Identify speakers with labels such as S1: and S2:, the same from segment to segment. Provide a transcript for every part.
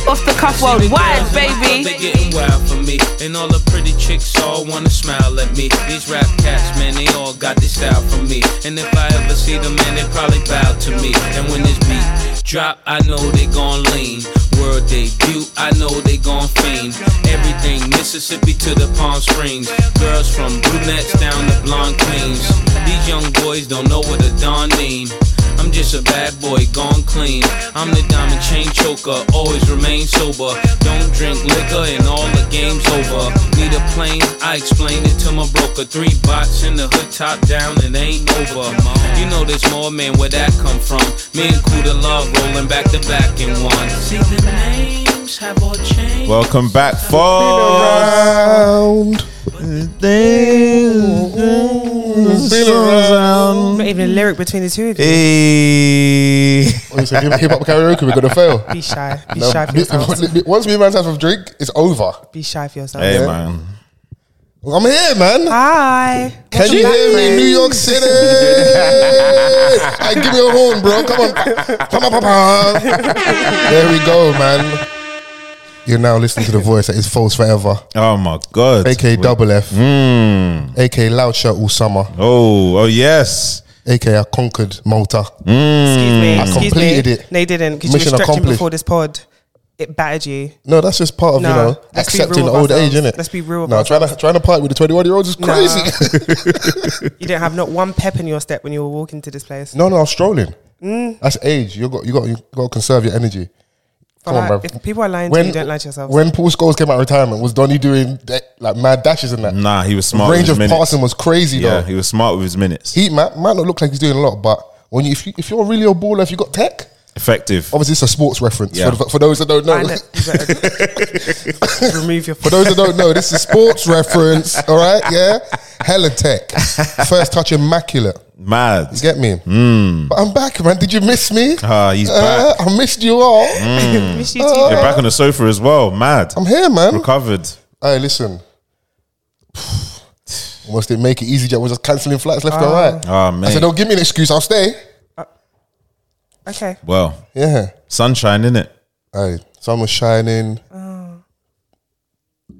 S1: for what, baby?
S2: They getting wild for me, and all the pretty chicks all wanna smile at me. These rap cats, man, they all got this style for me. And if I ever see them, man, they probably bow to me. And when this beat drop, I know they gon' lean. World debut, I know they gon' fiend. Everything Mississippi to the Palm Springs. Girls from brunettes down to blonde queens. These young boys don't know what a don mean. I'm just a bad boy gone clean. I'm the diamond chain choker, always remain sober. Don't drink liquor and all the game's over. Need a plane, I explain it to my broker. Three bots in the hood, top down, it ain't over. You know there's more, man, where that come from? Me and Kuda Love rolling back to back in one. See the names have all changed.
S3: Welcome back, folks.
S4: Around.
S1: Mm. um, Not even a lyric between the two of you.
S3: Hey.
S4: Oh, so hip hip hop karaoke, we're gonna fail.
S1: Be shy. Be
S4: No,
S1: shy for
S4: mi-
S1: yourself.
S4: mi- once we man's have a drink, it's over.
S1: Be shy for yourself.
S3: Hey, man.
S4: I'm here, man.
S1: Hi.
S4: Can you hear me, New York City? hey, give me a horn, bro. Come on. Pa, pa, pa, pa. There we go, man. You're now listening to the voice that is false forever.
S3: Oh, my God. Hmm.
S4: AK Double F. AK Loud Shirt All Summer.
S3: Oh, oh, yes.
S4: AK I Conquered Malta.
S1: Excuse me.
S4: I
S1: Excuse
S4: completed
S1: me.
S4: it.
S1: No, you didn't. Because you were
S4: Mission
S1: stretching
S4: accomplished.
S1: before this pod. It battered you.
S4: No, that's just part of,
S1: No,
S4: you know,
S1: let's be
S4: accepting
S1: real
S4: old
S1: about
S4: age,
S1: ourselves.
S4: innit?
S1: Let's be real
S4: No,
S1: about
S4: trying to, trying to party with the 21 year olds is
S1: No.
S4: crazy.
S1: You didn't have not one pep in your step when you were walking to this place.
S4: no, no, I was strolling.
S1: Mm.
S4: That's age. You got, you got, you got to conserve your energy.
S1: But
S4: Come on,
S1: like,
S4: bruv.
S1: If people are lying to you, don't lie to yourself.
S4: When Paul Scholes came out of retirement, was Donny doing that, like mad dashes and that?
S3: Nah, he was smart.
S4: Range
S3: with
S4: of
S3: his minutes.
S4: passing was crazy
S3: Yeah,
S4: though.
S3: he was smart with his minutes.
S4: He might, might not look like he's doing a lot, but when you if, you if you're really a baller, if you got tech,
S3: Effective.
S4: obviously it's a sports reference
S3: Yeah.
S4: for, the, for those that don't know.
S1: Find it. You better remove your
S4: For those that don't know, this is sports reference. All right, yeah, hella tech. First touch, immaculate.
S3: Mad. Hmm.
S4: You get me? Mm. But I'm back, man. Did you miss me?
S3: Ah, he's
S4: Uh,
S3: back. Hmm.
S4: I missed you all. Uh,
S1: Miss you too.
S3: You're back on the sofa as well. Mad.
S4: I'm here, man.
S3: Recovered.
S4: Hey, listen. Almost didn't make it. EasyJet was just cancelling flights left and right.
S3: Ah, man.
S4: I said, don't give me an excuse. I'll stay.
S1: Okay.
S3: Well,
S4: Yeah.
S3: sunshine, innit?
S4: Hey, sun was shining.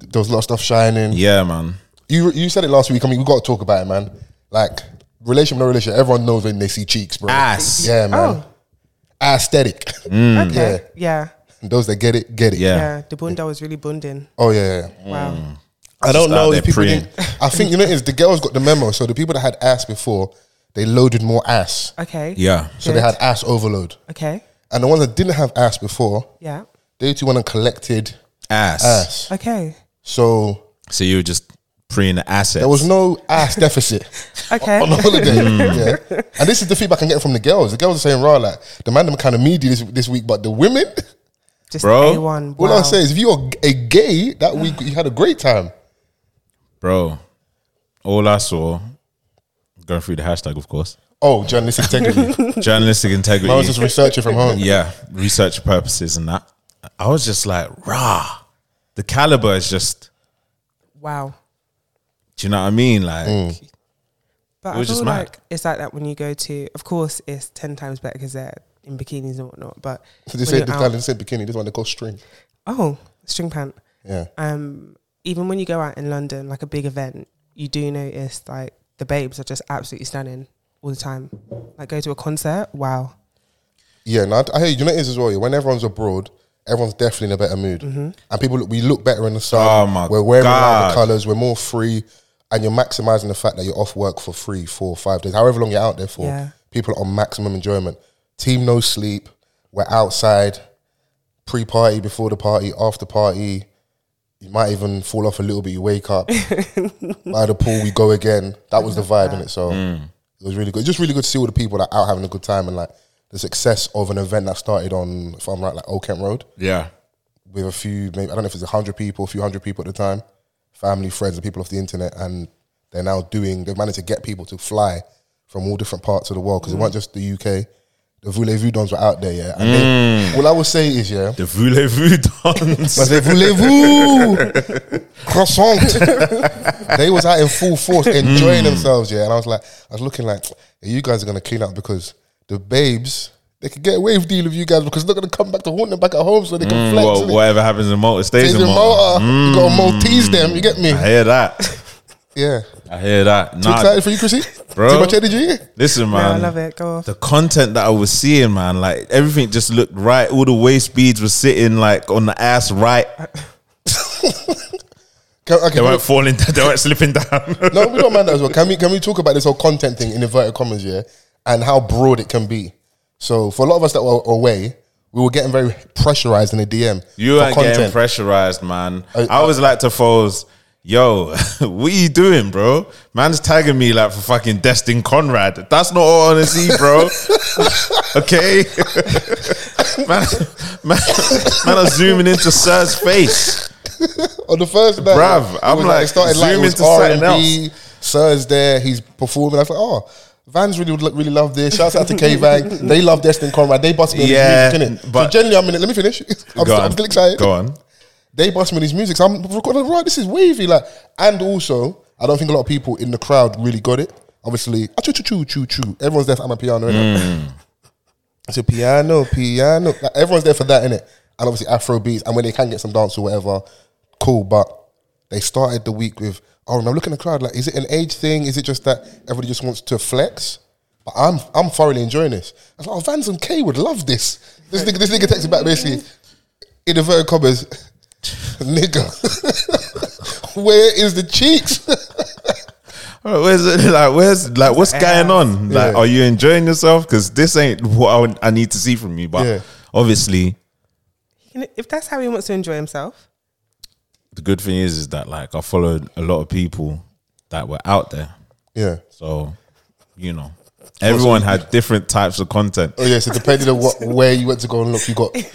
S4: There was a lot of stuff shining.
S3: Yeah, man.
S4: You you said it last week. I mean, we got to talk about it, man. Like relation, no relation. Everyone knows when they see cheeks, bro.
S3: Ass. Mm.
S4: Yeah, man. Aesthetic.
S1: Oh. Okay. Yeah.
S4: And Those that get it, get it.
S3: Yeah. Mm.
S1: Yeah. The bunda was really bunding.
S4: Oh yeah. yeah.
S1: Wow.
S4: I don't
S3: Just out
S4: know
S3: there
S4: if people
S3: preying.
S4: didn't. I think you know it is the girls got the memo. So the people that had ass before, they loaded more ass.
S1: Okay.
S3: Yeah.
S4: So they
S1: Good.
S4: had ass overload.
S1: Okay.
S4: And the ones that didn't have ass before,
S1: Yeah.
S4: they too went and collected
S3: Ass.
S4: ass.
S1: Okay.
S4: So
S3: So you were just pre in the assets.
S4: there was no ass deficit
S1: Okay.
S4: on the holiday.
S1: Hmm.
S3: Mm.
S4: Yeah. And this is the feedback I'm getting from the girls. The girls are saying, raw, like, the man them kind of meaty this, this week, but the women,
S1: Just
S3: Bro.
S1: A one.
S4: all I'll say is if you're a gay, that week you had a great time.
S3: Bro, all I saw, going through the hashtag, of course,
S4: Oh, journalistic integrity.
S3: journalistic integrity.
S4: I was just researching from home.
S3: yeah, research purposes and that. I was just like, rah. The caliber is just,
S1: Wow.
S3: do you know what I mean? Like,
S4: Mm.
S1: But
S3: It was
S1: I
S3: just
S1: feel
S3: mad.
S1: like it's like that when you go to, of course, it's 10 times better because they're in bikinis and whatnot. But
S4: So they
S1: when
S4: say
S1: you're
S4: this
S1: out-
S4: guy didn't say bikini, this one they call string.
S1: oh, string pant.
S4: Yeah.
S1: Um, even when you go out in London, like a big event, you do notice like the babes are just absolutely stunning all the time. Like go to a concert, wow.
S4: Yeah, no, I- I hear you. You know it is as well. Yeah, when everyone's abroad, everyone's definitely in a better mood, and people look, we look better in the sun.
S3: Oh my
S4: we're wearing lighter
S3: God.
S4: colors. We're more free, and you're maximizing the fact that you're off work for three, four, five days, however long you're out there for.
S1: Yeah.
S4: People are on maximum enjoyment. Team no sleep. We're outside, pre-party, before the party, after party. You might even fall off a little bit. You wake up by the pool. We go again. That was the vibe in it. So
S3: Hmm.
S4: it was really good. Just really good to see all the people that are out having a good time and like the success of an event that started on, if I'm right, like Old Kent Road
S3: yeah.
S4: with a few, maybe I don't know if it's hundred people, a few hundred people at the time, family, friends, and people off the internet, and they're now doing. They've managed to get people to fly from all different parts of the world because
S3: Hmm.
S4: it wasn't just the UK. The voulez-vous dons were out there, yeah. And they, all I will say is, yeah,
S3: Hmm. The voulez-vous dance.
S4: Parce que voulez-vous Mm. croissant? they was out in full force
S3: Mm.
S4: enjoying themselves, yeah. And I was like, I was looking like, you guys are gonna clean up because the babes They could get away with dealing with you guys because they're not going to come back to haunt them back at home so they can flex.
S3: Mm, Well,
S4: innit?
S3: whatever happens in Malta stays
S4: Stays
S3: in
S4: in
S3: Malta.
S4: Malta. You got to Maltese them. You get me?
S3: I hear that.
S4: Yeah.
S3: I hear that.
S4: Too
S3: Nah,
S4: excited for you, Chrissy?
S3: Bro.
S4: Too much energy?
S3: listen,
S1: No,
S3: man.
S1: I love it. Go off.
S3: the content that I was seeing, man, like everything just looked right. All the waist beads were sitting like on the ass right. They
S4: Can, okay, hold on.
S3: weren't falling. down. They weren't slipping down.
S4: no, we don't mind that as well. Can we can we talk about this whole content thing in inverted commas, yeah, and how broad it can be? So for a lot of us that were away, we were getting very pressurized in the DM.
S3: You
S4: for
S3: ain't getting pressurized, man. I,
S4: I-
S3: was like to Foles, yo, what you doing, bro? Man's tagging me like for fucking Destin Conrad. That's not all I want to see, bro. okay? man, man, man, I'm zooming into Sir's face.
S4: On the first night,
S3: Bruv,
S4: it
S3: I'm
S4: was
S3: like,
S4: it started like it
S3: zoom
S4: was
S3: into something
S4: R&B, Sir's there, he's performing. I thought, oh, Vans really would lo- really love this. Shouts out to K Van. They love Destin Conrad. They bust me on
S3: Yeah,
S4: his music, innit?
S3: but-
S4: so generally, I'm in it. Let me finish. I'm,
S3: Go
S4: still,
S3: on.
S4: I'm still excited.
S3: Go on.
S4: they bust me these music. So I'm recording, right, this is wavy. Like, and also, I don't think a lot of people in the crowd really got it. Obviously, ah, choo choo choo choo choo. Everyone's there for I'm a piano, innit? It's a piano, piano. Like, everyone's there for that, innit? And obviously Afro beats, and when they can get some dance or whatever, cool. But they started the week with, oh, and I'm looking at the crowd, like, is it an age thing? Is it just that everybody just wants to flex? But I'm I'm thoroughly enjoying this. I was like, oh, Vans and K would love this. This nigga, this nigga takes it back basically. In inverted commas, nigga. Where is the cheeks?
S3: All right, where's it, like where's like what's going on? Like,
S4: Yeah.
S3: are you enjoying yourself? Because this ain't what I, would- I need to see from you. But
S4: Yeah.
S3: obviously,
S1: You know, if that's how he wants to enjoy himself,
S3: the good thing is, is that like I followed a lot of people that were out there.
S4: yeah.
S3: So, you know, everyone had different types of content.
S4: Oh yeah, so depending on what where you went to go and look, you got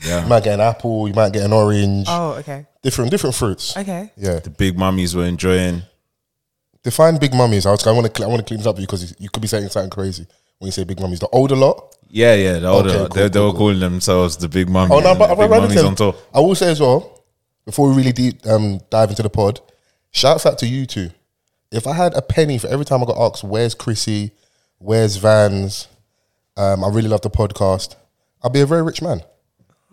S3: Yeah.
S4: you might get an apple, you might get an orange,
S1: oh, okay,
S4: different different fruits.
S1: okay.
S4: Yeah,
S3: The big mummies were enjoying.
S4: define big mummies. I was I want to I want to clean this up because you could be saying something crazy when you say big mummies. The older lot.
S3: Yeah, yeah, the older,
S4: Okay, cool,
S3: they, they
S4: cool,
S3: were calling themselves the big mummies.
S4: Oh no,
S3: and
S4: but
S3: the
S4: but-
S3: big
S4: but-
S3: mummies on tour.
S4: I will say as well before we really deep um, dive into the pod. Shouts out to you two. If I had a penny for every time I got asked, "Where's Chrissy? Where's Vans?" Um, I really love the podcast. I'd be a very rich man.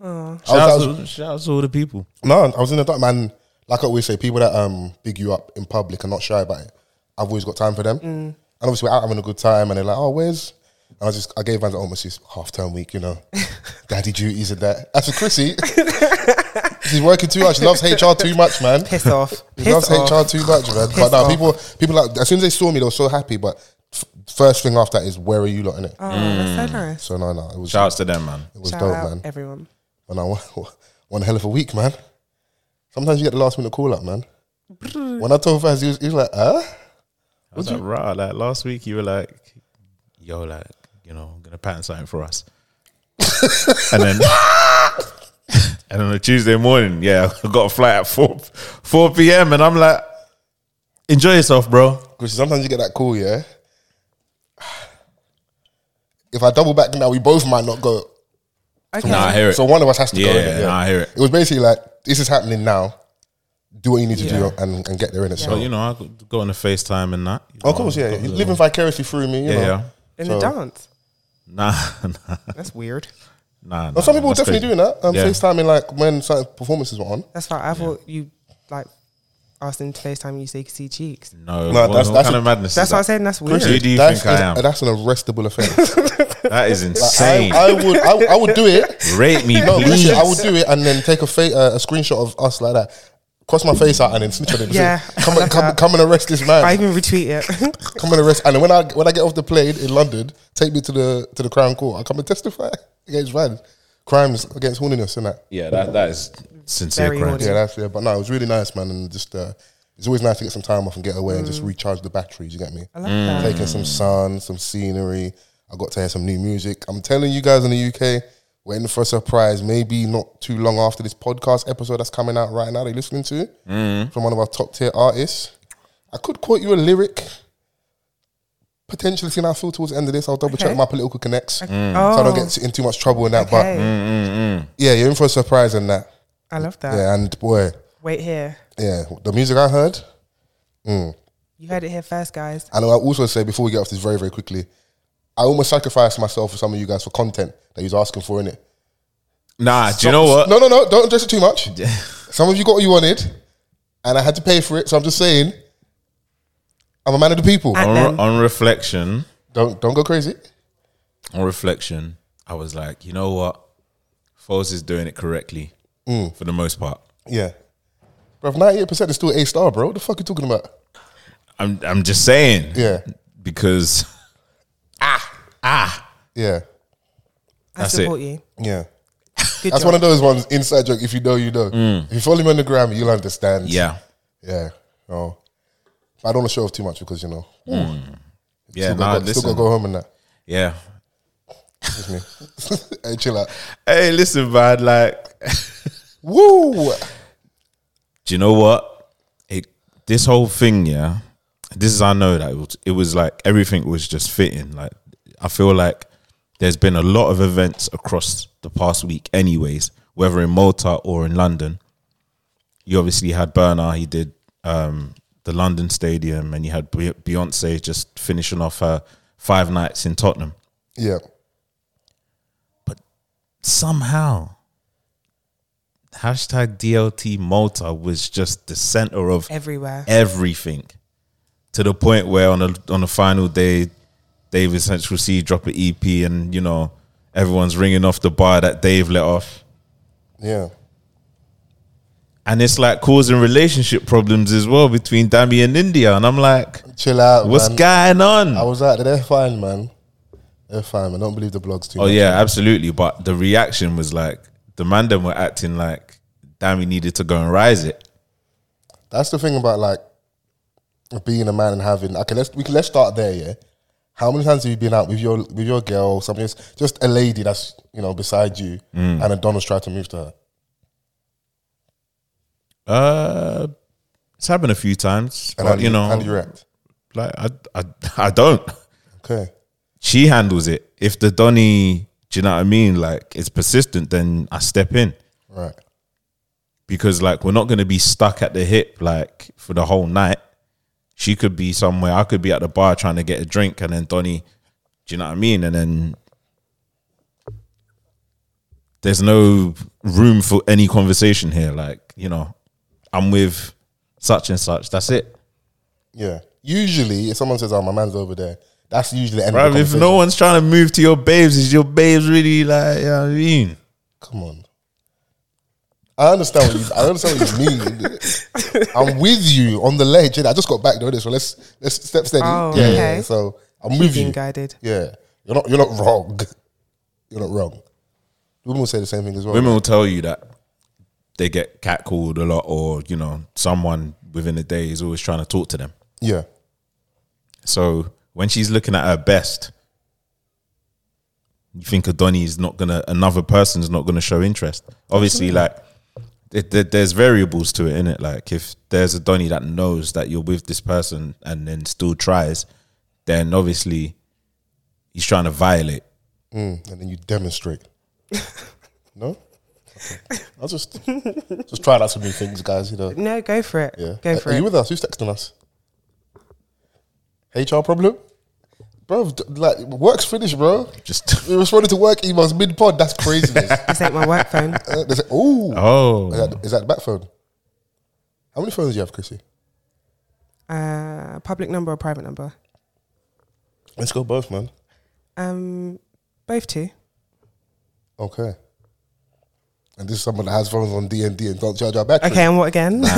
S1: Oh.
S4: I was- I
S3: Shout
S4: was-
S3: out, to, shout out to all the people.
S4: No, I was in the dark, man. Like I always say, people that um big you up in public are not shy about it. I've always got time for
S3: Mm.
S4: them, and obviously we're out having a good time, and they're like, "Oh, where's?" And I just I gave Vans like, almost this half term week, you know, daddy duties and that. As for Chrissy, she's working too hard. She loves HR too much, man.
S1: Piss off.
S4: She loves
S1: Piss off.
S4: HR too much, man.
S1: Piss
S4: But no,
S1: off.
S4: people, people like as soon as they saw me, they were so happy. But f- first thing after that is, where are you lot in it?
S1: Oh, that's so nice.
S4: So no, no, it was
S3: Shouts to them, man.
S4: it was
S1: Shout
S4: dope,
S1: out
S4: man.
S1: everyone.
S4: And I won, one hell of a week, man. Sometimes you get the last minute call up, man. when I told Faz, he was, he was like, huh?
S3: I was like, rah, like last week you were like, yo, like, you know, I'm gonna pattern something for us. and then and on a Tuesday morning, yeah, I got a flight at four four PM and I'm like, enjoy yourself, bro.
S4: Because sometimes you get that call, yeah? If I double back now, we both might not go.
S1: Okay.
S3: Nah, I hear it.
S4: So one of us has to
S3: Yeah,
S4: go. innit?
S3: nah, I hear it.
S4: It was basically like, this is happening now. Do what you need to
S1: Yeah.
S4: do and, and get there in it.
S1: Yeah.
S4: So,
S3: But Oh, you Oh, know, I could go on a FaceTime and that. you
S4: of
S3: know,
S4: course, yeah.
S3: got
S4: You're
S3: the-
S4: living vicariously through me, you
S3: Yeah,
S4: know.
S3: yeah.
S1: In
S4: So-
S1: the dance.
S3: Nah, nah,
S1: That's weird.
S3: nah.
S4: But some people were definitely doing that. Um,
S3: Yeah.
S4: FaceTiming, like, when certain performances were on.
S1: That's fine. I thought you like asked him to FaceTime you so you could see cheeks.
S3: No,
S4: Nah,
S3: what,
S4: that's-
S3: what
S4: that's
S3: kind
S4: a-
S3: of madness.
S1: That's
S3: is
S1: what I'm
S3: that?
S1: saying. That's
S3: Who
S1: weird.
S3: do you
S4: That's,
S3: think I am?
S4: that's an arrestable offense.
S3: That is
S4: I,
S3: insane.
S4: I would, I, I would do it.
S3: Rate me,
S4: No,
S3: please.
S4: literally, I would do it and then take a fa- uh, a screenshot of us like that, cross my face out, and then snitch on him.
S1: Yeah,
S4: Say, come
S1: I
S4: and
S1: like
S4: come,
S1: that.
S4: come and arrest this
S1: I
S4: man.
S1: even retweet it.
S4: Come and arrest. And then when I when I get off the plane in London, take me to the to the Crown Court. I come and testify against Van crimes against horniness and that.
S3: yeah, that that is sincere
S1: Very
S3: crime.
S1: naughty.
S4: Yeah, that's yeah. But no, it was really nice, man, and just uh, it's always nice to get some time off and get away and
S1: Mm.
S4: just recharge the batteries. You get me?
S1: I love that.
S4: Taking some sun, some scenery. I got to hear some new music. I'm telling you guys in the UK, we're in for a surprise. Maybe not too long after this podcast episode that's coming out right now. They listening to from one of our top tier artists. I could quote you a lyric. Potentially, seeing how I feel towards the end of this, I'll double check
S1: Okay.
S4: my political connects so I
S1: Oh,
S4: don't get in too much trouble in that.
S1: okay.
S4: But yeah, you're in for a surprise in that.
S1: I love that.
S4: Yeah, and boy,
S1: Wait here.
S4: yeah, the music I heard. mm,
S1: You heard it here first, guys.
S4: And I also say before we get off this very, very quickly, I almost sacrificed myself for some of you guys for content that you was asking for in it.
S3: Nah, do you know what?
S4: No, no, no. Don't address it too much. Some of you got what you wanted, and I had to pay for it. So I'm just saying, I'm a man of the people.
S1: And-
S3: On,
S1: Then.
S3: re- on reflection,
S4: don't don't go crazy.
S3: on reflection, I was like, you know what? Foles is doing it correctly
S4: Mm.
S3: for the most part.
S4: Yeah, bro. 98 percent is still A star, bro. What the fuck you talking about?
S3: I'm I'm just saying.
S4: Yeah.
S3: Because Ah.
S4: Yeah,
S1: I
S3: That's it.
S1: support you.
S4: yeah.
S1: Good
S4: That's
S1: job.
S4: one of those ones inside joke. If you know, you know. If you follow me on the gram, you'll understand.
S3: Mm. yeah.
S4: yeah. Oh, I don't want to show off too much because you know,
S3: Mm. Yeah,
S4: still, gotta
S3: nah,
S4: go, still gotta
S3: listen.
S4: go home and that.
S3: Yeah.
S4: Excuse me. hey, chill out.
S3: Hey, listen, man, like
S4: Woo!
S3: do you know what? It this whole thing, yeah. This is I know that it was, it was like everything was just fitting. Like I feel like there's been a lot of events across the past week, anyways, whether in Malta or in London. You obviously had Bernard. He did um, the London Stadium, and you had Be- Beyonce just finishing off her five nights in Tottenham.
S4: Yeah,
S3: somehow hashtag DLT Malta was just the center of
S1: Everywhere.
S3: everything to the point where on a on the final day, Dave and Central C drop an EP and you know everyone's ringing off the bar that Dave let off,
S4: yeah.
S3: and it's like causing relationship problems as well between Dami and India, and I'm like,
S4: Chill out.
S3: what's
S4: man.
S3: going on?
S4: I was out there. They're fine, man. They're fine, man. Don't believe the blogs too.
S3: Oh
S4: much.
S3: yeah, absolutely. But the reaction was like the man them were acting like Dami needed to go and rise it.
S4: That's the thing about like being a man and having. Okay, let's we can let's start there. Yeah. How many times have you been out with your with your girl? Something else, just a lady that's you know beside you,
S3: Mm.
S4: and a Donald's tried to move to her.
S3: Uh, it's happened a few times,
S4: And how
S3: but
S4: do
S3: you know,
S4: how do you react?
S3: like I, I, I don't.
S4: Okay.
S3: She handles it. If the Donny, do you know what I mean? Like it's persistent, then I step in
S4: Right.
S3: because like we're not going to be stuck at the hip like for the whole night. She could be somewhere. I could be at the bar trying to get a drink, and then Donny, do you know what I mean? And then there's no room for any conversation here. Like you know, I'm with such and such. That's it.
S4: Yeah. Usually, if someone says, "Oh, my man's over there," that's usually the end. of
S3: Bruv,
S4: the
S3: if
S4: conversation.
S3: no one's trying to move to your babes, is your babes really like, you know what I mean?
S4: Come on. I understand what you. I understand what you mean. I'm with you on the ledge. innit? I just got back though. This so let's let's step steady.
S1: Oh,
S4: yeah,
S1: okay.
S4: yeah. So I'm with
S1: Being
S4: you.
S1: guided.
S4: Yeah, you're not you're not wrong. You're not wrong. Women will say the same thing as well.
S3: Women will tell you that they get catcalled a lot, or, you know, someone within the day is always trying to talk to them.
S4: Yeah,
S3: So when she's looking at her best, you think Adoni is not gonna another person's not gonna show interest. Obviously, like it, there- there's variables to it in it. Like if there's a Donny that knows that you're with this person and then still tries, then obviously he's trying to violate.
S4: Mm, and then you demonstrate. no, Okay. I'll just just try out some new things, guys. You know,
S1: No, go for it.
S4: yeah.
S1: Go
S4: Are-
S1: for
S4: Are
S1: it.
S4: you with us? Who's texting us? HR problem, bro. Like work's finished, bro.
S3: Just
S4: We responded to work emails mid pod. That's craziness.
S1: This ain't my work phone.
S4: Uh, they say, "Ooh, is
S3: oh,
S4: that, is that the back phone? How many phones do you have, Chrissy?
S1: Uh, public number or private number?
S4: Let's go both, man.
S1: Um, both two.
S4: Okay. And this is someone that has phones on D and D and don't charge our battery.
S1: Okay, and what again?
S4: oh,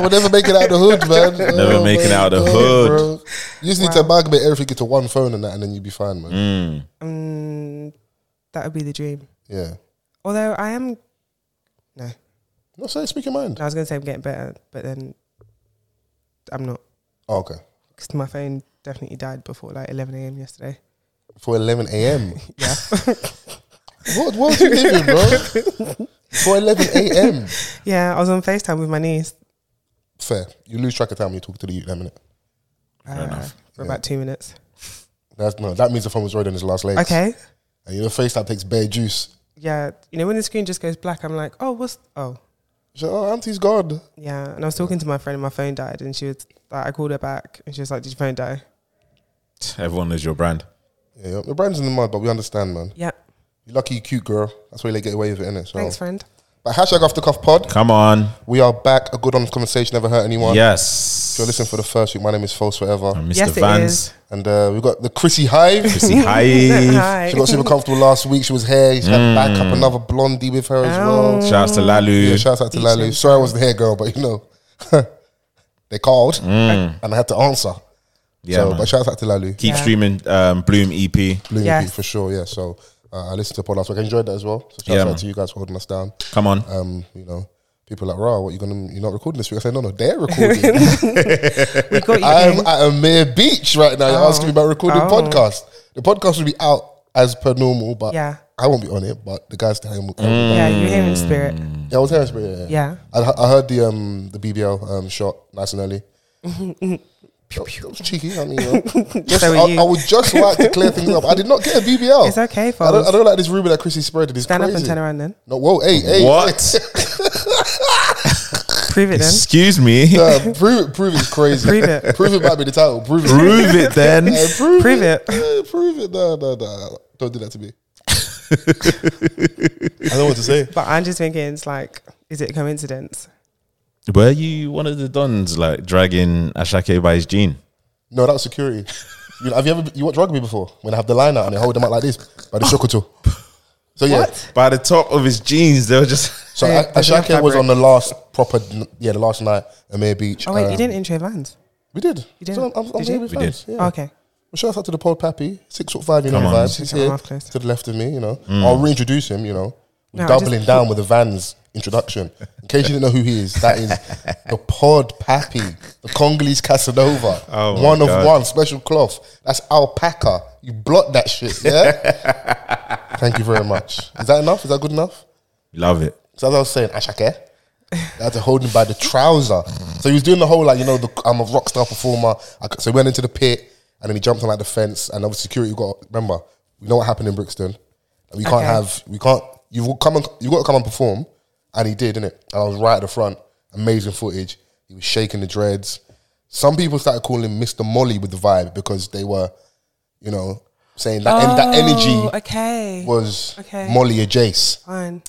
S4: we're never making it out the hood, man.
S3: Never
S4: Oh,
S3: making it
S4: my
S3: out the
S4: God,
S3: hood.
S4: bro. You just need to amalgamate everything into one phone and that, and then you'll be fine, man.
S3: Mm.
S1: um, that would be the dream.
S4: Yeah.
S1: Although I am, no,
S4: No, say, speak your mind.
S1: I was gonna say I'm getting better, but then I'm not
S4: Oh, okay.
S1: because my phone definitely died before like 11 a.m. yesterday.
S4: Before 11 a.m.
S1: Yeah,
S4: What, what was you living, bro? Before 11 a.m.
S1: yeah, I was on Facetime with my niece
S4: Fair. You lose track of time when you talk to the youth in a minute.
S1: uh, for about two minutes.
S4: That's no. That means the phone was already in his last legs.
S1: Okay,
S4: And your face that takes bare juice.
S1: yeah, you know when the screen just goes black, I'm like, oh, what's oh,
S4: She's like, oh, auntie's gone.
S1: Yeah, and I was talking to my friend and my phone died, and she was like, I called her back, and she was like, "Did your phone die?"
S3: Everyone knows your brand.
S4: Yeah, yeah. Your brand's in the mud, but we understand, man.
S1: Yeah,
S4: You're lucky, you cute girl. That's why you let get away with it, innit? So.
S1: thanks, friend.
S4: But hashtag off the cuff pod.
S3: Come on.
S4: We are back. A good honest conversation never hurt anyone.
S3: Yes.
S4: If you're listening for the first week, my name is False Forever.
S3: Mr.
S1: Yes, it
S3: Vance.
S1: is.
S4: And uh, we've got the Chrissy Hive.
S3: Chrissy Hive.
S1: Hi.
S4: She got super comfortable last week. She was here. She had back up another blondie with her as
S1: Oh.
S4: well.
S3: Shouts to
S4: Yeah,
S3: Lalu.
S4: shout out to Lalu. Sorry I wasn't here, girl, but you know, they called and I had to answer.
S3: Mm. yeah,
S4: so,
S3: man.
S4: but shout out to Lalu. E
S3: Keep
S1: Yeah.
S3: streaming um, Bloom EP.
S4: Blooming
S1: Yes.
S4: Pete for sure, yeah. So uh, I listened to the pod last week. I enjoyed that as well. So shout
S3: Yeah,
S4: out
S3: man.
S4: to you guys for holding us down.
S3: Come on.
S4: Um, you know, people are like, Raw, what you gonna you're not recording this week? I said, No, no, they're recording.
S1: We got you.
S4: I'm
S1: in.
S4: at a mere beach right now. You're
S1: Oh.
S4: asking me about recording
S1: Oh.
S4: podcast. The podcast will be out as per normal, but
S1: Yeah.
S4: I won't be on it. But the guys behind will.
S1: yeah, you're here in spirit.
S4: Yeah, I was Harris, but yeah.
S1: Yeah.
S4: I, I heard the um the BBL um shot nice and early. That was- that was cheeky. I mean, you know. just,
S1: So were
S4: I,
S1: you.
S4: I would just like to clear things up. I did not get a BBL.
S1: It's okay,
S4: I don't,
S1: Foles.
S4: I don't like this rumor that Chrissy spread. It's
S1: Stand
S4: crazy.
S1: up and turn around then.
S4: No, whoa, hey, hey,
S3: What?
S1: Prove it then.
S3: Excuse me.
S4: Uh, prove it, prove it's crazy.
S1: Prove it.
S4: prove it might be the title. Prove it,
S3: Prove it then.
S4: Uh, prove,
S1: Prove it.
S4: Uh, prove it. No, no, no. Don't do that to me. I don't know what to say.
S1: But I'm just thinking, it's like, is it coincidence?
S3: Were you one of the dons like dragging Ashake by his jean?
S4: No, that was security. You know, have you ever you watched rugby before? When they have the line out and they hold them out like this by the shokoto. So yeah,
S3: By the top of his jeans, they were just.
S4: so A-
S1: They- they didn't have
S4: Ashake was
S1: fabric.
S4: on the last proper n- yeah the last night at Mayor Beach.
S1: Oh wait,
S4: Um,
S1: you didn't intro Vans.
S4: We did.
S1: You didn't?
S4: So I'm, I'm, I'm
S1: Did
S4: here
S1: you?
S4: with
S3: We did.
S4: fans, Yeah.
S1: okay.
S4: Well, shout out to the Paul Pappy, six foot five, you know
S3: Come
S4: the
S3: on. Mm.
S4: vibes. He's
S1: Come
S4: here
S1: off close.
S4: to the left of me, you know. I'll reintroduce him, you know. We're
S1: No, I
S4: doubling
S1: just-
S4: down with the Vans introduction. In case you didn't know who he is, that is the Pod Pappy, the Congolese Casanova,
S3: Oh
S4: one
S3: my
S4: of
S3: God.
S4: one, special cloth. That's alpaca. You blot that shit, yeah? Thank you very much. Is that enough? Is that good enough?
S3: Love it.
S4: So as I was saying, Ashake, they had to hold him by the trouser. So he was doing the whole like, you know, the, I'm a rock star performer. I c so he went into the pit and then he jumped on like the fence and obviously security got remember, we know what happened in Brixton. And we can't
S1: Okay.
S4: have we can't you've come and you gotta come and perform. And he did, innit? And I was right at the front. Amazing footage. He was shaking the dreads. Some people started calling him Mr. Molly with the vibe because they were, you know, saying that and that energy
S1: Oh, Okay.
S4: was
S1: Okay.
S4: Molly or Jace.
S1: Fine.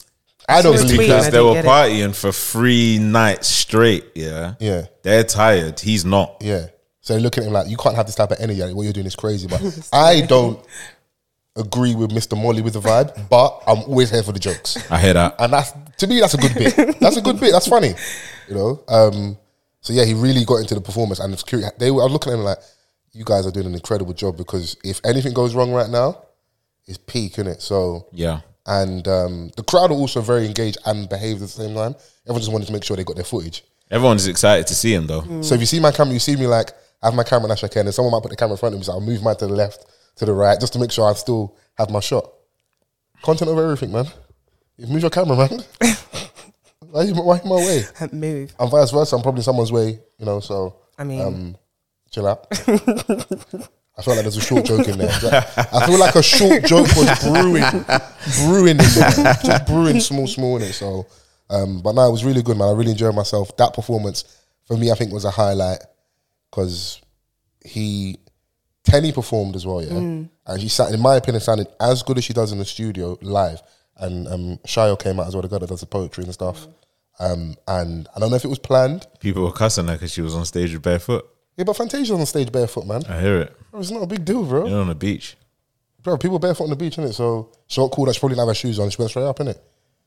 S4: I don't
S1: It's
S4: believe
S1: tweet.
S4: that.
S1: I
S3: Because they
S1: didn't
S3: were
S1: get it.
S3: partying for three nights straight. Yeah.
S4: Yeah.
S3: They're tired. He's not.
S4: Yeah. So they look at him like, you can't have this type of energy. What you're doing is crazy. But I don't agree with Mr. Molly with the vibe, but I'm always here for the jokes.
S3: I hear that.
S4: And that's to me, that's a good bit. That's a good bit. That's funny. You know? Um, so yeah, he really got into the performance and the security. They were, I was looking at him like, you guys are doing an incredible job because if anything goes wrong right now, it's peak, isn't it? So
S3: Yeah.
S4: and um, the crowd are also very engaged and behaved at the same time. Everyone just wanted to make sure they got their footage.
S3: Everyone's excited to see him though.
S4: Mm. So if you see my camera, you see me like I have my camera and I shake and someone might put the camera in front of me, so I'll move mine to the left, to the right, just to make sure I still have my shot. Content over everything, man. You move your camera, man. why, you, why you in my way?
S1: Can't Move.
S4: And vice versa, I'm probably in someone's way, you know. So um,
S1: I mean,
S4: chill out. I feel like there's a short joke in there. I feel like a short joke was brewing, brewing, in there, just brewing small, small in it. So, um, but no, it was really good, man. I really enjoyed myself. That performance for me, I think, was a highlight because he, Tenny performed as well, yeah. And she sat, in my opinion, sounded as good as she does in the studio live. And um, Shayo came out as well, the girl that does the poetry and stuff. Um, and I don't know if it was planned.
S3: People were cussing her because she was on stage with barefoot.
S4: Yeah, but Fantasia's on stage barefoot, man.
S3: I hear it.
S4: Bro, It's not a big deal, bro.
S3: You're on the beach.
S4: Bro, people barefoot on the beach, innit? So she got cool that she probably didn't have her shoes on. She went straight up, innit?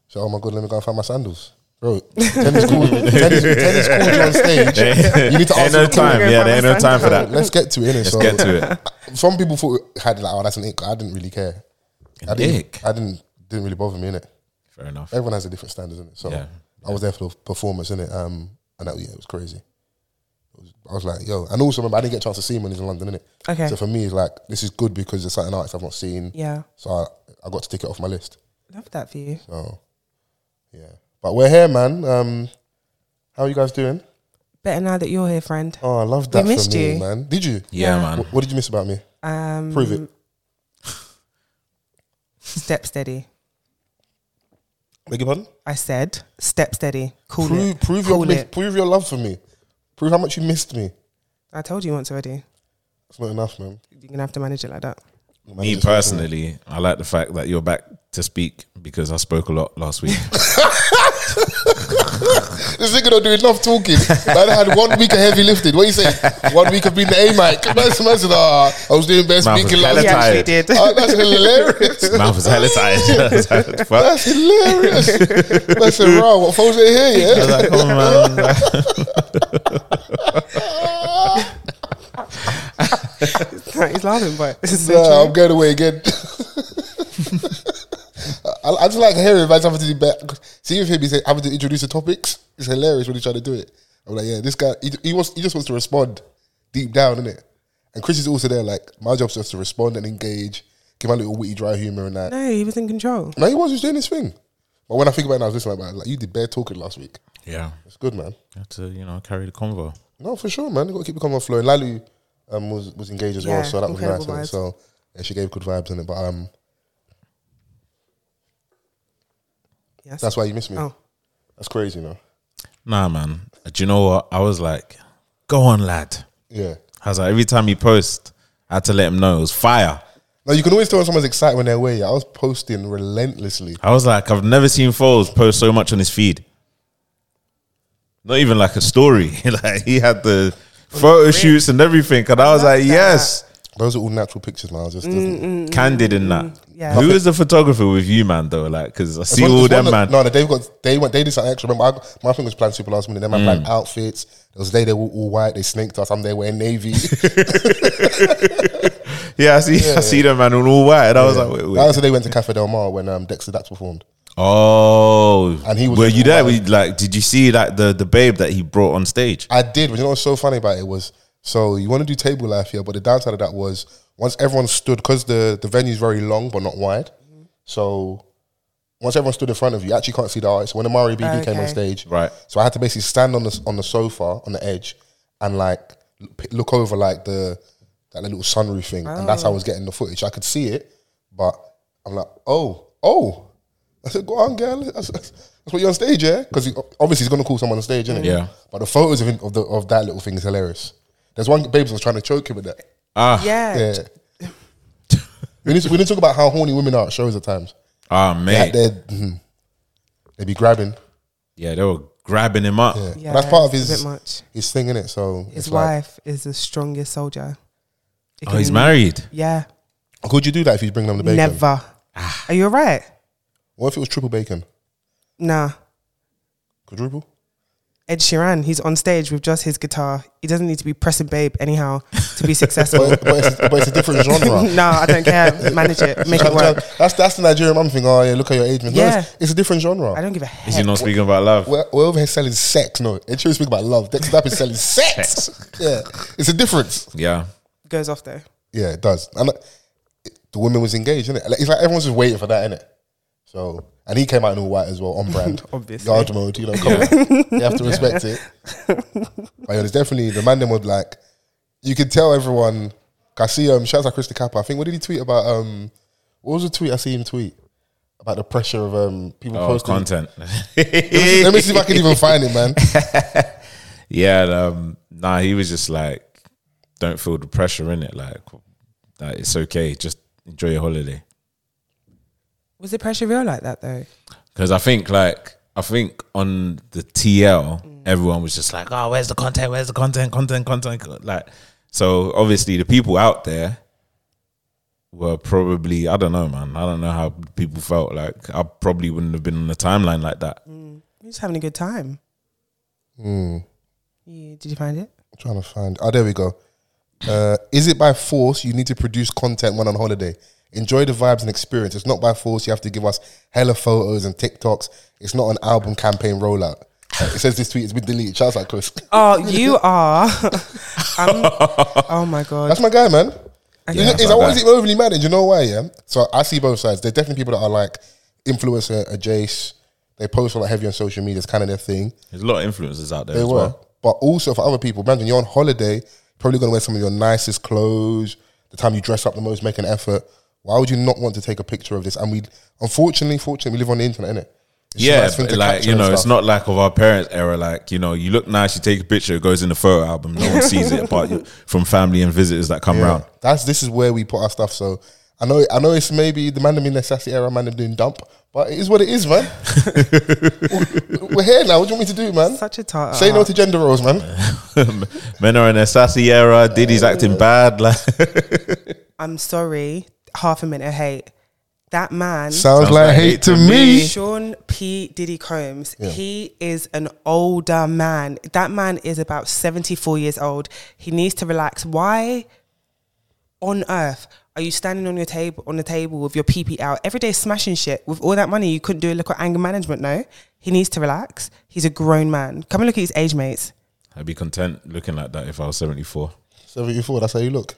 S4: So, oh my god, let me go and find my sandals. Bro, tennis cool. tennis, tennis cool you on stage. You need to
S3: Ain't
S4: ask
S3: no
S4: the cool-
S3: time.
S1: Go
S3: Yeah,
S1: find
S3: there ain't
S1: my
S3: no time for that.
S4: Let's get to it, innit?
S3: Let's get to it.
S4: Some people thought it had like, oh, that's an ick. I didn't really care. I didn't,
S3: ick?
S4: I didn't, didn't really bother me, innit?
S3: Fair enough.
S4: Everyone has a different standards, innit? So
S3: Yeah.
S4: I was there for the performance, innit? Um, and that, yeah, it was crazy. It was- I was like, yo, and also remember, I didn't get a chance to see him when he's in London, innit?
S1: Okay.
S4: So for me, it's like, this is good because there's certain artists I've not seen.
S1: yeah.
S4: So I, I got to tick it off my list.
S1: Love that for you.
S4: So yeah. But we're here, man. Um how are you guys doing?
S1: Better now that you're here, friend.
S4: Oh, I love that
S1: missed
S4: for me,
S1: you.
S4: man. Did you?
S3: Yeah,
S1: Yeah.
S3: man.
S4: Wh- What did you miss about me?
S1: Um,
S4: Prove it.
S1: Step steady.
S4: Beg your pardon?
S1: I said, step steady. Cool
S4: prove
S1: it.
S4: prove your
S1: cool
S4: miss,
S1: it.
S4: prove your love for me. Prove how much you missed me.
S1: I told you once already.
S4: It's not enough, man.
S1: You're gonna have to manage it like that.
S3: Me personally, I like the fact that you're back to speak because I spoke a lot last week.
S4: This nigga don't do enough talking. Man, I had one week of heavy lifting. What you say? One week of being the A mic. Man's- man's like, "Ah, I was doing best
S3: Man,
S4: speaking
S3: I'm
S4: last
S1: He
S3: hella
S4: week.
S1: actually
S3: tired.
S1: did.
S4: Ah, that's hilarious.
S3: Man, I was hella tired. Fuck.
S4: That's hilarious. That's a raw. What phones are here?
S3: I
S4: Yeah.
S3: was like, come on, man.
S1: He's laughing, but it's so
S4: Nah, I'm
S1: true.
S4: going away again. I, I just like hearing man's having to do back. See with him, he's having to introduce the topics. It's hilarious when he's trying to do it. I'm like, yeah, this guy, he, he wants, he just wants to respond deep down, innit? And Chris is also there. Like, my job's just to respond and engage, give my little witty dry humor and that.
S1: No, he was in control.
S4: No, he was just doing his thing. But when I think about it, now, I was just like, man, like you did bare talking last week.
S3: Yeah.
S4: It's good, man.
S3: You have to, you know, carry the convo.
S4: No, for sure, man. You got to keep the convo flowing. Lalu um, was was engaged as
S1: Yeah,
S4: well, so that was nice.
S1: incredible
S4: innit?
S1: vibes.
S4: So yeah, she gave good vibes in it. But um,
S1: Yes.
S4: that's why you missed me.
S1: Oh.
S4: That's crazy, no?
S3: Nah, man. Uh, Do you know what? I was like, go on, lad.
S4: Yeah.
S3: I was like, every time he post, I had to let him know it was fire.
S4: Now you can always tell when someone's excited when they're away. I was posting relentlessly.
S3: I was like, I've never seen Foles post so much on his feed. Not even like a story. like he had the photo shoots and everything, and I was like, yes,
S4: Those are all natural pictures, man. I was
S1: Mm,
S4: just doesn't-
S3: candid in that.
S1: yeah.
S3: Who is the photographer with you, man? Though, like, because I
S4: There's
S3: see
S4: one-
S3: all
S4: there's
S3: them,
S4: one
S3: man.
S4: that- No, no, they've got they went. They did something extra. Remember, I, got- my thing was planned super last minute. Then my planned
S3: Mm.
S4: outfits. There was a day they were all white. They snaked us. I'm there wearing navy.
S3: Yeah, I see, I see them, man, on all white, and I was like, wait,
S4: That
S3: wait.
S4: was the day we went to Cafe Del Mar when um, Dexter Dax performed.
S3: Oh,
S4: And he was
S3: were
S4: in
S3: you
S4: all
S3: there?
S4: white.
S3: We like, did you see like the the babe that he brought on stage?
S4: I did, but you know what's so funny about it was so you want to do table life here, but the downside of that was once everyone stood because the the venue's very long but not wide, so once everyone stood in front of you, you actually can't see the artist. When Amari BD came on
S1: Okay.
S4: stage,
S3: Right.
S4: So I had to basically stand on the on the sofa on the edge and like l- p- look over like the that little sunroof thing, and that's how I was getting the footage. I could see it, but I'm like, oh, oh. I said, go on, girl. That's, that's, that's what you're on stage, yeah? Because obviously he's gonna call someone on stage, isn't it?
S3: Yeah.
S4: But the photos of him, of, the, of that little thing is hilarious. There's one babes was trying to choke him with that.
S3: Ah,
S1: Yeah.
S4: Yeah. we need to, we need to talk about how horny women are at shows at times.
S3: ah,
S4: Like
S3: mate,
S4: they're, mhm. they be grabbing.
S3: yeah, they were grabbing him up.
S4: Yeah. But
S1: Yeah,
S4: that's part of
S1: it's a
S4: his
S1: bit much.
S4: his thing in it. So
S1: His
S4: it's like,
S1: wife is the strongest soldier. It
S3: Oh, he's
S1: can-
S3: married.
S1: Yeah.
S4: could you do that if he's bringing them the bacon?
S1: Never.
S3: Ah.
S1: Are you alright?
S4: What if it was triple bacon?
S1: Nah.
S4: Quadruple?
S1: Ed Sheeran, he's on stage with just his guitar. He doesn't need to be pressing babe anyhow to be successful.
S4: But, but, it's, but it's a different genre.
S1: no, I don't care. Manage it. Make it work.
S4: That's that's the Nigerian mum thing. Oh yeah, look at your age, man. No,
S1: Yeah.
S4: it's, it's a different genre.
S1: I don't give a
S3: Is he
S1: heck.
S3: not speaking about love?
S4: We're, we're over here selling sex. No, it's true. Speak about love. Dexter Dap is selling sex. Yeah, it's a difference.
S3: Yeah.
S1: Goes off though.
S4: Yeah, it does. And uh, it, the woman was engaged, innit? Like, it's like everyone's just waiting for that, innit? So, and he came out in all white as well, on brand,
S1: Obviously.
S4: Guard mode, you know. Come on, you have to respect it. But yeah, there's definitely the man them would like. You could tell everyone. I see. Um, shouts out Chris Kappa. I think what did he tweet about? Um, what was the tweet I see him tweet about the pressure of um people
S3: Oh,
S4: posting?
S3: content.
S4: Let me see if I can even find it, man.
S3: yeah, and, um, nah, he was just like, don't feel the pressure in it. Like, that it's okay. Just enjoy your holiday.
S1: Was the pressure real like that though?
S3: Because I think, like, I think on the TL, everyone was just like, oh, where's the content? Where's the content? Content, content. Like, so obviously the people out there were probably, I don't know, man. I don't know how people felt. Like, I probably wouldn't have been on the timeline like that.
S1: You're just having a good time.
S4: Hmm.
S1: You, did you find it?
S4: I'm trying to find. Oh, there we go. Uh, is it by force you need to produce content when on holiday? Enjoy the vibes and experience. It's not by force you have to give us hella photos and TikToks. It's not an album campaign rollout. It says this tweet has been deleted. Shouts out Chris.
S1: Oh, you are. I'm, oh my god.
S4: That's my guy, man. You know,
S3: that's
S4: is
S3: my
S4: I always
S3: guy.
S4: even overly mad, and you know why? Yeah. So I see both sides. There's definitely people that are like influencer adjacent. They post a lot heavy on social media. It's kind of their thing.
S3: There's a lot of influencers out there
S4: They
S3: as
S4: were.
S3: well.
S4: But also for other people, imagine you're on holiday, probably going to wear some of your nicest clothes, the time you dress up the most, make an effort. Why would you not want to take a picture of this? And we, unfortunately, fortunately, we live on the internet, innit? It's It's a
S3: yeah,
S4: nice thing
S3: but
S4: to
S3: like
S4: capture
S3: you
S4: and
S3: know, it's
S4: stuff.
S3: not like of our parents' era. Like you know, you look nice, you take a picture, it goes in the photo album. No one sees it apart you- from family and visitors that come
S4: Yeah.
S3: round.
S4: That's this is where we put our stuff. So I know I know it's maybe the man them in the sassy era, man them doing dump, but it is what it is, man. We're here now. What do you want me to do, man?
S1: Such a tartar.
S4: Say no to gender roles, man.
S3: Men are in their sassy era. Diddy's acting bad. Like
S1: I'm sorry. Half a minute of hate. That man.
S4: Sounds, like hate, to me.
S1: Sean P. Diddy Combs, he is an older man. That man is about 74 years old. He needs to relax. Why on earth are you standing on your table on the table with your PP out every day smashing shit with all that money? You couldn't do a look at anger management, no? He needs to relax. He's a grown man. Come and look at his age mates.
S3: I'd be content looking like that if I was seventy four.
S4: Seventy four. That's how you look.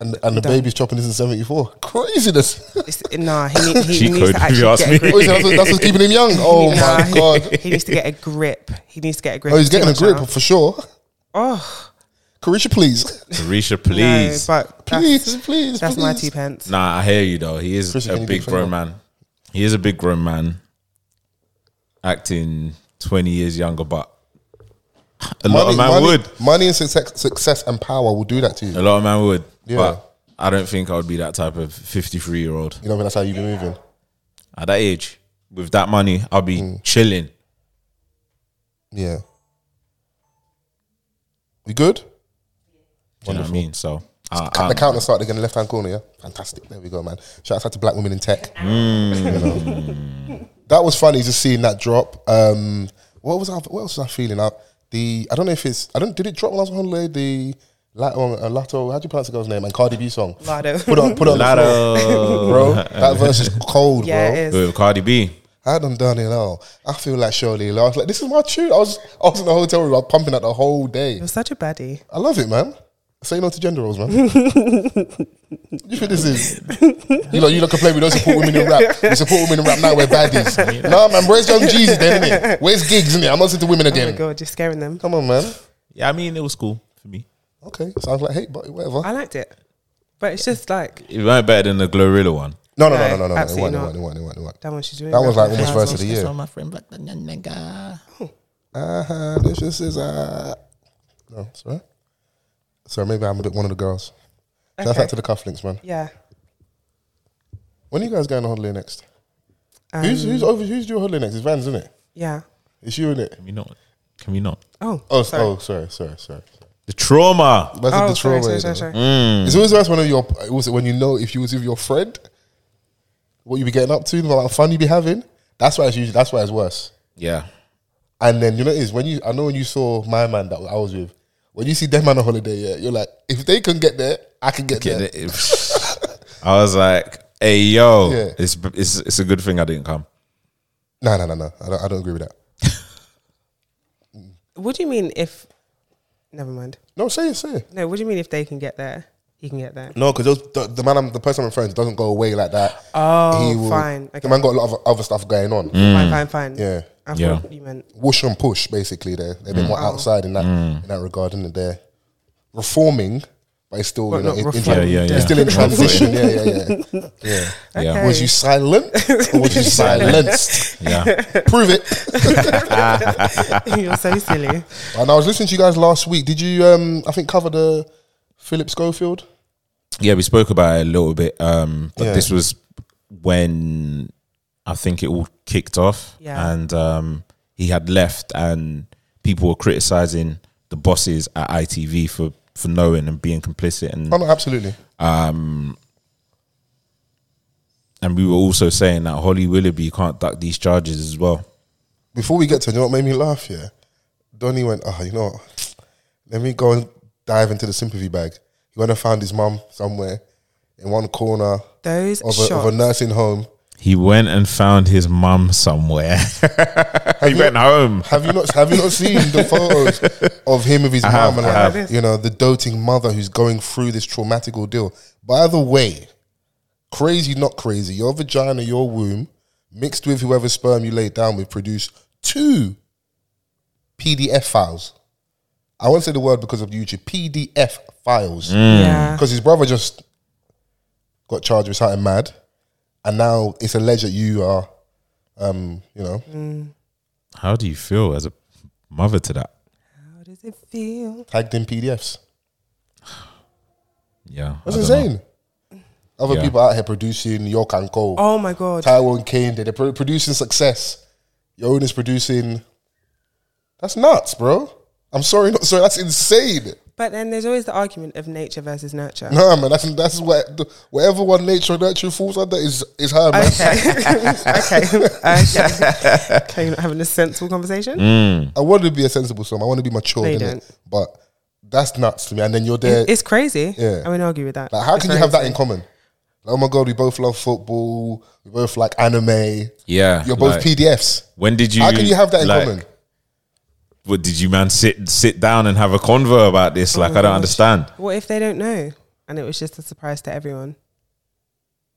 S4: And, and the baby's chopping this in 74. Craziness. oh,
S1: It's, nah, he, need, he
S3: Cheat
S1: needs
S3: code,
S1: to
S3: if
S1: actually
S3: you ask
S1: get a
S3: me.
S1: grip.
S4: you see, that's, what, Oh, that's what's keeping him young. Oh
S1: Nah,
S4: my
S1: he-
S4: God.
S1: He needs to get a grip. He needs to get a grip.
S4: Oh, he's
S1: Too
S4: getting a
S1: much
S4: grip
S1: now.
S4: for sure.
S1: Oh,
S4: Carisha, please.
S3: Carisha,
S1: no,
S3: please.
S1: but
S4: Please,
S1: that's,
S4: please.
S1: that's
S4: please.
S1: my two pence.
S3: Nah, I hear you though. He is
S4: Chris, can
S3: a
S4: you do
S3: big
S4: something
S3: grown
S4: more?
S3: man. He is a big grown man, acting twenty years younger, but a lot of man
S4: money,
S3: would.
S4: Money and success, success and power will do that to
S3: A
S4: you.
S3: lot of man would.
S4: Yeah.
S3: But I don't think I would be that type of fifty-three year old
S4: You know, that's how you be moving.
S3: at that age with that money. I'll be chilling.
S4: Mm. Yeah. We good?
S3: Do you know what I mean? So I,
S4: Cut the counter start again, the left hand corner, yeah? Fantastic. There we go, man. Shout out to black women in tech.
S3: Mm.
S4: You know. That was funny just seeing that drop. Um, what was I, what else was I feeling up? The I don't know if it's I don't did it drop when I was on holiday? The Lato, uh, Lato how do you pronounce the girl's name? And Cardi B song.
S1: Lado.
S4: Put it on put it on the floor,
S3: Lotto
S4: bro. That verse is cold,
S1: Yeah,
S4: bro.
S1: it is.
S3: with Cardi B.
S4: I done done it all. I feel like Shirley. Like, I was like, this is my tune. I was I was in the hotel room, I was pumping out the whole day.
S1: You're such a baddie.
S4: I love it, man. Say no to gender roles, man. you think this is? You know, you look complain we don't support women in rap. We support women in rap now. We're baddies. nah, man. Where's Young Jeezy then? Innit? Where's gigs? Innit? I'm not into women
S1: Oh my
S4: again.
S1: god, you're scaring them.
S4: Come on, man.
S3: Yeah, I mean it was cool for me.
S4: Okay, sounds like hate, but whatever.
S1: I liked it, but it's just like
S3: It weren't better than the Glorilla one.
S4: No, no, no,
S1: No,
S4: no, no, no. It
S1: absolutely
S4: wasn't. It
S1: not.
S4: wasn't. It wasn't. It wasn't. It wasn't.
S1: that one. She's doing
S4: That was like
S1: rap.
S4: almost verse of the year.
S3: my friend, but nigga.
S4: Uh-huh, this just is uh No, sorry. Sorry, maybe I'm a bit one of the girls. Shout
S1: Okay.
S4: out to the cufflinks, man.
S1: Yeah.
S4: When are you guys going on holiday next?
S1: Um,
S4: who's who's over? Who's your holiday next? It's Vans, isn't it?
S1: yeah.
S4: It's you, isn't it?
S3: Can we not? Can we not?
S1: Oh.
S4: Oh,
S1: sorry.
S4: oh, sorry, sorry, sorry.
S3: The trauma.
S4: That's
S1: Oh,
S4: the trauma.
S1: sorry,
S4: Mm.
S1: sorry,
S4: you
S1: sorry,
S4: know.
S1: sorry.
S4: It's always worse when your also when you know if you was with your friend, what you be getting up to, the amount of fun you be having. That's why it's usually that's why it's worse.
S3: Yeah.
S4: And then you know it is when you I know when you saw my man that I was with, when you see them on a holiday, yeah, you're like, if they can get there, I can get
S3: Get
S4: there.
S3: it? I was like, hey yo,
S4: Yeah.
S3: it's, it's it's a good thing I didn't come.
S4: No, no, no, no. I don't, I don't agree with that.
S1: What do you mean if? Never mind.
S4: No, say it, say it.
S1: No. What do you mean if they can get there, he can get there?
S4: No, because the, the man, I'm, the person I'm referring to doesn't go away like that. Mm.
S1: Oh, fine.
S4: The
S1: Okay.
S4: man got a lot of other stuff going on.
S1: Fine, fine, fine.
S4: Yeah.
S1: I
S3: Mm. Yeah.
S1: thought you meant.
S4: Whoosh and push, basically. They they've
S1: Mm.
S4: been more outside in that in that regard, and they're reforming, but it's still
S1: But
S4: you know,
S1: not
S4: in- in,
S1: reformed.
S3: Yeah, yeah,
S4: it's
S3: yeah.
S4: still in transition. yeah, yeah, yeah. yeah.
S3: Yeah.
S1: Okay.
S4: Was you silent or was you silenced?
S3: Yeah.
S4: Prove it.
S1: You're so silly.
S4: And I was listening to you guys last week. Did you? Um, I think cover the Philip Schofield.
S3: yeah, we spoke about it a little bit, um, but
S4: Yeah.
S3: this was when I think it all kicked off,
S1: Yeah.
S3: and um, he had left, and people were criticizing the bosses at ITV for for knowing and being complicit, and um,
S4: Oh no, absolutely.
S3: and we were also saying that Holly Willoughby can't duck these charges as well.
S4: Before we get to, it, you know what made me laugh? Yeah, Donnie went. Oh, you know, what? let me go and dive into the sympathy bag. He went and found his mum somewhere in one corner.
S1: Those
S4: of a,
S1: shots.
S4: of a nursing home.
S3: He went and found his mum somewhere. he went home.
S4: Have you not have you not seen the photos of him with his
S3: have,
S4: mom and
S3: I
S4: like,
S1: have.
S4: you know the doting mother who's going through this traumatic ordeal? By the way, crazy not crazy, your vagina, your womb, mixed with whoever sperm you laid down with, produce two PDF files. I won't say the word because of YouTube. PDF
S3: Mm.
S4: files.
S1: yeah.
S4: because his brother just got charged with something mad, and now it's alleged that you are Um, you know,
S3: How do you feel as a mother to that?
S1: How does it feel?
S4: tagged in PDFs.
S3: Yeah,
S4: That's
S3: I don't know.
S4: insane. Other
S3: Yeah.
S4: people out here producing York and Cole,
S1: Oh my god.
S4: Taiwan Kane, they're pro- producing success. Your own is producing. That's nuts, bro. I'm sorry, not sorry. That's insane.
S1: But then there's always the argument of nature versus nurture.
S4: Nah, man, that's that's what whatever one nature or nurture falls under is is her, man.
S1: Okay. okay. okay. Okay, you're not having a sensible conversation?
S3: Mm.
S4: I want to be a sensible son. I want to be mature,
S1: No, you
S4: innit?
S1: don't.
S4: But that's nuts to me. And then you're there.
S1: It's crazy.
S4: Yeah.
S1: I wouldn't argue with that.
S4: like, how
S1: It's
S4: can you have that
S1: crazy.
S4: in common? Like, oh my god, we both love football. We both like anime.
S3: Yeah,
S4: You're both
S3: like,
S4: PDFs.
S3: When did you?
S4: How can you have that in
S3: like,
S4: common?
S3: What did you, man? Sit sit down and have a convo about this. Like
S4: Oh,
S3: I don't understand.
S1: What if they don't know? And it was just a surprise to everyone.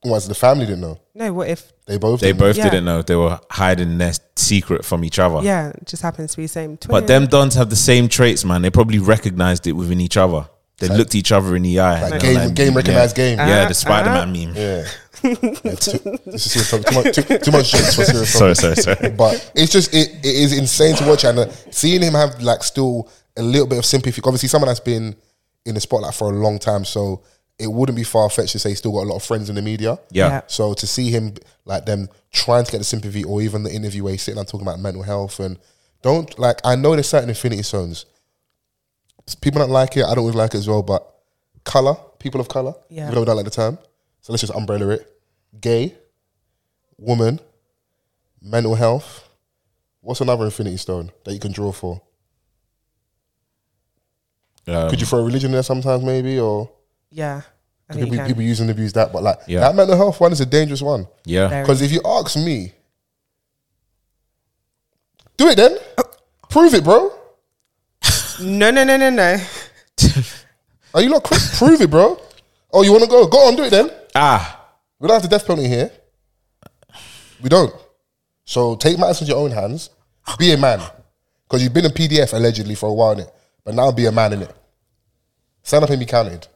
S4: Once the family didn't know,
S1: No, what if
S4: they both.
S3: They
S4: didn't know.
S3: both
S1: Yeah.
S3: didn't know. They were hiding their secret from each other.
S1: yeah, it just happens to be the same twin.
S3: But them dons have the same traits, man. They probably recognized it within each other. They looked each other in the eye.
S4: Like
S3: and
S4: game-
S3: they're like,
S4: game
S3: yeah.
S4: recognized game.
S3: Yeah,
S1: Uh,
S3: the Spider Man meme.
S4: Yeah. Yeah, too, this is serious topic. Too much, too, too much jokes for serious
S3: Sorry,
S4: topic.
S3: sorry, sorry.
S4: But it's just it, it is insane to watch and uh, seeing him have like still a little bit of sympathy. Obviously, someone that's been in the spotlight for a long time, so it wouldn't be far fetched to say he's still got a lot of friends in the media.
S3: Yeah.
S4: So to see him like them trying to get the sympathy, or even the interview where he's sitting and talking about mental health and don't like. I know there's certain infinity zones. People don't like it. I don't always like it as well. But color, people of color,
S1: Yeah.
S4: even though we don't like the term, so let's just umbrella it. Gay, woman, mental health. What's another infinity stone that you can draw for?
S3: Um,
S4: Could you throw religion there sometimes, maybe, or
S1: Yeah. I think you
S4: people,
S1: can.
S4: people use and abuse that? But like
S3: Yeah.
S4: that mental health one is a dangerous one.
S3: yeah.
S1: Very.
S4: Because if you ask me, do it then. Prove it, bro.
S1: No, no, no, no, no.
S4: Are you not? Cr- prove it, bro. Oh, you want to go? Go on, do it then.
S3: Ah,
S4: We don't have the death penalty here. We don't. So take matters into your own hands. Be a man. Because you've been a PDF allegedly for a while, innit? But now be a man in it. Stand up and be counted.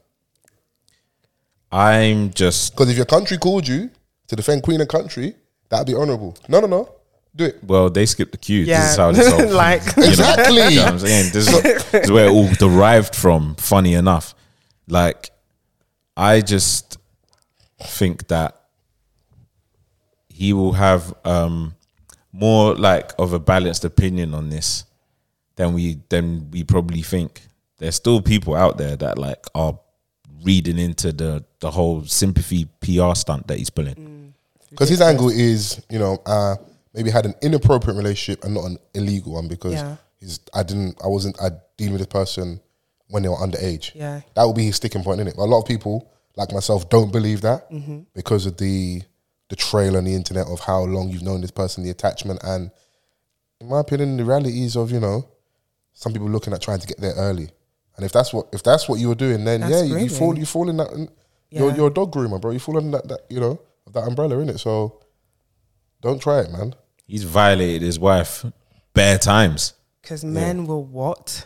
S3: I'm just.
S4: Because if your country called you to defend Queen and Country, that'd be honourable. No, no, no. Do it.
S3: Well, they skipped the cue. This is
S1: Yeah.
S3: how this all.
S1: Like-
S3: you know,
S4: Exactly.
S3: you know what I'm saying? This is, this is where it all derived from, funny enough. Like, I just think that he will have um, more like of a balanced opinion on this than we than we probably think. There's still people out there that like are reading into the the whole sympathy PR stunt that he's pulling.
S4: Because his angle is, you know, uh, maybe had an inappropriate relationship and not an illegal one because
S1: Yeah.
S4: his I didn't, I wasn't, I dealing with this person when they were underage.
S1: Yeah.
S4: that would be his sticking point, innit? But a lot of people, like myself, don't believe that
S1: Mm-hmm.
S4: because of the the trail on the internet of how long you've known this person, the attachment, and in my opinion, the realities of you know, some people looking at trying to get there early, and if that's what if that's what you were doing, then
S1: That's
S4: yeah, you, you
S1: grieving.
S4: fall you fall in that. You're,
S1: Yeah.
S4: you're a dog groomer, bro. You fall under that, that you know that umbrella, innit? So don't try it, man.
S3: He's violated his wife bare times.
S1: Because men will what?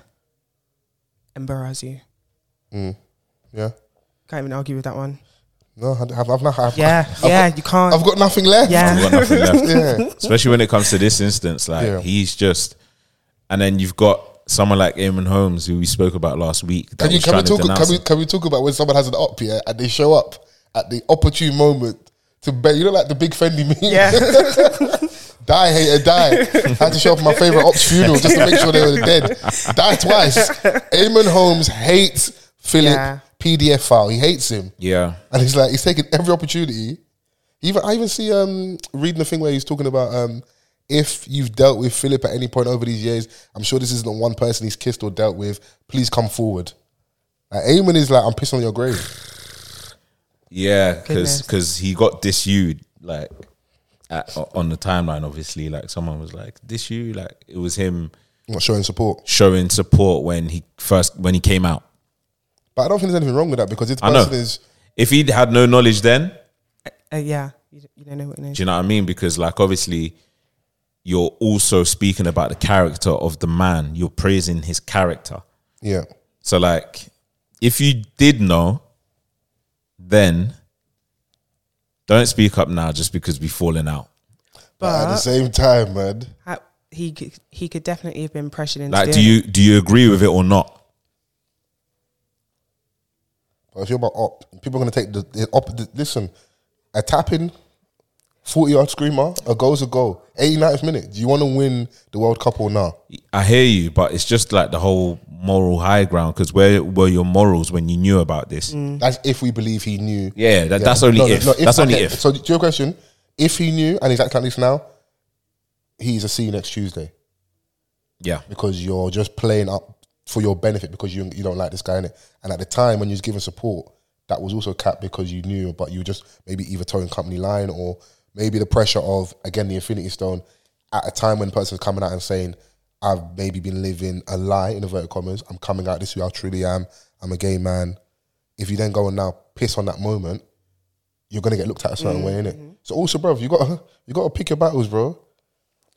S1: Embarrass you.
S4: Mm. Yeah,
S1: Can't even argue with that one.
S4: no, I have, I've not. I've,
S1: Yeah, yeah, you can't.
S4: I've got nothing left.
S1: yeah.
S3: We've got nothing left.
S4: yeah.
S3: Especially when it comes to this instance, like
S4: Yeah.
S3: he's just, and then you've got someone like Eamon Holmes, who we spoke about last week. That
S4: Can you
S3: was
S4: can we
S3: trying to
S4: talk
S3: denounce
S4: can we,
S3: him.
S4: can we talk about when someone has an up yeah and they show up at the opportune moment to bet you know like the big Fendi meme
S1: Yeah.
S4: die hater die I had to show up at my favorite ops funeral just to make sure they were dead die twice Eamon Holmes hates Philip
S1: Yeah.
S4: PDF file he hates him
S3: Yeah,
S4: and he's like he's taking every opportunity even I even see um reading the thing where he's talking about um if you've dealt with Philip at any point over these years I'm sure this isn't one person he's kissed or dealt with please come forward like, Eamon is like, I'm pissing on your grave.
S3: yeah, because
S1: Goodness.
S3: he got disused like at, on the timeline. Obviously, like someone was like disused, like it was him
S4: I'm not showing support.
S3: showing support when he first when he came out.
S4: But I don't think there's anything wrong with that because this
S3: I know.
S4: person is
S3: If he'd had no knowledge then,
S1: Uh, yeah. You, you don't know what it is.
S3: Do you know what I mean? Because like obviously you're also speaking about the character of the man. You're praising his character.
S4: yeah.
S3: So like if you did know, then don't speak up now just because we've fallen out.
S4: But at the
S1: But-
S4: same time, man,
S1: I- he could, he could definitely have been pressured into
S3: Like,
S1: doing
S3: do you do you agree with it or not?
S4: but if you're about op, people are gonna take the, the op. The, listen, a tapping, forty yard screamer, a goal's a goal. 89th minute. Do you want to win the World Cup or not?
S3: I hear you, but it's just like the whole moral high ground. Because where were your morals when you knew about this?
S4: That's if we believe he knew.
S3: Yeah, that, that's only
S4: No, no,
S3: if.
S4: no,
S3: That's only
S4: okay,
S3: if.
S4: So to your question, if he knew and he's acting like this now, he's a C next Tuesday
S3: yeah,
S4: because you're just playing up for your benefit because you you don't like this guy in it. And at the time when you was giving support, that was also capped because you knew, but you were just maybe either towing company line or maybe the pressure of again the Infinity Stone at a time when person's coming out and saying, I've maybe been living a lie in inverted commas. I'm coming out this is who I truly am. I'm a gay man. If you then go and now piss on that moment, you're gonna get looked at a certain way,
S1: Mm-hmm.
S4: innit? So also, bro, you got you got to pick your battles, bro.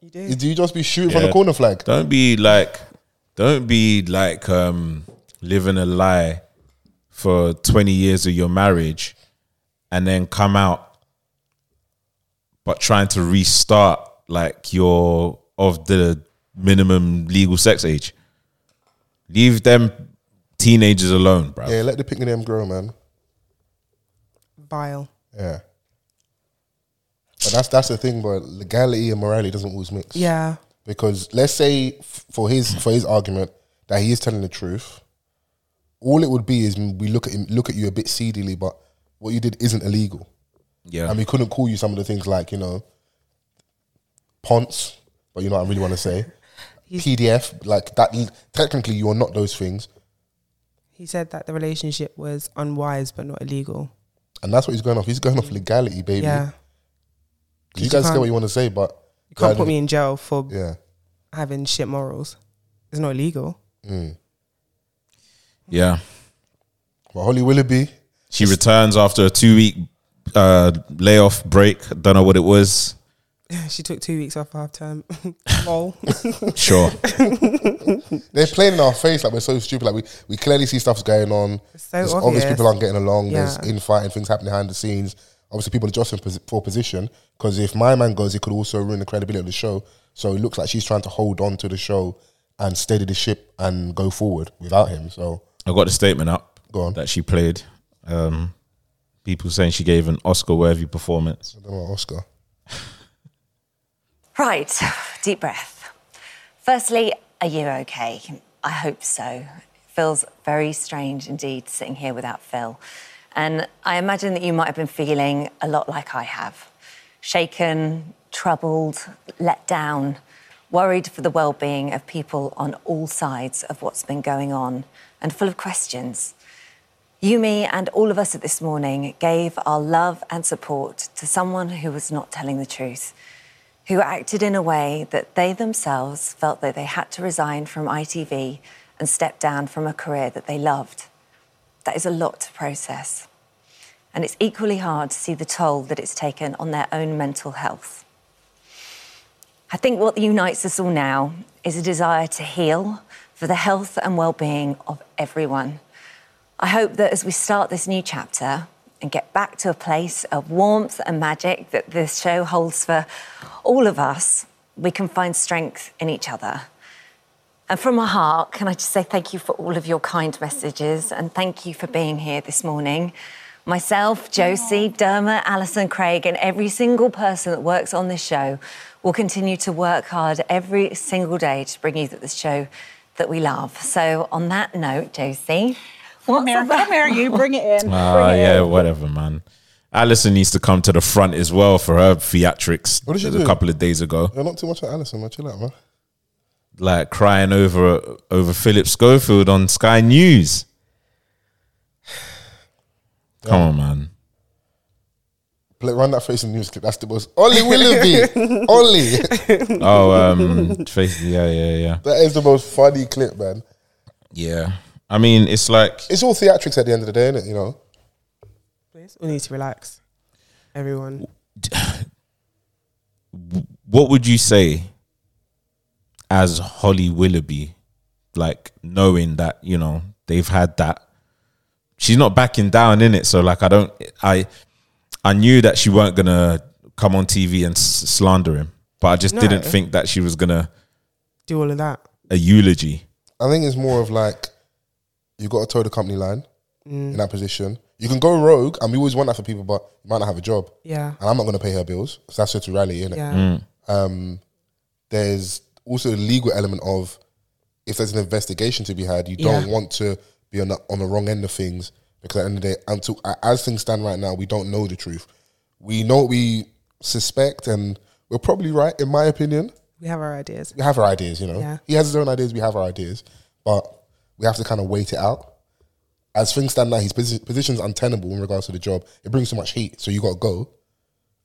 S1: You do.
S4: Do you just be shooting from the
S3: Yeah.
S4: corner flag?
S3: don't be like, don't be like um living a lie for twenty years of your marriage, and then come out, but trying to restart like you're of the minimum legal sex age. Leave them teenagers alone, bro.
S4: Yeah, let the picnic them grow, man.
S1: vile.
S4: Yeah. But that's that's the thing, bro. Legality and morality doesn't always mix.
S1: Yeah.
S4: Because let's say f- for his for his argument that he is telling the truth, all it would be is we look at him look at you a bit seedily, but what you did isn't illegal.
S3: Yeah,
S4: And we couldn't call you some of the things like, you know, ponce, but you know what I really want to say. PDF, like that technically you're not those things.
S1: He said that the relationship was unwise but not illegal.
S4: And that's what he's going off. He's going off legality, baby.
S1: Yeah.
S4: You guys get
S1: can't-
S4: what you want to say, but
S1: You can't put me in jail for
S4: Yeah.
S1: having shit morals. It's not illegal.
S3: yeah.
S4: But Holly Willoughby,
S3: She returns after a two week uh, layoff break. Don't know what it was.
S1: she took two weeks off half term. Lol.
S3: Sure.
S4: they're playing in our face like we're so stupid. Like we, we clearly see stuff's going on.
S1: It's so
S4: There's
S1: obvious.
S4: people aren't getting along. There's
S1: Yeah.
S4: infighting, things happening behind the scenes. Obviously, people adjusting posi- for position because if my man goes, it could also ruin the credibility of the show. So it looks like she's trying to hold on to the show and steady the ship and go forward without him. So
S3: I got the statement up
S4: Go on.
S3: that she played. Um, people saying she gave an Oscar worthy performance.
S4: I don't know, Oscar.
S5: Right, deep breath. Firstly, are you okay? I hope so. It feels very strange indeed sitting here without Phil. And I imagine that you might have been feeling a lot like I have shaken, troubled, let down, worried for the well being of people on all sides of what's been going on, and full of questions. You, me, and all of us at this morning gave our love and support to someone who was not telling the truth who acted in a way that they themselves felt that they had to resign from ITV and step down from a career that they loved. That is a lot to process. And it's equally hard to see the toll that it's taken on their own mental health. I think what unites us all now is a desire to heal for the health and well-being of everyone. I hope that as we start this new chapter and get back to a place of warmth and magic that this show holds for all of us, we can find strength in each other. And from my heart, can I just say thank you for all of your kind messages and thank you for being here this morning. Myself, Josie, Derma, Alison, Craig, and every single person that works on this show will continue to work hard every single day to bring you the show that we love. So, on that note, Josie, what's
S6: Come here,
S5: about-
S6: come here, you bring it in.
S3: Ah, yeah, whatever, man. Alison needs to come to the front as well for her theatrics.
S4: What did she
S3: a
S4: do?
S3: couple of days ago,
S4: You're not too much on Alison, man. Chill out, man.
S3: like crying over over Philip Schofield on Sky News. Come on, man.
S4: Play, run that face in the news clip. That's the most. Ollie Willoughby. Ollie.
S3: Oh, um, face- yeah, yeah, yeah,
S4: That is the most funny clip, man.
S3: yeah. I mean, it's like
S4: It's all theatrics at the end of the day, innit? You know?
S1: Please. We need to relax. Everyone.
S3: what would you say as Holly Willoughby, like knowing that you know they've had that? She's not backing down in it, so like I don't, I, I knew that she weren't gonna come on TV and s- slander him. But I just
S1: No.
S3: didn't think that she was gonna
S1: Do all of that.
S3: a eulogy.
S4: I think it's more of like you got to toe the company line in that position. You can go rogue, and we always want that for people, but you might not have a job.
S1: Yeah.
S4: And I'm not going to pay her bills. So that's her to rally, innit?
S1: Yeah.
S4: Um, there's also a legal element of if there's an investigation to be had, you don't
S1: Yeah.
S4: want to be on the, on the wrong end of things because at the end of the day, until a- as things stand right now, we don't know the truth. We know what we suspect, and we're probably right, in my opinion
S1: We have our ideas.
S4: we have our ideas, you know.
S1: Yeah.
S4: He has his own ideas, we have our ideas, but we have to kind of wait it out. As things stand now, his posi- position's untenable in regards to the job. It brings so much heat, so you got to go,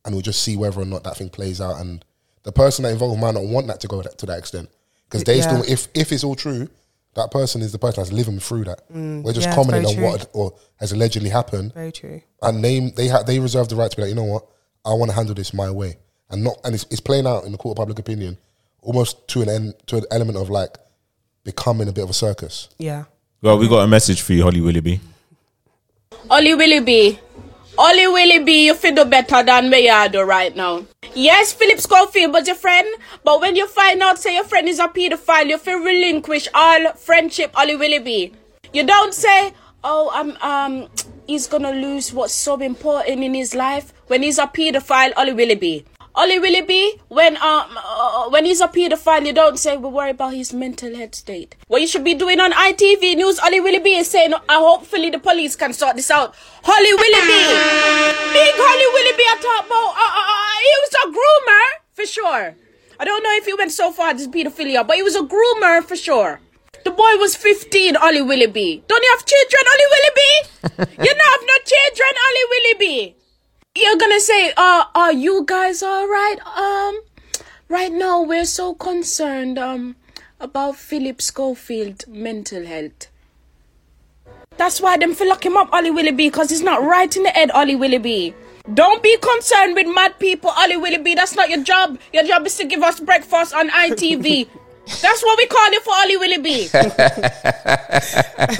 S4: and we'll just see whether or not that thing plays out. And the person that involved might not want that to go that, to that extent because they
S1: Yeah.
S4: still, if if it's all true, that person is the person that's living through that. We're just
S1: Mm. yeah, it's
S4: commenting
S1: very
S4: on what or has allegedly happened,
S1: Very true.
S4: and they they ha- they reserve the right to be like, you know what, I want to handle this my way, and not and it's, it's playing out in the court of public opinion, almost to an end to an element of like becoming a bit of a circus.
S1: Yeah.
S3: Well, we got a message for you, Holly Willoughby.
S6: Ollie Willoughby. Ollie Willoughby, you feel do better than me I do right now. Yes, Philip Schofield was your friend, but when you find out say your friend is a paedophile, you feel relinquish all friendship, Ollie Willoughby. You don't say, oh, um, um, he's gonna lose what's so important in his life when he's a paedophile, Ollie Willoughby. Ollie Willoughby, when um uh, when he's a paedophile, you don't say we worry about his mental health state. What you should be doing on ITV News, Ollie Willoughby is saying, uh, hopefully the police can sort this out. Holly Willoughby, big Holly Willoughby, I talk about. Uh, uh, uh, he was a groomer for sure. I don't know if he went so far as paedophilia, but he was a groomer for sure. The boy was 15, Ollie Willoughby. Don't you have children, Ollie Willoughby? you don't have no children, Ollie Willoughby you're gonna say, uh, are you guys alright? Um, right now we're so concerned, um, about Philip Schofield mental health. That's why them for lock him up, Ollie Willoughby, because he's not right in the head, Ollie Willoughby. Don't be concerned with mad people, Ollie Willoughby. That's not your job. Your job is to give us breakfast on ITV. That's what we call it for Ollie Willoughby.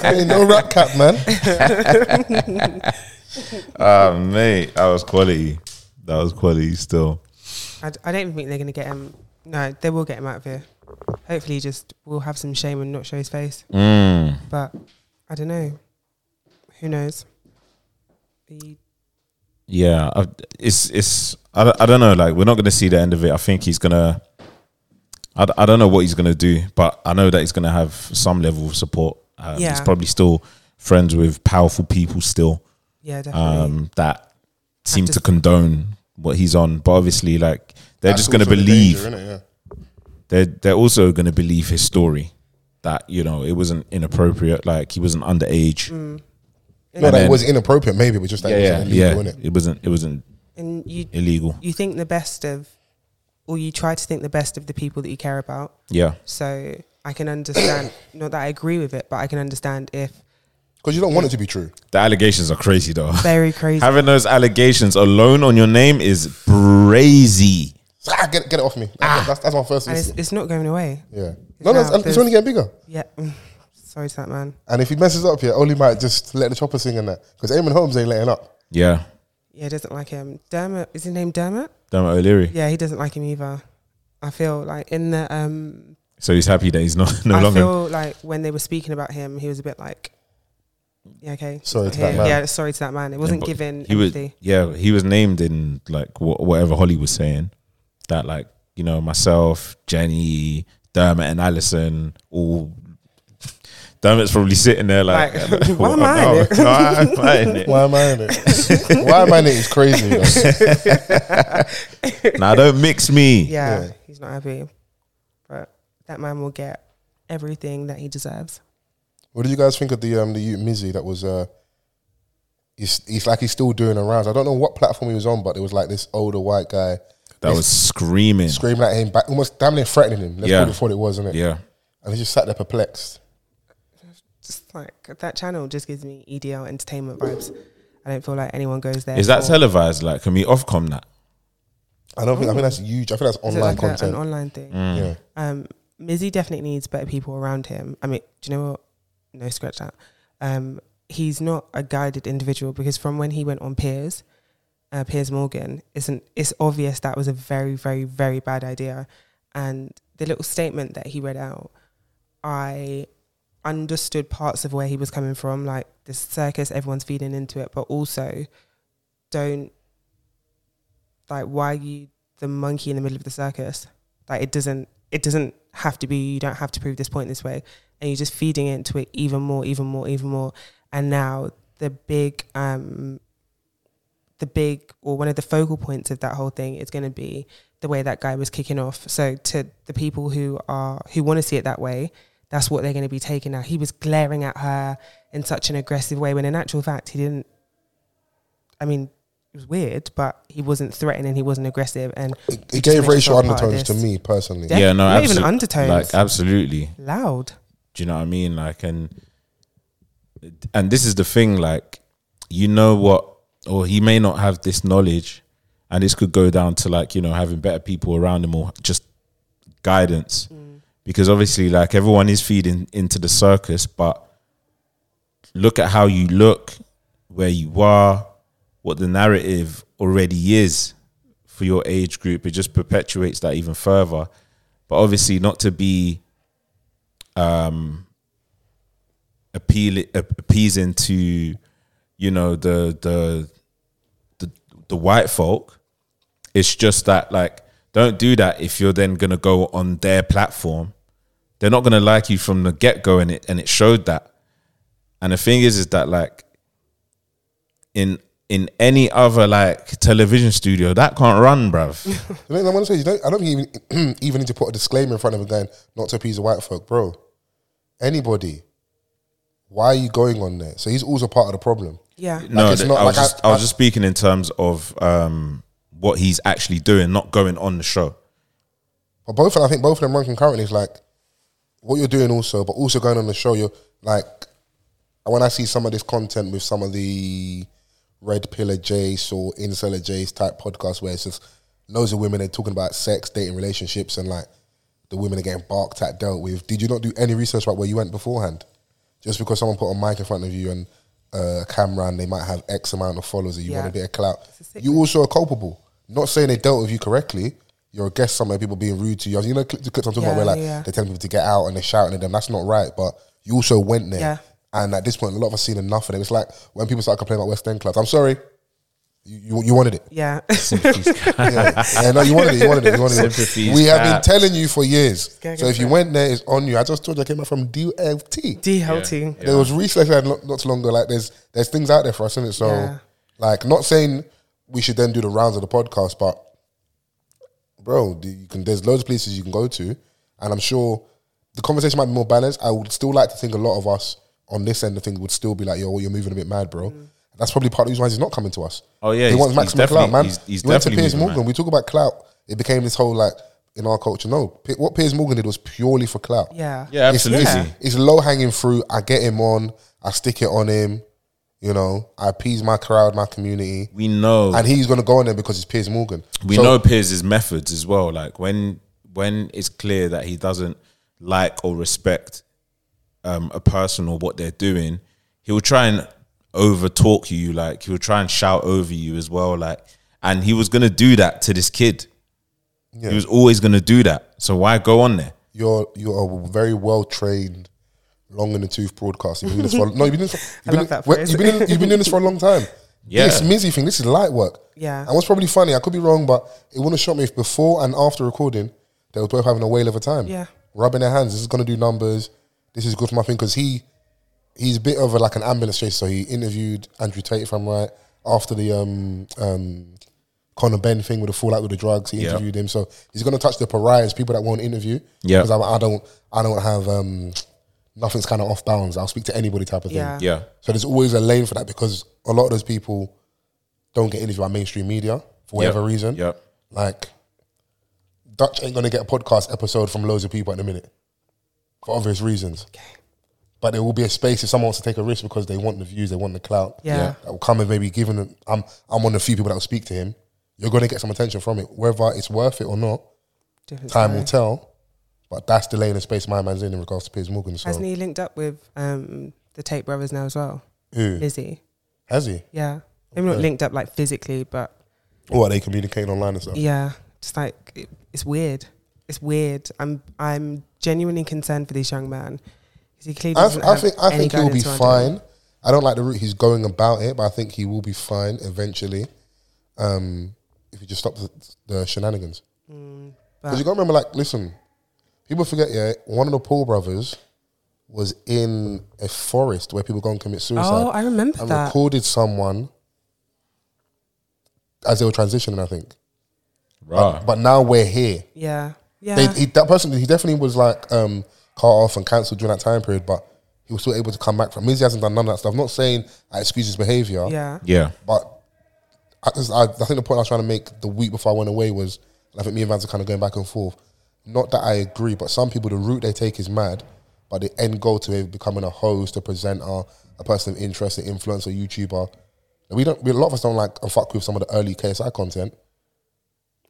S4: Ain't no rat cap, man.
S3: Ah, mate, that was quality. That was quality. Still,
S1: I, d- I don't even think they're going to get him. No, they will get him out of here. Hopefully, he just will have some shame and not show his face.
S3: Mm.
S1: But I don't know. Who knows? He-
S3: yeah. I, it's it's. I, don't- I don't know. Like, we're not gonna see the end of it. I think he's gonna. I, d- I don't know what he's gonna do, but I know that he's gonna have some level of support. Um, He's
S1: Yeah.
S3: probably still friends with powerful people still.
S1: yeah, definitely.
S3: um, that seem
S1: to-
S3: to condone what he's on. But obviously, like they're
S4: That's
S3: just going to
S4: also the
S3: believe
S4: danger, innit?
S3: they're they're also going to believe his story that you know it wasn't inappropriate, like he wasn't underage.
S1: Mm.
S4: Yeah. Not that
S3: then-
S4: it was inappropriate, maybe, but just that it
S3: Yeah, yeah,
S4: was illegal,
S3: yeah.
S4: innit?
S3: It wasn't it wasn't
S1: and you,
S3: illegal.
S1: you think the best of, or you try to think the best of the people that you care about.
S3: Yeah,
S1: So I can understand, not that I agree with it, but I can understand if
S4: Because you don't want it to be true.
S3: the allegations are crazy though.
S1: very crazy.
S3: Having those allegations alone on your name is crazy.
S4: So, ah, get, get it off me. That's, that's my first
S1: and it's,
S4: instinct.
S1: it's not going away.
S4: Yeah. No, no,
S1: now
S4: it's, it's
S1: there's-
S4: only getting bigger.
S1: Yeah. Mm. Sorry to that man.
S4: And if he messes up here, Oli might just let the chopper sing and that. Because Eamon Holmes ain't letting up.
S3: Yeah,
S1: Yeah, he doesn't like him. Dermot, is his name Dermot?
S3: Dermot O'Leary.
S1: Yeah, he doesn't like him either. I feel like in the um,
S3: So he's happy that he's not no
S1: I
S3: longer.
S1: feel like when they were speaking about him, he was a bit like, yeah, okay,
S4: Sorry
S1: not
S4: to that
S1: here.
S4: man.
S1: Yeah, sorry to that man. It wasn't given
S3: he was
S1: empathy.
S3: yeah he was named in like wha- whatever holly was saying that like you know myself jenny dermot and allison all dermot's probably sitting there like,
S1: Like, why am I in
S3: no,
S1: it?
S3: no, I'm not in it?
S4: Why am I in it? Why am I in it is crazy. you know?
S3: nah don't mix me
S1: Yeah,
S4: Yeah.
S1: he's not happy, but that man will get everything that he deserves.
S4: What do you guys think of the um the youth Mizzy that was uh he's, he's like he's still doing the rounds. I don't know what platform he was on, but it was like this older white guy
S3: that was screaming
S4: screaming at him back almost damn near threatening him. That's
S3: Yeah.
S4: what it- what it was, isn't it?
S3: yeah
S4: And he just sat there perplexed.
S1: Just like that channel just gives me EDL entertainment vibes. I don't feel like anyone goes there.
S3: is that
S1: for-
S3: televised like can we Ofcom that
S4: I don't think I think that's huge. I think that's
S1: is
S4: online
S1: it like a-
S4: content.
S1: an online thing?
S4: yeah.
S1: um, Mizzy definitely needs better people around him. I mean, do you know what? No, scratch that. Um, he's not a guided individual because from when he went on Peers, uh, Piers Morgan, it's, an, it's obvious that was a very, very, very bad idea. And the little statement that he read out, I understood parts of where he was coming from, like this circus, everyone's feeding into it, but also don't like why are you the monkey in the middle of the circus? Like it doesn't it doesn't have to be you don't have to prove this point this way. And you're just feeding into it even more, even more, even more. And now the big um the big or one of the focal points of that whole thing is going to be the way that guy was kicking off. So to the people who are who want to see it that way, that's what they're going to be taking now. He was glaring at her in such an aggressive way when in actual fact he didn't I mean it was weird, but he wasn't threatening, he wasn't aggressive and
S4: It,
S1: we
S4: it
S1: just
S4: gave
S1: make
S4: racial
S1: ourselves part of
S4: undertones to
S1: this.
S4: me personally.
S1: Yeah.
S3: yeah, no,
S1: not even
S3: absolute-
S1: undertones.
S3: Like absolutely.
S1: Loud.
S3: Do you know what I mean? Like, and and this is the thing. Like, you know what? Or he may not have this knowledge, and this could go down to like you know having better people around him or just guidance,
S1: Mm.
S3: because obviously like everyone is feeding into the circus, but look at how you look, where you are, what the narrative already is for your age group. It just perpetuates that even further. But obviously, not to be appeal appeasing to you know the the the, the white folk it's just that like don't do that if you're then going to go on their platform they're not going to like you from the get-go and it and it showed that and the thing is is that like in in any other like television studio that can't run bruv
S4: You know, I want to say, you don't, I don't even, even need to put a disclaimer in front of a guy, not to appease the white folk, bro. Anybody. Why are you going on there? So he's also part of the problem.
S1: Yeah.
S3: no
S4: Like, it's
S3: th-
S4: not
S3: I, was
S4: like I-
S3: just, I was
S4: I-
S3: just speaking in terms of um what he's actually doing not going on the show
S4: But both, of them- I think both of them run concurrently. It's like what you're doing also, but also going on the show. You're like, when I see some of this content with some of the Red Pillar Jace or Inseller Jace type podcasts, where it's just loads of women are talking about sex, dating, relationships, and like the women are getting barked at, dealt with. Did you not do any research about where you went beforehand? Just because someone put a mic in front of you and uh, a camera and they might have X amount of followers and you
S1: Yeah.
S4: want a bit of clout,
S1: It's a sick
S4: you also are culpable. Not saying they dealt with you correctly. You're a guest somewhere, people being rude to you. You know, cl- the clips I'm talking
S1: Yeah,
S4: about where like
S1: yeah.
S4: they're telling people to get out and they're shouting at them. That's not right. But you also went there.
S1: Yeah.
S4: And at this point, a lot of us seen enough of it. It's like when people start complaining about West End clubs. I'm sorry. You, you, you wanted it.
S1: Yeah.
S4: Yeah, no, you wanted it. You wanted it. You wanted
S3: Sympathy
S4: it. We have been
S3: taps.
S4: telling you for years.
S1: Gotta
S4: So
S1: go
S4: if you
S1: for it.
S4: went there, it's on you. I just told you I came out from DLT.
S1: DLT.
S4: There was research I had not, not too long ago. Like there's there's things out there for us, isn't it? So
S1: Yeah.
S4: like not saying we should then do the rounds of the podcast, but bro, do- you can there's loads of places you can go to, and I'm sure the conversation might be more balanced. I would still like to think a lot of us on this end of things would still be like, yo, you're moving a bit mad, bro. That's probably part of the reason why he's not coming to us.
S3: Oh, yeah,
S4: he
S3: he's-
S4: wants
S3: he's
S4: maximum clout,
S3: definitely-
S4: man.
S3: he's- he's
S4: he went to
S3: definitely
S4: Piers
S3: moving
S4: Morgan.
S3: mad.
S4: We talk about clout. It became this whole like in our culture. No, P- what Piers Morgan did was purely for clout.
S1: Yeah.
S3: yeah
S4: It's-
S3: absolutely
S4: It's, it's low hanging fruit. I get him on. I stick it on him. You know, I appease my crowd, my community,
S3: we know
S4: and he's gonna go on there because it's Piers Morgan.
S3: we
S4: So-
S3: know Piers' methods as well. Like when when it's clear that he doesn't like or respect um, a person or what they're doing, he will try and over talk you. Like he will try and shout over you as well. Like and he was gonna do that to this kid.
S4: Yeah.
S3: He was always gonna do that. So why go on there?
S4: you're you're a very well trained, long in the tooth broadcaster. You've been doing this for no, you've been doing this for,
S1: I
S4: you've
S1: love
S4: been,
S1: that
S4: well,
S1: phrase.
S4: you've been in- you've been doing this for a long time.
S3: Yeah.
S4: this Mizzy thing. This is light work.
S1: Yeah.
S4: and what's probably funny, I could be wrong, but it wouldn't shock me if before and after recording, they were both having a whale of a time.
S1: Yeah.
S4: rubbing their hands. This is gonna do numbers. This is good for my thing because he he's a bit of a, like an ambulance chaser. So he interviewed Andrew Tate, if I'm right, after the um um. Conor Ben thing with the fallout with the drugs, he
S3: Yeah.
S4: interviewed him. So he's gonna touch the pariahs, people that won't interview.
S3: Yeah.
S4: because I, I don't, I don't have um, nothing's kind of off bounds. I'll speak to anybody type of thing.
S1: Yeah.
S3: Yeah.
S4: So there's always a lane for that because a lot of those people don't get interviewed by mainstream media for whatever
S3: Yep.
S4: reason.
S3: Yep.
S4: Like Dutch ain't gonna get a podcast episode from loads of people at the minute for obvious reasons. But there will be a space if someone wants to take a risk because they want the views, they want the clout.
S1: Yeah. Yeah.
S4: That will come and maybe giving them I'm I'm one of the few people that will speak to him. You're gonna get some attention from it. Whether it's worth it or not,
S1: Different
S4: time
S1: story.
S4: will tell. But that's the lane and space my man's in in regards to Piers Morgan. So
S1: Hasn't he linked up with um, the Tate brothers now as well?
S4: who
S1: Lizzie.
S4: has he?
S1: Yeah. Maybe not linked up like physically, but
S4: What they communicating online and stuff.
S1: Yeah, just like it, it's weird. It's weird. I'm I'm genuinely concerned for this young man. 'Cause He clearly
S4: I,
S1: doesn't
S4: I
S1: have
S4: think I
S1: any
S4: think he'll be
S1: guidance around it.
S4: fine. I don't like the route he's going about it, but I think he will be fine eventually. Um, if you just stop the, the shenanigans,
S1: Mm,
S4: because you got to remember, like, listen, people forget. Yeah, one of the Paul brothers was in a forest where people go and commit suicide.
S1: Oh, I remember
S4: and
S1: that.
S4: recorded someone as they were transitioning. I think,
S3: Rah.
S4: but now we're here.
S1: Yeah, yeah.
S4: They, he, that person, he definitely was like um, cut off and cancelled during that time period, but he was still able to come back from. it. Means he hasn't done none of that stuff. I'm not saying I excuse his behavior,
S1: yeah.
S3: yeah.
S4: but I, just- I, I think the point I was trying to make the week before I went away was, I think me and Vance are kind of going back and forth. Not that I agree, but some people the route they take is mad, but the end goal to it is becoming a host, a presenter, a person of interest, an influencer, YouTuber. We don't. We, a lot of us don't like and fuck with some of the early KSI content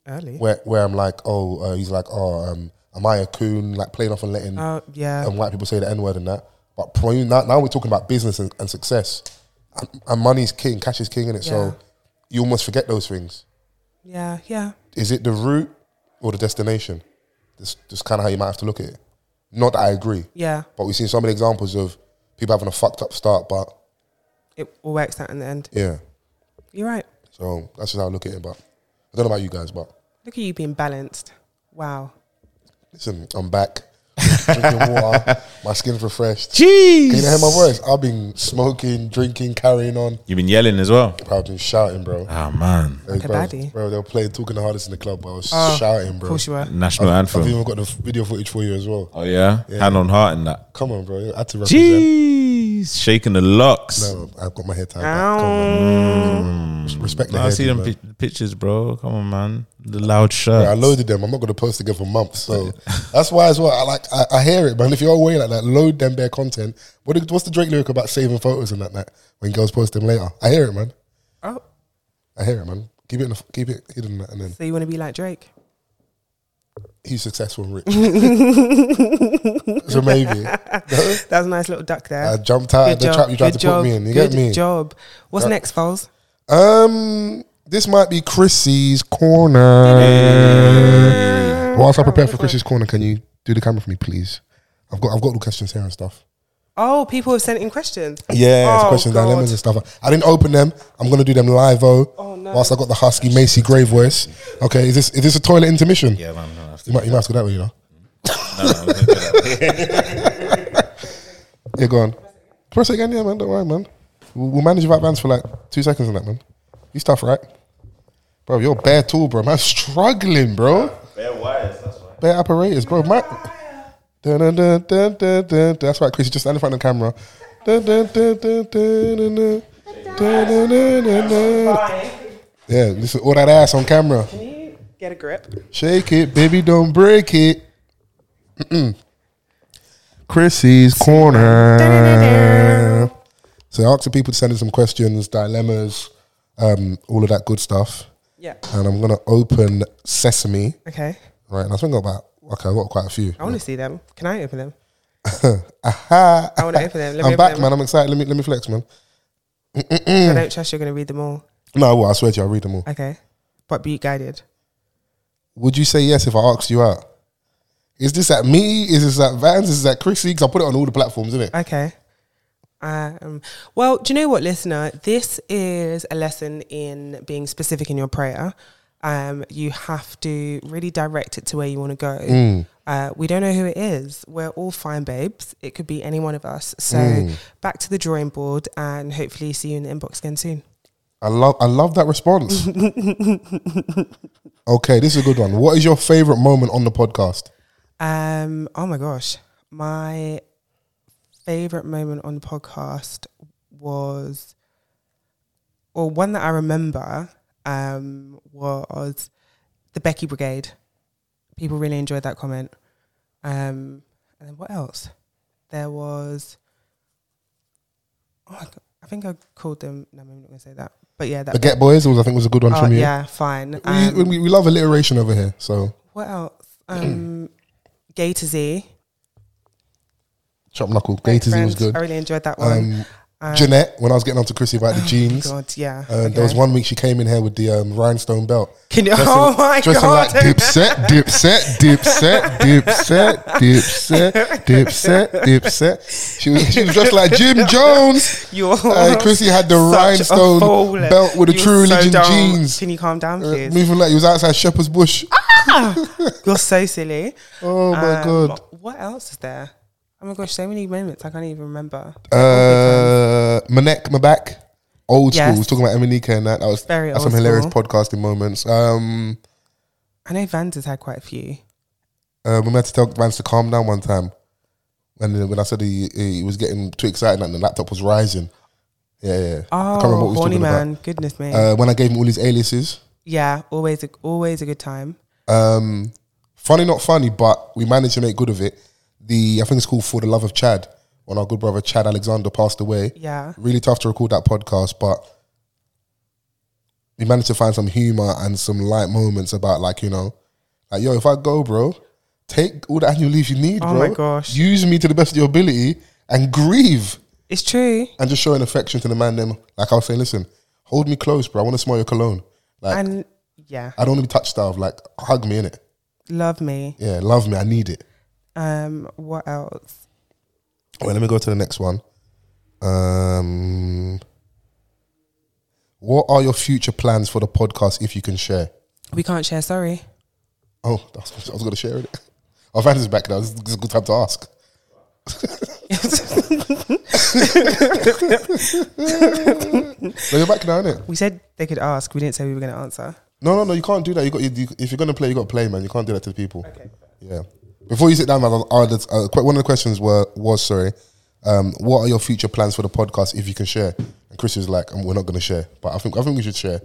S1: Early.
S4: where where I'm like, oh, uh, he's like, oh, um, am I a coon? Like playing off and letting
S1: Oh yeah.
S4: and white people say the N word and that. But pro- now, now we're talking about business and, and success, and, and money's king, cash is king in it.
S1: Yeah.
S4: So you almost forget those things.
S1: yeah. Yeah.
S4: Is it the route or the destination? That's just kind of how you might have to look at it. Not that I agree,
S1: Yeah.
S4: but we've seen so many examples of people having a fucked up start. But
S1: It all works out in the end.
S4: yeah,
S1: You're right.
S4: so that's just how I look at it. But I don't know about you guys, but
S1: Look at you being balanced. Wow.
S4: listen, I'm back. Drinking water, my skin's refreshed.
S3: Jeez.
S4: Can you hear my words? I've been smoking, drinking, carrying on.
S3: You've been yelling as well.
S4: I've been shouting, bro.
S3: Ah man.
S4: Like,
S1: a
S4: bro,
S1: baddie.
S4: bro, they were playing Talking the Hardest in the club, but I was shouting,
S1: Oh, Of
S4: bro.
S1: course you were.
S3: National anthem.
S4: I've even got the video footage for you as well.
S3: oh yeah? Hand on heart and that.
S4: Come on, bro. I had to represent.
S3: Jeez. Shaking the locks.
S4: No, I've got my hair tied back. Come on. Respect the
S3: No, I
S4: hair.
S3: see them
S4: bro.
S3: pi- pictures, bro. Come on, man. The loud shirt.
S4: Yeah, I loaded them. I'm not going to post again for months, so that's why as well. I like, I, I hear it, man. If you're away like that, load them their content. What, did- what's the Drake lyric about saving photos and that? That when girls post them later, I hear it, man.
S1: Oh,
S4: I hear it, man. Keep it, in the, keep it hidden, and then
S1: so you want to be like Drake?
S4: he's successful and rich. so maybe No?
S1: That was a nice little duck there.
S4: I jumped out of the trap you tried to
S1: Good job.
S4: put me in. You
S1: Good
S4: get me? Uh,
S1: job. What's next, Foles?
S4: Um, this might be Chrissy's corner. Whilst I prepare for Chrissy's corner, can you do the camera for me, please? I've got I've got all the questions here and stuff.
S1: Oh, people have sent in questions.
S4: Yeah, it's
S1: Oh,
S4: questions,
S1: God.
S4: dilemmas, and stuff. I didn't open them. I'm gonna do them live. Oh,
S1: no.
S4: whilst I got the husky Macy Gray voice. Okay, is this is this a toilet intermission?
S3: Yeah, man. No, Mm. I have to-
S4: You might you might ask that way, you know.
S3: no, no, no, no.
S4: Yeah, go on. Press it again, yeah, man. Don't worry, man. We'll, we'll manage without bands for like two seconds on that, man. You stuff, right? Bro, you're bare tool, bro. Man, struggling, bro.
S3: Bare wires, that's why.
S4: Bare apparatus, bro. Man. Dun, dun, dun, dun, dun, dun. That's right, Chris. You just stand in front of the camera. Dun, dun, dun, dun, dun, dun, dun. Dun, dun, dun, dun, dun. Yeah, listen, all that ass on camera.
S1: Get a grip.
S4: Shake it, baby, don't break it. Mm-mm. Chrissy's corner. So I asked the people to send in some questions, dilemmas, um, all of that good stuff.
S1: Yeah.
S4: And I'm gonna open Sesame.
S1: Okay.
S4: Right, and I think I got about okay, I got quite a few.
S1: I want to see them. Can I open them?
S4: Aha.
S1: I wanna open them. Let me
S4: I'm
S1: open
S4: back,
S1: them.
S4: man. I'm excited. Let me let me flex, man.
S1: I don't trust you're going to read them all.
S4: No, well, I swear to you, I'll read them all.
S1: Okay. But be guided.
S4: Would you say yes if I asked you out? Is this at me? Is this at Vans? Is this at Chrissy? Because I put it on all the platforms, isn't it?
S1: Okay. Um, well, do you know what, listener? This is a lesson in being specific in your prayer. Um, you have to really direct it to where you want to go. Uh, we don't know who it is. We're all fine babes. It could be any one of us. So back to the drawing board and hopefully see you in the inbox again soon.
S4: I love I love that response. okay, this is a good one. What is your favorite moment on the podcast?
S1: Um, oh my gosh. My favorite moment on the podcast was, or one that I remember, um, was the Becky Brigade. People really enjoyed that comment. Um, and then what else? There was, oh, I, I think I called them. No, I'm not going to say that. But yeah, that.
S4: Baguette Boys was I think was a good one
S1: oh,
S4: from you.
S1: yeah, fine.
S4: We,
S1: Um,
S4: we, we love alliteration over here, so
S1: what else? Um, Gay to Z.
S4: chop knuckle. Gators was
S1: Friends.
S4: good.
S1: I really enjoyed that one. Um,
S4: Jeanette, when I was getting onto Chrissy about the jeans.
S1: God, yeah.
S4: Uh, There was
S1: Okay.
S4: one week she came in here with the um, rhinestone belt.
S1: Can you- oh my
S4: dressing
S1: God.
S4: like dipset, dipset, dipset, dipset, dipset, dipset, dipset. She was, she was dressed like Jim Jones.
S1: You're
S4: and Chrissy had the
S1: such a fool.
S4: rhinestone belt with the
S1: You're
S4: True
S1: so
S4: Religion
S1: dumb.
S4: jeans.
S1: Can you calm down,
S4: Uh,
S1: please?
S4: moving like he was outside Shepherd's Bush.
S1: You're so silly.
S4: Oh my
S1: Um,
S4: god!
S1: What else is there? Oh my gosh, so many moments I can't even remember.
S4: Uh, my neck, my back, old
S1: Yes.
S4: school. We was talking about Eminika and that. That was
S1: Very
S4: that's some
S1: old
S4: hilarious
S1: school.
S4: podcasting moments. Um,
S1: I know Vans has had quite a few.
S4: Uh, we had to tell Vance to calm down one time. And then when I said he, he was getting too excited and the laptop was rising. Yeah, yeah. I can't remember
S1: Oh,
S4: what we was
S1: horny
S4: talking
S1: man, goodness me.
S4: about. Uh, when I gave him all his aliases.
S1: yeah, always, a, always a good time.
S4: Um, funny, not funny, but we managed to make good of it. The I think it's called For the Love of Chad. When our good brother Chad Alexander passed away.
S1: Yeah.
S4: Really tough to record that podcast, but we managed to find some humor and some light moments about like you know, like yo, if I go, bro, take all the annual leave you need,
S1: Oh
S4: bro.
S1: my gosh.
S4: Use me to the best of your ability and grieve
S1: It's true.
S4: and just showing affection to the man. Them like I was saying, listen, hold me close, bro. I want to smell your cologne. Like
S1: And yeah,
S4: I don't want to be touched out of. Like hug me in it.
S1: love me.
S4: Yeah, love me. I need it.
S1: Um, what else?
S4: Well, let me go to the next one. Um, what are your future plans for the podcast if you can share?
S1: We can't share, sorry.
S4: Oh, that's, I was going to share it. Our van is back now. This is a good time to ask. no, you're back now, innit?
S1: We said they could ask, we didn't say we were going to answer.
S4: No, no, no. You can't do that. You got. You, you- if you're going to play, you got to play, man. You can't do that to the people. Okay. Yeah. Before you sit down, man, I'll- I'll- uh, que- one of the questions were was sorry. Um, what are your future plans for the podcast if you can share? And Chris was like, um, "We're not going to share," but I think I think we should share.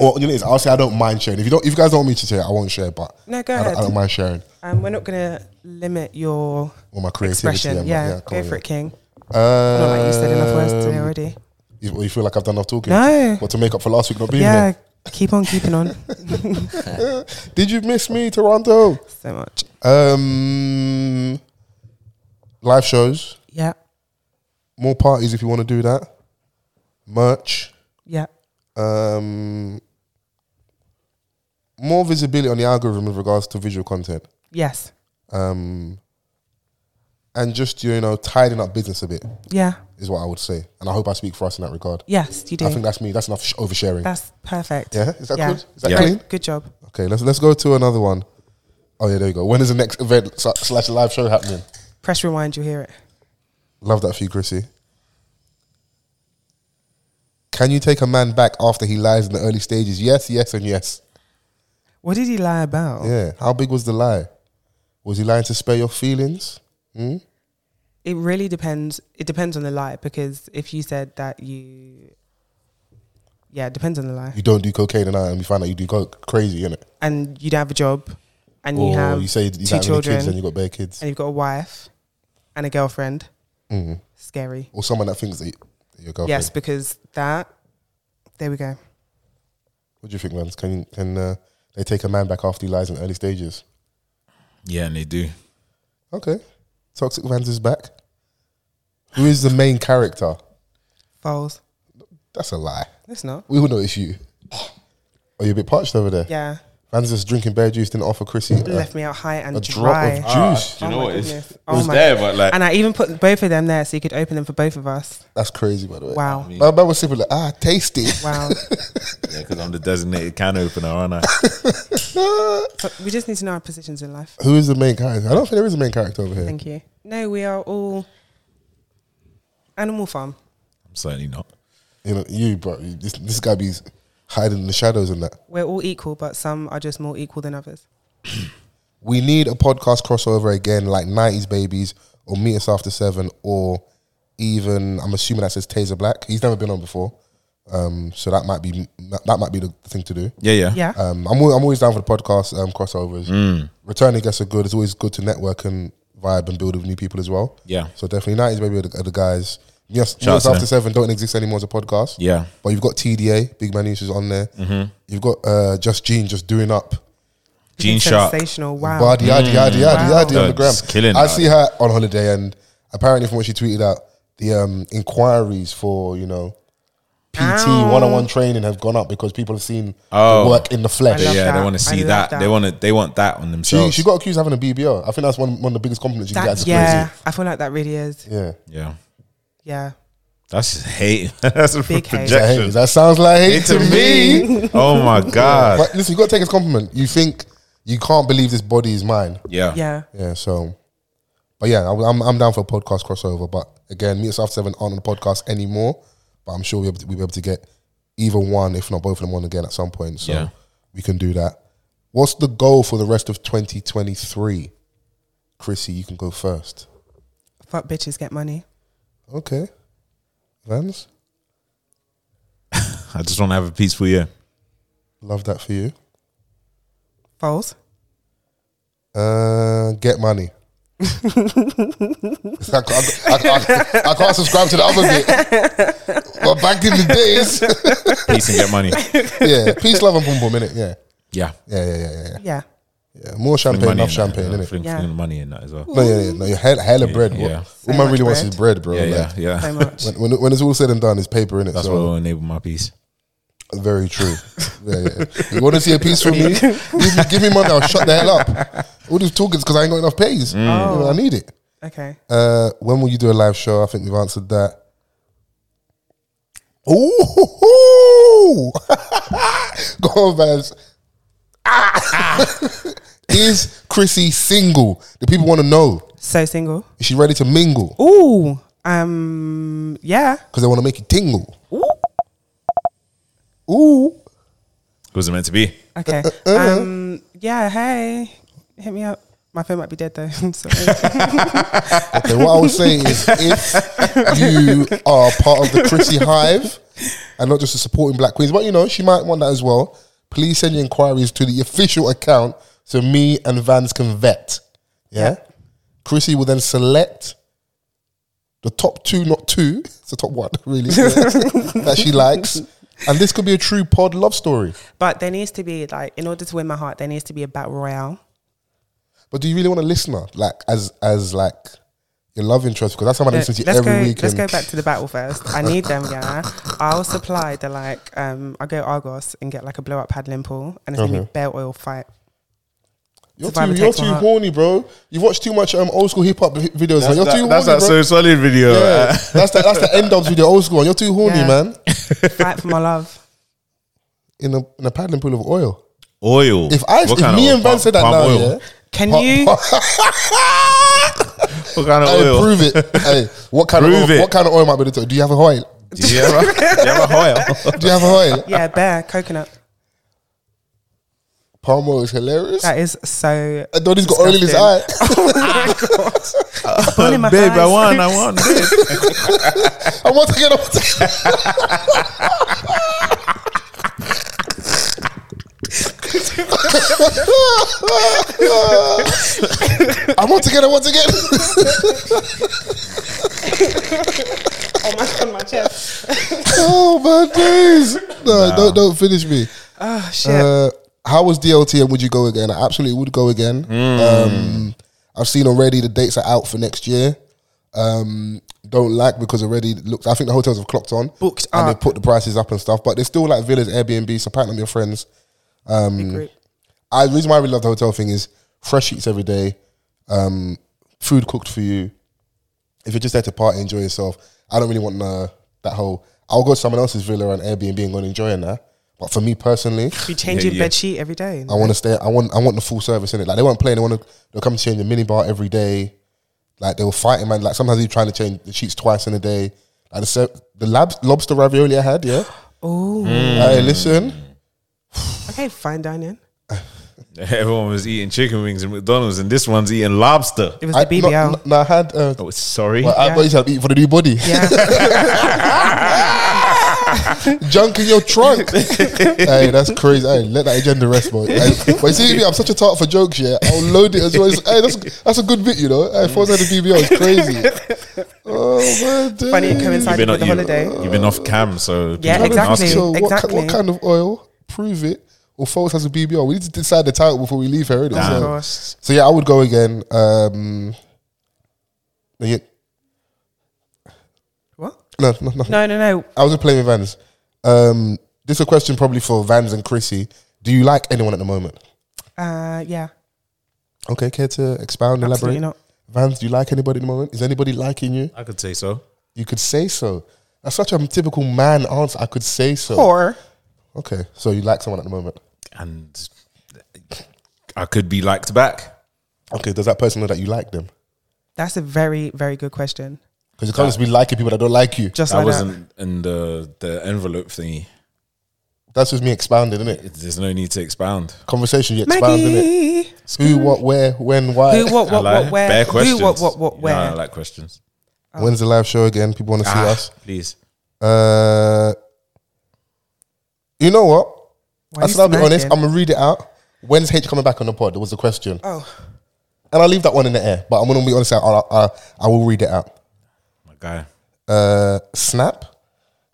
S4: Or you know, it's- I'll say I don't mind sharing. If you don't, if you guys don't want me to share, I won't share. But
S1: No, go
S4: I, don't-
S1: ahead.
S4: I don't mind sharing
S1: Um, we're not going to limit your
S4: all my creativity.
S1: expression.
S4: and my-
S1: Yeah,
S4: come
S1: go
S4: on,
S1: for it, King.
S4: yeah. Uh,
S1: Not like you said enough words today already.
S4: You, you feel like I've done enough talking?
S1: No.
S4: What to make up for last week not being
S1: Yeah, keep on keeping on
S4: there? Did you miss me, Toronto?
S1: so much.
S4: Um, live shows,
S1: Yeah,
S4: more parties if you want to do that. Merch,
S1: yeah.
S4: um, more visibility on the algorithm with regards to visual content,
S1: Yes.
S4: um, and just you know tidying up business a bit
S1: Yeah.
S4: is what I would say. And I hope I speak for us in that regard.
S1: Yes, you do.
S4: I think that's me. That's enough sh- oversharing.
S1: That's perfect.
S4: yeah, is that
S1: Yeah.
S4: good? Is that
S3: Yeah.
S4: clean?
S1: Good job.
S4: Okay, let's let's go to another one. Oh yeah, there you go. When is the next event sl- slash live show happening?
S1: Press rewind, you'll hear it.
S4: Love that for you, Chrissy. Can you take a man back after he lies in the early stages? Yes, yes, and yes.
S1: What did he lie about?
S4: Yeah. How big was the lie? Was he lying to spare your feelings? Hmm?
S1: It really depends. It depends on the lie because if you said that you, yeah, it depends on the lie.
S4: You don't do cocaine and I, and we find out you do coke. Crazy, innit?
S1: And you don't have a job, and you
S4: Or
S1: have
S4: you say you
S1: two
S4: don't have any
S1: children,
S4: kids and you got bare kids.
S1: and you've got a wife and a girlfriend. Scary.
S4: Mm-hmm. Or someone that thinks that you- that your girlfriend.
S1: Yes, because that. There we go.
S4: What do you think, Lance? Can can uh, they take a man back after he lies in the early stages?
S3: Yeah, and they do.
S4: Okay. Toxic Vans is back. Who is the main character?
S1: Falls.
S4: That's a lie.
S1: It's not.
S4: We all know it's you. Are you a bit parched over there?
S1: Yeah,
S4: Van's just drinking bear juice, didn't offer Chrissy a,
S1: left me out high and
S4: a drop
S1: dry. Ah,
S4: of juice.
S3: Do you know
S1: my
S3: what? It's,
S1: goodness.
S3: it
S1: Oh
S3: was
S1: my-
S3: there, but like,
S1: and I even put both of them there so you could open them for both of us.
S4: That's crazy, by the way.
S1: Wow.
S4: My man was sipping like, ah, tasty.
S1: Wow.
S3: yeah, because I'm the designated can opener, aren't I?
S1: So we just need to know our positions in life.
S4: Who is the main character? I don't think there is a main character over here.
S1: Thank you. No, we are all Animal Farm.
S3: I'm certainly not.
S4: You know, you, bro. you- This, this guy be hiding in the shadows and that.
S1: We're all equal, but some are just more equal than others.
S4: We need a podcast crossover again, like 90s Babies or Meet Us After Seven or even, I'm assuming that says Taser Black. He's never been on before. Um, so that might be that might be the thing to do.
S3: Yeah, yeah. Mm.
S1: Yeah.
S4: Um, I'm, al- I'm always down for the podcast um, crossovers. Returning guests are good. It's always good to network and vibe and build with new people as well.
S3: Yeah.
S4: So definitely, Nineties maybe are the, are the guys. Yes,
S3: out
S4: Yes
S3: to
S4: After
S3: them.
S4: Seven don't exist anymore as a podcast.
S3: Yeah.
S4: But you've got TDA, Big Man News is on there. Mm-hmm. You've got uh, Just Gene just doing up.
S3: Gene Shark.
S1: Sensational. Wow.
S4: Body, yaddy, yaddy, yaddy,
S1: Wow.
S4: yaddy on the
S3: Dude,
S4: gram.
S3: it's killing
S4: I
S3: out
S4: see her on holiday and apparently from what she tweeted out, the um, inquiries for you know PT one-on-one training have gone up because people have seen the
S3: Oh.
S4: work in the flesh.
S1: I love
S3: yeah,
S1: that.
S3: they want to
S1: I
S3: see
S1: love
S3: that.
S1: that.
S3: They want to. They want that on
S4: She,
S3: themselves.
S4: she got accused of having a BBR. I think that's one, one of the biggest compliments you can get.
S1: That,
S4: That's
S1: yeah,
S4: yeah.
S1: I feel like that really is.
S4: crazy. Yeah.
S3: yeah,
S1: Yeah.
S3: that's just hate. that's a
S1: Big
S4: That,
S1: hate.
S4: hate-
S3: projection.
S4: that sounds like hate,
S3: Hate to me. oh my god.
S4: But listen, you got to take his compliment. You think you can't believe this body is mine.
S3: Yeah.
S1: Yeah.
S4: Yeah, so. But yeah, I'm, I'm- I'm down for a podcast crossover. But again, Meet Us After 7 aren't on the podcast anymore. But I'm sure we'll be able to, we'll be able to get either one, if not both of them, on again at some point. So
S3: Yeah.
S4: we can do that. What's the goal for the rest of 2023? Chrissy, you can go first.
S1: Fuck bitches, get money.
S4: Okay. Vans,
S3: I just want to have a peaceful year.
S4: love that for you.
S1: False.
S4: Uh, get money. I, can't, I, can't, I can't subscribe to the other bit. But back in the days,
S3: Peace and get money.
S4: yeah, peace, love, and boom, boom, innit? Yeah,
S3: Yeah.
S4: yeah, yeah, yeah, yeah. yeah.
S1: Yeah.
S4: yeah. More
S3: Fling
S4: champagne,
S3: money
S4: enough
S3: in that,
S4: champagne,
S3: yeah.
S4: innit?
S3: Fling,
S1: Yeah.
S3: fling money in that as well.
S4: No, yeah, yeah, no, hell, hella bread.
S3: yeah.
S4: Yeah.
S1: So
S4: All man
S1: much
S4: really wants
S1: bread.
S4: is bread, bro.
S3: Yeah, yeah,
S4: like,
S3: yeah.
S1: So much.
S4: When, when, when it's all said and done, it's paper, innit?
S3: That's what
S4: so,
S3: will enable my peace.
S4: very true. yeah, yeah. You want to see a piece from me? Give, me- give me money, I'll shut the hell up. All these talking because I ain't got enough pays.
S3: Mm.
S4: You know, I need it.
S1: Oh. Okay.
S4: Uh, when will you do a live show? I think we've answered that. Ooh, go on, Vance. Ah. Is Chrissy single? The people want to know.
S1: So single.
S4: Is she ready to mingle?
S1: Ooh. Um. Yeah.
S4: Because they want to make you tingle. Ooh, Uh,
S3: It wasn't meant to be.
S1: Okay. Um. Yeah. Hey. Hit me up. My phone might be dead though. Sorry.
S4: Okay, what I would say is if you are part of the Chrissy Hive and not just a supporting Black Queens, but you know, she might want that as well. Please send your inquiries to the official account so me and Vans can vet. Yeah. Chrissy will then select the top two, not two, it's the top one, really, that she likes. And this could be a true pod love story.
S1: but there needs to be like, in order to win my heart, there needs to be a battle royale.
S4: But do you really want a listener? Like as as like your love interest? Because that's someone I
S1: Let's
S4: listen to
S1: go.
S4: every weekend.
S1: Let's go back to the battle first. I need them. Yeah. I'll supply the like. Um. I'll go Argos and get like a blow up paddling pool, and it's gonna be bare oil fight.
S4: You're
S1: Survivor
S4: too, you're
S1: takes my
S4: too
S1: heart.
S4: horny, bro. You've watched too much um, old school hip hop vi- videos. man. You're too
S3: that's that
S4: horny, bro.
S3: so solid video.
S4: yeah. that's the that's the end dubs video, old school. one. You're too horny,
S1: Yeah.
S4: man.
S1: Fight for my love.
S4: In a in a paddling pool of oil.
S3: Oil.
S4: If I
S3: What
S4: if
S3: kind
S4: me
S3: of
S4: and Ben
S3: palm-
S4: said that
S3: palm
S4: now,
S3: oil?
S4: yeah,
S1: Can
S4: Pop-
S1: you?
S3: What kind of
S4: hey,
S3: oil?
S4: prove it. Hey, what kind
S3: Prove
S4: of oil,
S3: it.
S4: what kind of oil might be the Do you have a oil?
S3: Do you have a, do you have a oil?
S4: Do you have a oil?
S1: Yeah. Bear coconut.
S4: Palm oil is hilarious.
S1: That is so.
S4: And Donny's got oil in his eye.
S1: disgusting. Oh Burning my
S3: babe, I
S1: thighs.
S3: won, I won. babe.
S4: I want to get I want to get- I want to get I want to get
S1: Oh my god, my chest.
S4: Oh my days! No, don't don't finish me.
S3: Ah,
S1: Oh shit.
S4: Uh, how was DLT and would you go again? I absolutely would go again. Um, I've seen already the dates are out for next year. Um, don't like because already looked. I think the hotels have clocked on,
S1: Booked
S4: and they
S1: up.
S4: put the prices up and stuff. But they're still like villas, Airbnb. So pattern up your friends. Um,
S1: Big group.
S4: I the reason why I really love the hotel thing is fresh sheets every day, um, food cooked for you. If you're just there to party, enjoy yourself. I don't really want uh, that whole. I'll go to someone else's villa on Airbnb and go and enjoy it now. But for me personally,
S1: You changing
S3: yeah.
S1: bed sheet every day.
S4: I want to stay. I want. I want the full service in it. Like they weren't playing. They want to. They'll come to change the minibar every day. Like they were fighting, man. Like sometimes you trying to change the sheets twice in a day. Like the ser- the labs, lobster ravioli I had. Yeah.
S1: Oh.
S4: Hey, listen.
S1: Okay, fine dining.
S3: Everyone was eating chicken wings and McDonald's, and this one's eating lobster.
S1: It was
S4: I,
S1: the BBL.
S4: No, no, I had. Uh,
S3: Oh, sorry.
S4: well, I,
S1: Yeah.
S4: what you said, eat for the new body.
S1: Yeah.
S4: Junk in your trunk. hey, that's crazy. Hey, let that agenda rest, boy. Hey, but you see me, I'm such a tart for jokes, yeah. I'll load it as well. It's- hey, that's that's a good bit, you know. Hey, Forza the BBL is crazy. Oh man, dude.
S1: Funny it coincided with the
S3: you,
S1: holiday.
S3: have been off cam, so
S1: Yeah,
S3: people can ask
S1: exactly.
S4: So
S3: you.
S4: what, ki-
S1: exactly.
S4: what kind of oil? Prove it. Or Foles has a BBL. We need to decide the title before we leave here. innit? So,
S1: Oh gosh.
S4: so yeah, I would go again. Um, yeah, No, no, nothing.
S1: No, no, no.
S4: I was just playing with Vans. Um, this is a question probably for Vans and Chrissy. Do you like anyone at the moment?
S1: Uh, yeah.
S4: Okay, care to expound,
S1: Absolutely
S4: elaborate?
S1: not.
S4: Vans, do you like anybody at the moment? Is anybody liking you?
S3: I could say so.
S4: You could say so. That's such a typical man answer. I could say so.
S1: Or
S4: Okay, so you like someone at the moment.
S3: And I could be liked back.
S4: Okay, does that person know that you like them?
S1: that's a very, very good question.
S4: Because you can't just be liking people that don't like you.
S1: Just
S3: I
S1: like that.
S3: wasn't in the, the envelope thingy.
S4: That's just me expounding, isn't it?
S3: There's no need to expound.
S4: Conversation, you expound, innit?
S1: Maggie.
S4: Who, what, where, when, why?
S1: Who, what,
S3: I
S1: what,
S3: like
S1: what, where?
S3: Bare
S1: Who,
S3: questions.
S1: what, what, what,
S3: You know, I
S1: where?
S3: don't like questions.
S1: Oh.
S4: When's the live show again? People want to see
S3: Ah,
S4: us.
S3: please.
S4: Uh, you know what?
S1: Why
S4: I
S1: you
S4: said I'll be honest.
S1: smacking?
S4: I'm gonna read it out. When's H coming back on the pod? That was the question,
S1: Oh,
S4: and I'll leave that one in the air. But I'm gonna be honest. I I, I, I will read it out.
S3: My guy.
S4: Uh, snap.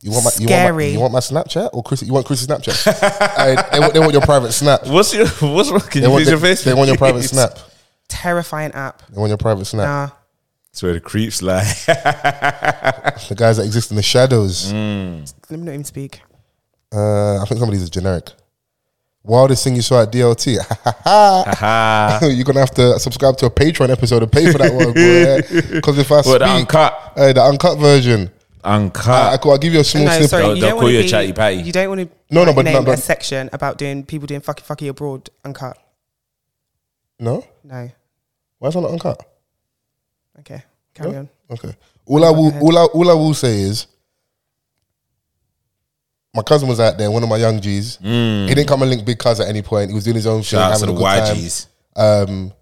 S4: You want my you want my,
S1: Scary.
S4: you want my Snapchat or Chris? You want Chris's Snapchat? I, they, want- they want your private snap. They
S3: What's your what's wrong? Can you
S4: want,
S3: please
S4: the-
S3: your face?
S4: they want your private
S3: please?
S4: snap.
S1: terrifying app.
S4: They want your private snap.
S1: Nah.
S3: It's where the creeps lie.
S4: The guys that exist in the shadows.
S3: Hmm.
S1: Let me not even speak.
S4: Uh, I think some of these are generic. Wildest thing you saw at DLT. You're gonna have to subscribe to a Patreon episode and pay for that one, Because if I
S3: Well,
S4: speak,
S3: the uncut.
S4: Hey, the uncut version. I, I
S3: Uncut.
S4: could, I'll give you a small
S1: No,
S4: snippet.
S1: sorry.
S3: They'll-
S1: You
S3: they'll
S1: don't
S3: call
S1: want
S3: you a
S1: to
S3: chatty patty.
S1: You don't want to
S4: No, no, but-
S1: name
S4: no, but-
S1: a section about doing people doing fucky fucky abroad uncut.
S4: No,
S1: No.
S4: why is it not uncut?
S1: Okay. Carry on.
S4: Okay. All I will, all I, all I will say is, my cousin was out there. One of my young G's. He didn't come and link big cuz at any point. He was doing his own
S3: Mm. Shout out to
S4: thing, having
S3: the
S4: a good
S3: YGs.
S4: time. Um,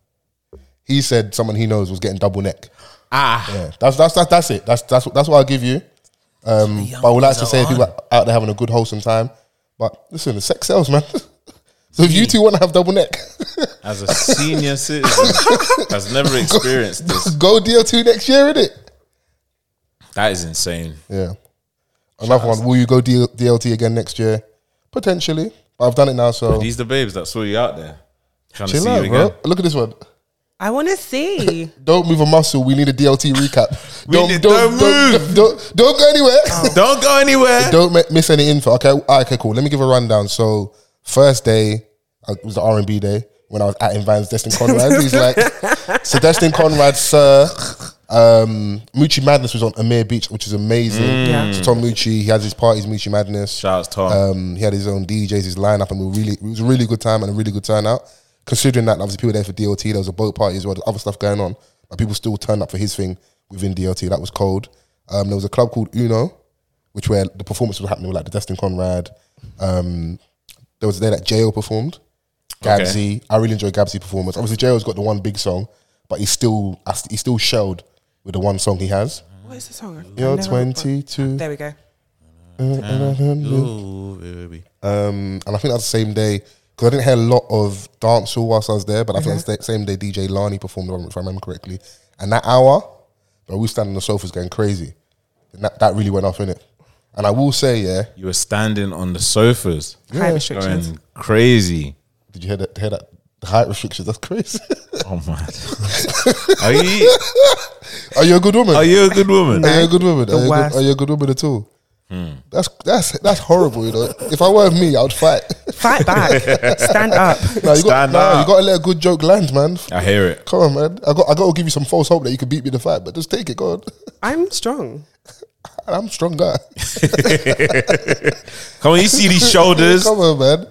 S4: he said someone he knows was getting double neck.
S3: Ah.
S4: Yeah, that's that's that's, that's it. That's that's that's what I'll give you. Um, but I would like to say people are out there having a good wholesome time. But listen, the sex sells, man. so if you two want to have double neck,
S3: As a senior citizen, has never experienced this.
S4: go DL2 next year, innit?
S3: That is insane.
S4: Yeah. Another one. Will you go DL- DLT again next year? Potentially. But I've done it now, so
S3: These the babes that saw you out there. Trying to
S4: chill
S3: see
S4: out,
S3: you
S4: bro.
S3: again.
S4: Look at this one.
S1: I want to see.
S4: Don't move a muscle. We need a DLT recap. don't,
S3: need-
S4: don't,
S3: don't
S4: don't,
S3: move. Oh.
S4: don't- don't go anywhere.
S3: Don't go anywhere.
S4: don't mi- miss any info. Okay, all right, okay, cool. Let me give a rundown. So first day uh, it was the R and B day when I was at in Vans. Destin Conrad, he's like, so Destin Conrad, sir. Um, Moochie Madness was on Amir Beach, which is amazing.
S3: Mm.
S1: Yeah.
S4: So Tom Moochie, he has his parties, Moochie Madness.
S3: Shout out to Tom.
S4: Um, he had his own DJs, his lineup, and we really it was a really good time and a really good turnout. Considering that obviously people there for DOT, there was a boat party as well, there's other stuff going on, but people still turned up for his thing within DOT. That was cold. Um, there was a club called Uno, which where the performances were happening with like the Destin Conrad. Um, there was a day that Jo performed. Gabsy, I really enjoyed Gabsy performance. Obviously, Jo's got the one big song, but he's still he's still shelled with the one song he has.
S1: what is the song? I
S4: You're
S1: never-
S4: twenty two.
S1: There we go.
S4: Mm-hmm.
S3: Ooh, baby.
S4: Um, and I think that was the same day because I didn't hear a lot of dancehall whilst I was there, but I
S1: Uh-huh.
S4: think that same day DJ Lani performed on, it, if I remember correctly. And that hour, bro, we were standing on the sofas going crazy. And that, that really went off in it. And I will say, yeah,
S3: You were standing on the sofas.
S1: Height restrictions.
S3: Going crazy.
S4: did you hear that? Hear that? The height restrictions. That's crazy.
S3: Oh man. are you
S4: are you a good woman?
S3: are you a good woman?
S4: Are you a good woman?
S1: The
S4: Are you a good,
S1: worst.
S4: are you a good woman at all?
S3: Hmm.
S4: That's that's that's horrible. You know, if I were me, I would fight.
S1: Fight back. Stand up.
S4: No, you got,
S3: Stand
S4: no, you
S3: up.
S4: got to let a good joke land, man.
S3: I hear it.
S4: Come on, man. I got I got to give you some false hope that you could beat me in the fight, but just take it. Go on.
S1: I'm strong.
S4: And I'm stronger.
S3: Come on, you see these shoulders.
S4: Come on, man.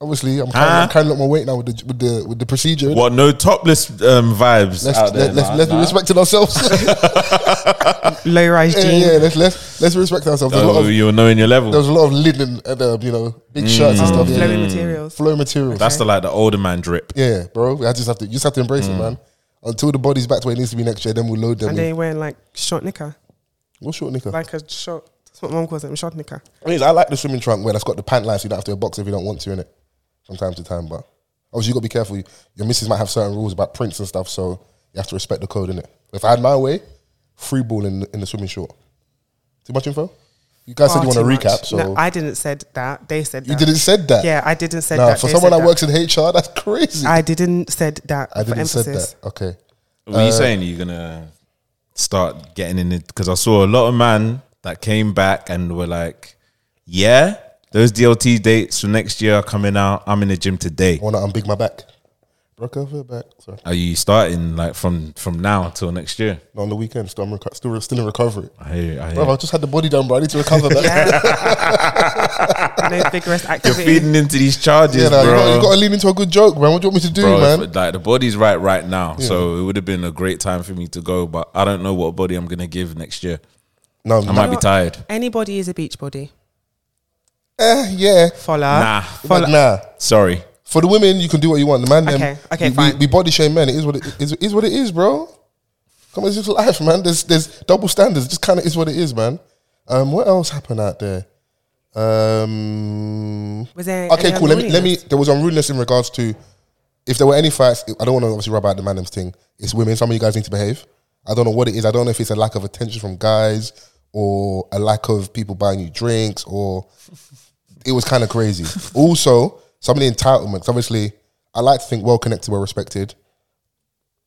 S4: Obviously, I'm carrying, I'm carrying up my weight now with the with the with the procedure. innit?
S3: What no topless um, vibes
S4: Let's
S3: out there.
S4: let, let's,
S3: nah,
S4: let's be
S3: nah.
S4: respecting ourselves.
S1: Low rise
S4: yeah,
S1: jeans.
S4: yeah, let's let's let's respect ourselves. There's a lot
S3: Oh,
S4: of,
S3: you're knowing your level.
S4: there was a lot of linen and uh, you know big shirts and
S1: Oh,
S4: stuff.
S1: flowing
S4: Yeah.
S1: materials.
S4: Flow materials.
S3: Mm. That's the like the older man drip.
S4: yeah, bro. I just have to you just have to embrace
S3: Mm.
S4: it, man. Until the body's back to where it needs to be next year, then we'll load them.
S1: And they
S4: With,
S1: wearing like short knicker.
S4: what's short knicker?
S1: Like a short. That's what mom calls them, short knicker.
S4: I mean, I like the swimming trunk where that's got the pant line, so you don't have to wear a box if you don't want to, innit? From time to time, but obviously you got to be careful. Your missus might have certain rules about prints and stuff, so you have to respect the code, innit? If I had my way, free ball in, in the swimming short. Too much info? You guys said you want
S1: Far
S4: to
S1: too
S4: recap,
S1: much.
S4: so
S1: No, I didn't said that. They said
S4: you
S1: that.
S4: didn't said that.
S1: Yeah, I didn't said
S4: nah,
S1: that.
S4: for
S1: They
S4: someone
S1: said
S4: that works
S1: that.
S4: in HR, that's crazy. I,
S1: I didn't said that. I
S4: didn't
S1: didn't for
S4: said
S1: emphasis.
S4: that. Okay.
S3: What are you saying? You're gonna start getting in it because I saw a lot of man that came back and were like, yeah, those DLT dates for next year are coming out. I'm in the gym today.
S4: I want to unbig my back. Broke over back. Sorry.
S3: Are you starting like from from now till next year?
S4: Not on the weekend. Still, I'm reco- still, still in recovery.
S3: I hear you. I hear
S4: Bro, I
S3: you.
S4: just had the body down, bro. I need to recover back.
S1: no vigorous
S3: You're
S1: activity.
S3: feeding into these charges,
S4: Yeah, nah, you,
S3: bro.
S4: got, you got to lean into a good joke, man. What do you want me to do,
S3: Bro,
S4: man?
S3: if- like the body's right right now, so it would have been a great time for me to go, but I don't know what body I'm gonna give next year.
S4: No,
S3: I might be
S1: What?
S3: tired.
S1: Anybody is a beach body.
S4: eh, yeah,
S1: Follow.
S3: Nah.
S4: but nah.
S3: Sorry.
S4: For the women, you can do what you want. The man, them,
S1: Okay, okay,
S4: we- we,
S1: fine.
S4: We, body shame men. It is what it is. It is what it is, bro. Come on, it's just life, man. There's there's double standards. It just kind of is what it is, man. Um, what else happened out there? Um,
S1: Was there
S4: okay,
S1: any
S4: cool. Let me let me.
S1: unruliness?
S4: There was unruliness in regards to if there were any fights. I don't want to obviously rub out the man them's thing. It's women. Some of you guys need to behave. I don't know what it is. I don't know if it's a lack of attention from guys or a lack of people buying you drinks or it was kind of crazy. also, some of the entitlements. Obviously, I like to think well connected, well respected.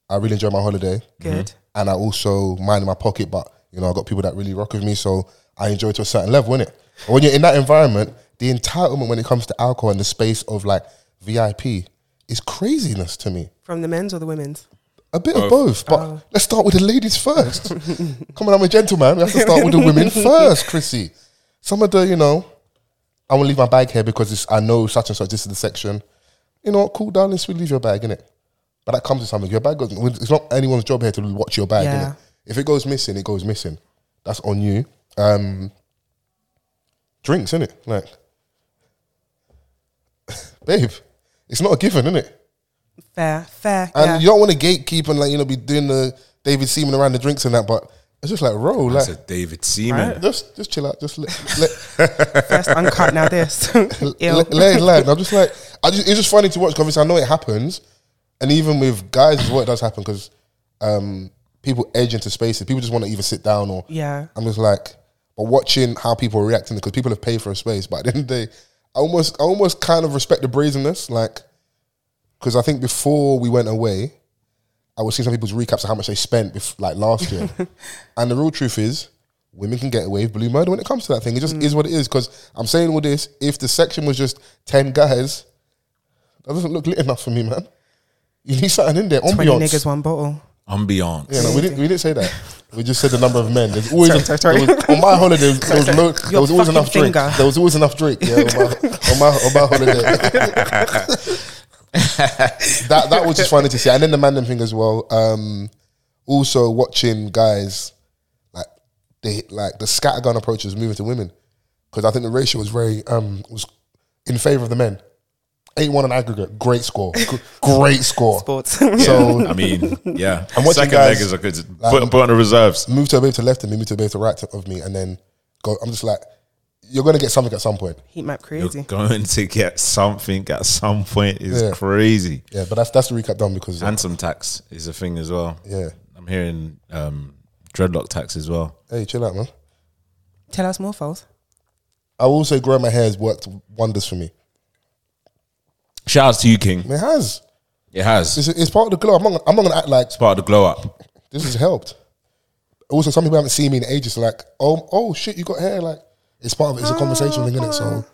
S4: I really enjoy my holiday, Mm-hmm.
S1: Good.
S4: and I also mind in my pocket. But you know, I got people that really rock with me, so I enjoy to a certain level, innit? But when you're in that environment, the entitlement when it comes to alcohol and the space of like VIP is craziness to me.
S1: From the men's or the women's? Oh.
S4: A bit of both, but let's start with the ladies first. Come on, I'm a gentleman. We have to start with the women first, Chrissy. Some of the, you know, I want to leave my bag here because it's, I know such and such. This is the section. You know, what, cool, darling. Sweet, leave your bag in it. But that comes with something. Your bag goes. It's not anyone's job here to watch your bag.
S1: Yeah.
S4: innit? If it goes missing, it goes missing. That's on you. Um, drinks, innit? Like, babe, it's not a given, innit?
S1: Fair, fair.
S4: And
S1: yeah.
S4: you don't want to gatekeep and like you know be doing the David Seaman around the drinks and that, but it's just like roll,
S3: That's
S4: like
S3: a David Seaman.
S4: just just chill out, just let let,
S1: First uncut, now this. Ill.
S4: let, let it land. I'm just like I just, it's just funny to watch because I know it happens, and even with guys, as well, it does happen because um, people edge into spaces. People just want to either sit down or
S1: Yeah.
S4: I'm just like, but watching how people are reacting because people have paid for a space. But at the end of the day, I almost I almost kind of respect the brazenness, like because I think before we went away, I was seeing some people's recaps of how much they spent bef- like last year. and the real truth is, women can get away with blue murder when it comes to that thing. It just is what it is. Because I'm saying all this, if the section was just 10 guys, that doesn't look lit enough for me, man. You need something in there.
S1: 20
S4: Ambiance.
S1: niggas, one bottle.
S3: Ambiance.
S4: Yeah, no, we didn't. We didn't say that. We just said the number of men. There's always
S1: Sorry,
S4: a-
S1: sorry, sorry.
S4: there was- on my holiday. There was, no, there was always
S1: fucking
S4: enough drink.
S1: finger.
S4: There was always enough drink. Yeah, on my, on my, on my holiday. that that was just funny to see, and then the man thing as well. Um, also watching guys like they like the scattergun approach is moving to women because I think the ratio was very um was in favor of the men. Eight one on aggregate, great score, Gr- great score.
S1: Sports.
S4: So
S3: I mean, yeah.
S4: watching
S3: Second
S4: guys-
S3: leg is a good put, put on the reserves.
S4: move to a bit to the left and me, move to a bit to the right of me, and then go. I'm just like, you're gonna get something at some point.
S1: Heat map
S3: You're
S1: crazy.
S3: going to get something at some point is
S4: Yeah.
S3: crazy.
S4: Yeah, but that's that's the recap done because uh,
S3: And some tax is a thing as well.
S4: Yeah.
S3: I'm hearing um, dreadlock tax as well.
S4: hey, chill out, man.
S1: Tell us more, Foles.
S4: I will say, growing my hair has worked wonders for me.
S3: Shout outs to you, King.
S4: It has.
S3: It has. It's
S4: It's, it's part of the glow. I'm not, I'm not gonna act like
S3: part of the glow up.
S4: this has helped. Also, some people haven't seen me in ages. Like, oh, oh shit, you got hair. Like, it's part of it. It's
S1: Oh,
S4: a conversation thing, innit? So,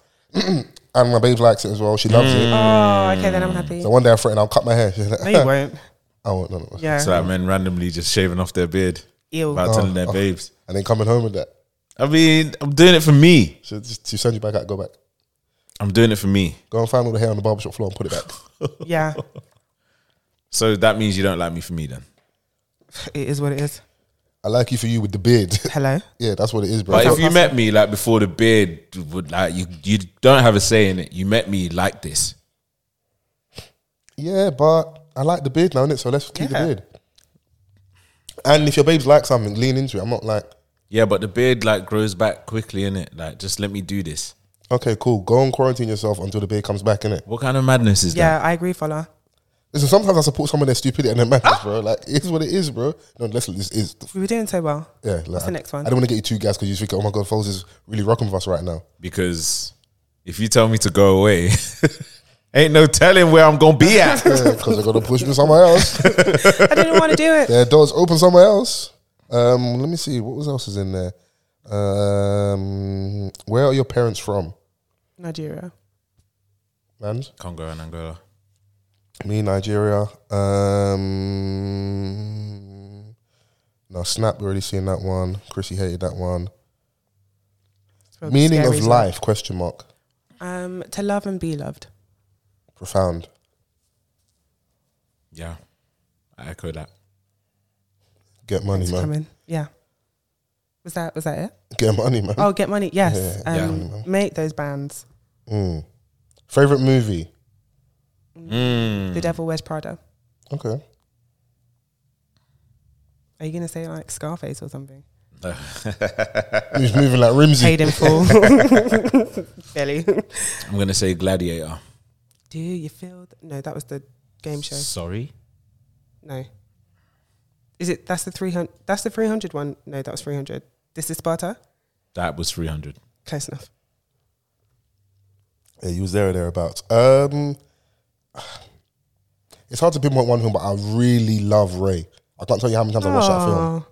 S4: and my babe likes it as well. She loves it.
S1: Oh, okay, then I'm happy.
S4: So one day I threatened, I'll cut my hair. She's like,
S1: No, you won't.
S4: I won't. No, no, no.
S1: Yeah.
S3: It's like men randomly just shaving off their beard.
S1: Ew.
S3: About telling their babes.
S4: Oh, And then coming home with that.
S3: I mean, I'm doing it for me.
S4: She'll, just- she'll send you back out. Go back.
S3: I'm doing it for me.
S4: Go and find all the hair on the barbershop floor and put it back.
S1: Yeah.
S3: So that means you don't like me for me then.
S1: It is what it is.
S4: I like you for you with the beard.
S1: Hello.
S4: yeah, that's what it is, bro.
S3: But if
S4: It's
S3: you met me like before the beard would like you you don't have a say in it. You met me like this.
S4: not- yeah, but I like the beard now, innit? So let's keep
S1: Yeah.
S4: the beard. And if your babes like something, lean into it. I'm not like,
S3: Yeah, but the beard like grows back quickly in it. Like just let me do this.
S4: okay, cool. Go and quarantine yourself until the beard comes back, innit?
S3: What kind of madness is
S1: Yeah, I agree, follow.
S4: Listen, sometimes I support some of their stupidity and their madness, bro. Like, it is what it is, bro. No, let's this is
S1: We were doing so well.
S4: yeah. Like,
S1: What's the next one?
S4: I don't want to get you too gas because you think, oh my god, Foles is really rocking with us right now.
S3: that? Because if you tell me to go away, ain't no telling where I'm gonna be at.
S4: Because they're gonna push me somewhere else.
S1: I didn't want to do it.
S4: Their doors open somewhere else. Um, let me see what was else is in there. Um, where are your parents from,
S1: Nigeria.
S4: man?
S3: Congo and Angola.
S4: Me, Nigeria. Um, no, Snap, we already seen that one. Chrissy hated that one.
S1: It's probably
S4: Meaning
S1: scary,
S4: of
S1: isn't it?
S4: life, question mark.
S1: Um, to love and be loved.
S4: Profound.
S3: Yeah, I echo that.
S4: Get money,
S1: It's
S4: man.
S1: coming. Yeah. Was that was that it?
S4: Get money, man.
S1: Oh, get money. Yes.
S3: Yeah.
S1: um, Make those bands.
S4: Mm. Favorite movie?
S1: The Devil Wears Prada.
S4: Okay.
S1: Are you gonna say like Scarface or something?
S4: He's moving like Rimsey.
S1: Paid in full. Billy.
S3: I'm gonna say Gladiator.
S1: Do you feel? Th- no, that was the game show.
S3: Sorry,
S1: No. Is it? That's the three hundred. That's the three hundred one. No, that was three hundred. This is Sparta.
S3: that was 300.
S1: Close enough.
S4: Yeah, he was there or thereabouts. Um, it's hard to pinpoint one film, but I really love Ray. I can't tell you how many times I watched that film.
S1: Aw.
S3: a
S1: Ah. What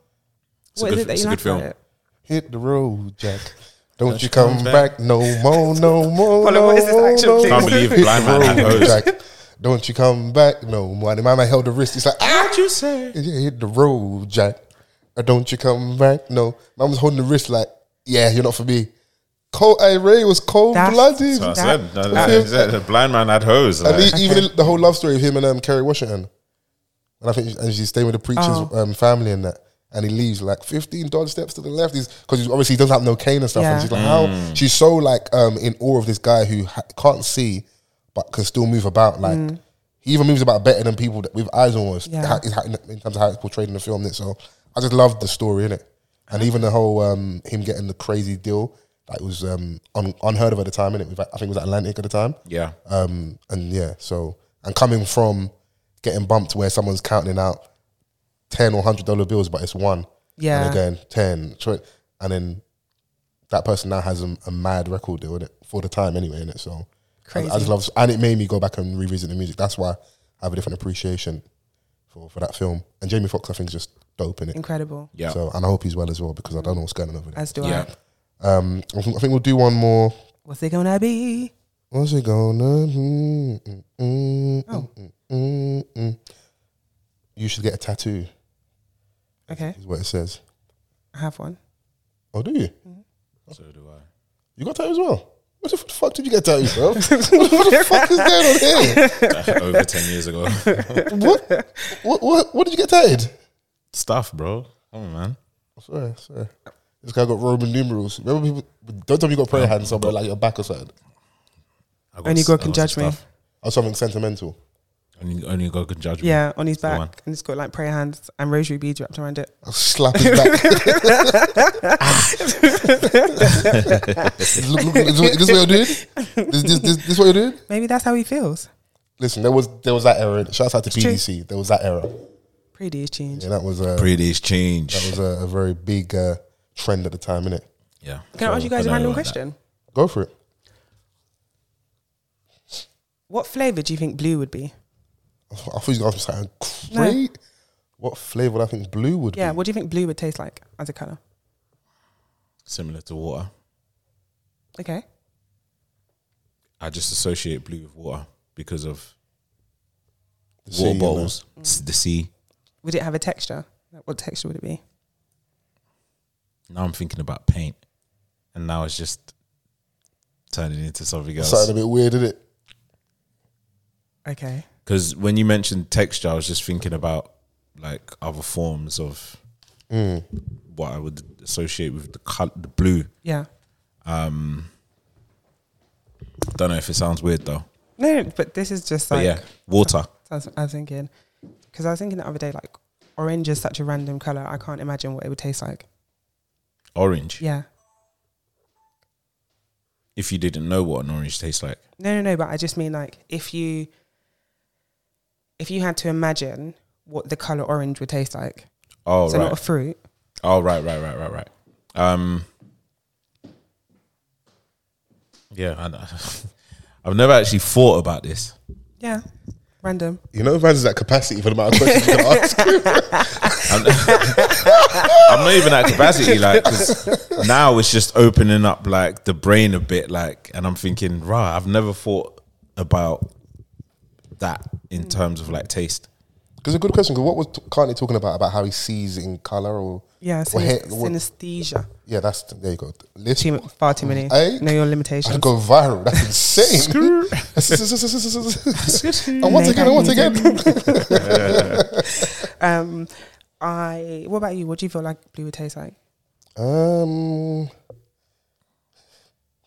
S1: is
S3: good-
S1: it that
S3: it's a
S1: you like
S3: good film.
S1: about it?
S4: Hit the road, Jack. Don't,
S3: Don't
S4: you come, back. no more, no more.
S1: Hold on,
S4: no
S1: what is this
S4: more,
S1: actual
S4: no
S1: thing?
S4: more.
S3: Can't believe
S4: Hit
S3: Blind
S4: the
S3: Man had
S4: road,
S3: those.
S4: Jack. Don't you come back no more. And the man I held the wrist. He's like, ah,
S3: you say?
S4: yeah, hit the road, Jack. Or don't you come back no. Man was holding the wrist like, yeah, you're not for me. Cold, hey, Ray was cold
S1: That's-
S4: blooded.
S3: So I
S1: That-
S3: said, that,
S4: that-
S3: that- that- the blind man had hose.
S4: And
S3: like.
S4: e- even the whole love story of him and um, Kerry Washington. And I think and she's staying with the preacher's
S1: Oh.
S4: um, family and that. And he leaves like 15 dodge steps to the left. He's because obviously he doesn't have no cane and stuff.
S1: Yeah.
S4: And she's like, how? She's so like um, in awe of this guy who ha- can't see but can still move about. Like he even moves about better than people that, with eyes almost.
S1: Mm. Yeah.
S4: How- in- how- in terms of how it's portrayed in the film. innit? So I just loved the story in it. And even the whole um, him getting the crazy deal that was um, un- unheard of at the time. In it, I think it was Atlantic at the time.
S3: yeah,
S4: Um, and yeah, so and coming from getting bumped where someone's counting out ten or hundred dollar bills, but it's one.
S1: Yeah.
S4: And again, ten. tw- And then that person now has a, a mad record deal in it for the time anyway, in it. So I- I,
S1: Crazy.
S4: just love and it made me go back and revisit the music. That's why I have a different appreciation for, for that film. And Jamie Foxx I think is just dope in it.
S1: Incredible.
S3: yeah,
S4: So and I hope he's well as well because I don't know what's going on over there.
S1: As do
S3: yeah.
S1: I.
S4: Um I think I think we'll do one more
S1: What's it gonna be?
S4: What's it gonna be? Mm, mm,
S1: Oh.
S4: mm, mm, mm. You should get a tattoo,
S1: Okay,
S4: is what it says.
S1: I have one.
S4: Oh, do you?
S3: Mm-hmm. So do I.
S4: You got a tattoo as well? What the f- fuck did you get a tattoo, bro? what the fuck is going on
S3: Over 10 years ago.
S4: here? What, what, what, what did you get tattooed?
S3: Stuff, bro. Come on, man.
S4: Sorry, sorry. This guy got Roman numerals. Remember people, don't tell me you got prayer hands somewhere like your back or something.
S3: I got
S1: Only
S3: s-
S1: God
S3: I
S1: can
S3: got some
S1: judge me.
S3: stuff.
S4: Or something sentimental.
S3: Only, only God can judge me.
S1: Yeah, on his
S3: the one.
S1: back, and it's got like prayer hands and rosary beads wrapped around it. Ah.
S4: I'll slap his back. look, look, is this, what you're doing? This, this, this, this what you're doing?
S1: Maybe that's how he feels.
S4: Listen, there was there was that error. Shouts out to
S1: true.
S4: PDC. There was that error.
S1: Pretty is changed.
S4: Yeah, that was uh, a
S3: Pretty's change.
S4: that was a, a very big uh, trend at the time, innit?
S3: yeah. um,
S1: Can I ask you guys a
S3: don't
S1: random
S3: know about that.
S1: question?
S4: Go for it.
S1: What flavor do you think blue would be?
S4: I thought I thought you guys were saying
S1: No.
S4: great. What flavour would I think blue would
S1: Yeah,
S4: be?
S1: what do you think blue would taste like as a color?
S3: Similar to water.
S1: Okay,
S3: I just associate blue with water because of
S4: sea,
S3: water
S4: you know.
S3: bottles, s- the sea.
S1: would it have a texture? Like, what texture would it be?
S3: Now I'm thinking about paint. And now it's just turning into something else.
S4: Something a bit weird, isn't it?
S1: Okay,
S3: Because when you mentioned texture, I was just thinking about like other forms of
S4: Mm.
S3: what I would associate with the color, the blue. Um,
S1: yeah.
S3: Don't know if it sounds weird though,
S1: No, no, but this is just
S3: but
S1: like
S3: yeah, water.
S1: I was, I was thinking because I was thinking the other day like orange is such a random color. I can't imagine what it would taste like.
S3: Orange.
S1: Yeah,
S3: If you didn't know what an orange tastes like,
S1: no, no, no. But I just mean like if you if you had to imagine what the color orange would taste like,
S3: oh
S1: so
S3: right,
S1: not a fruit.
S3: oh right, right, right, right, right. Um, yeah, I know. I've never actually thought about this.
S1: Yeah, Random.
S4: You know, Vans is at capacity for the amount of questions you can ask.
S3: I'm, I'm not even at capacity. Like 'cause now, it's just opening up like the brain a bit. Like, and I'm thinking, right, I've never thought about that in terms of like taste.
S4: Because a good question. Because what was t- Kanye talking about about how he sees in color or
S1: Yeah,
S4: or hair-
S1: synes-
S4: what-
S1: synesthesia.
S4: yeah, that's there you go. List.
S1: Too, mu- far too many.
S4: Hey?
S1: Know your
S4: I
S1: limitations.
S4: go viral. That's insane. and Oh, once again, and once again.
S1: Um, I. What about you? What do you feel like blue would taste like?
S4: um,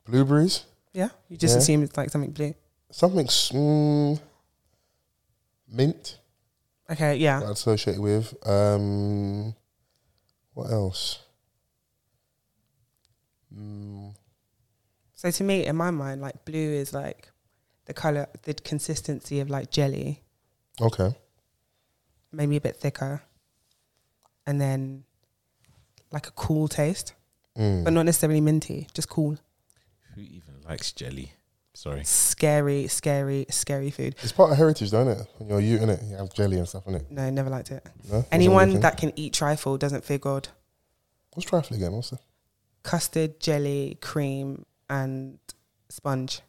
S4: blueberries.
S1: Yeah, you just assume it's like something blue.
S4: Something mm, mint.
S1: Okay, yeah.
S4: that I'd associate it with. Um, what else? Mm,
S1: So to me, in my mind, like blue is like the color, the consistency of like jelly,
S4: Okay.
S1: maybe a bit thicker, and then like a cool taste,
S4: Mm.
S1: but not necessarily minty, just cool.
S3: Who even likes jelly? Sorry.
S1: Scary, scary, scary food.
S4: It's part of heritage, don't it? When you're you in it, you have jelly and stuff in it.
S1: No, never liked it.
S4: No?
S1: Anyone
S4: Wasn't
S1: that can eat trifle doesn't feel good.
S4: What's trifle again? What's that?
S1: Custard, jelly, cream, and sponge.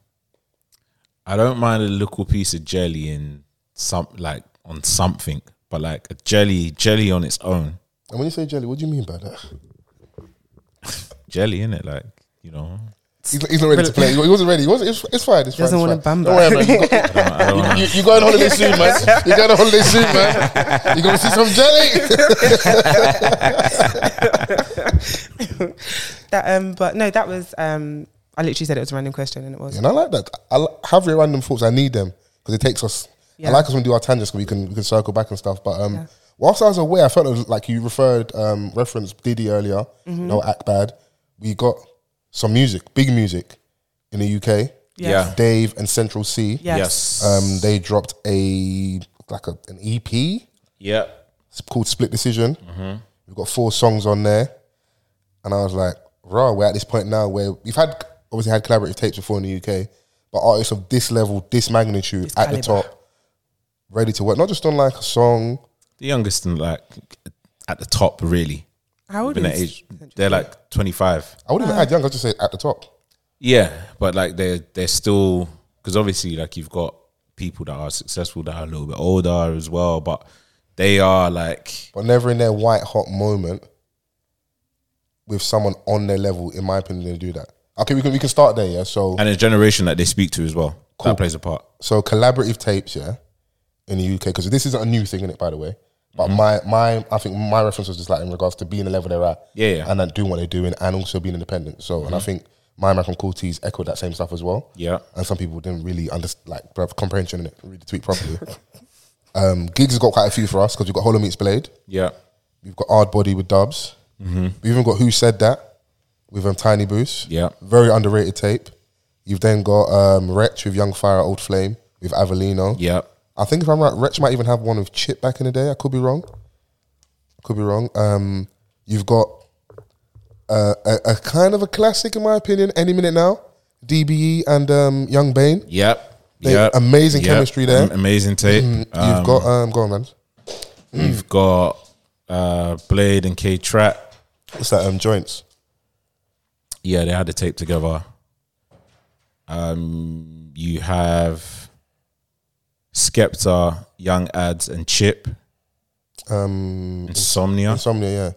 S3: I don't mind a little piece of jelly in some like on something, but like a jelly, jelly on its own,
S4: And when you say jelly, what do you mean by that?
S3: jelly in it, like you know.
S4: He's, he's not ready to play. He wasn't ready. He wasn't, it's, it's fine. It's
S1: Doesn't
S4: fine.
S1: wanna
S4: it's fine.
S1: bamba.
S4: Don't worry, man. You, got,
S3: I don't- I don't wanna-
S4: you, you going on holiday soon, man. You're going on holiday soon, man. You're going to see some jelly.
S1: That um, but no, that was um. I literally said it was a random question, and it was.
S4: and I like that. I li- have your random thoughts. I need them because it takes us.
S1: Yeah.
S4: I like us when we do our tangents because we can we can circle back and stuff. But um,
S1: Yeah.
S4: whilst I was away, I felt it was like you referred um referenced Diddy earlier. No
S1: Mm-hmm.
S4: act bad. We got some music, big music, in the UK.
S1: Yes.
S3: Yeah.
S4: Dave and Central C.
S1: Yes.
S4: Um, they dropped a like a, an EP.
S3: Yeah. Mm-hmm.
S4: It's called Split Decision. We've got four songs on there, and I was like, "Raw, we're at this point now where we've had obviously had collaborative tapes before in the UK, but artists of this level, this magnitude, at the
S1: caliber.
S4: top, ready to work. Not just on like a song.
S3: The youngest and like at the top, really.
S1: How old
S3: Been at
S1: is
S3: age, they're like 25.
S4: I wouldn't even add young. I would just say at the top.
S3: Yeah, but like they're they're still because obviously like you've got people that are successful that are a little bit older as well, but they are like
S4: but never in their white hot moment with someone on their level. In my opinion, they do that. Okay, we can we can start there. Yeah, so
S3: and a generation that they speak to as well. That plays a part.
S4: so collaborative tapes, yeah, in the UK because this isn't a new thing in it, by the way. But
S3: Mm-hmm.
S4: my my I think my reference was just like in regards to being the level they're at,
S3: Yeah, yeah. Mm-hmm.
S4: and then doing what they're doing, and also being independent. So, and I think my American Cortez echoed that same stuff as well.
S3: Yeah.
S4: and some people didn't really understand like have comprehension in it, read the tweet properly. um, gigs has got quite a few for us because we've got Hollow Meets Blade,
S3: Yeah. Mm-hmm.
S4: we've got Hard Body with Dubs, we've even got Who Said That with um, Tiny Boost,
S3: Yeah.
S4: very underrated tape. You've then got um, Wretch with Young Fire, Old Flame with Avelino,
S3: Yeah.
S4: I think if I'm right, Wretch might even have one with Chip back in the day. I could be wrong. Could be wrong. Um, you've got uh, a, a kind of a classic, in my opinion, any minute now. DBE and um, Young Bane.
S3: Yep.
S4: They-
S3: Yep.
S4: amazing
S3: Yep.
S4: chemistry there. Mm-hmm.
S3: Am- Amazing tape.
S4: You've
S3: Um,
S4: got um, go on, man.
S3: you've got uh, Blade and K Trap.
S4: What's that? Um, joints.
S3: Yeah, they had a tape together. Um, you have Skepta, Young Ads, and Chip.
S4: Um,
S3: Insomnia.
S4: insomnia. Yeah.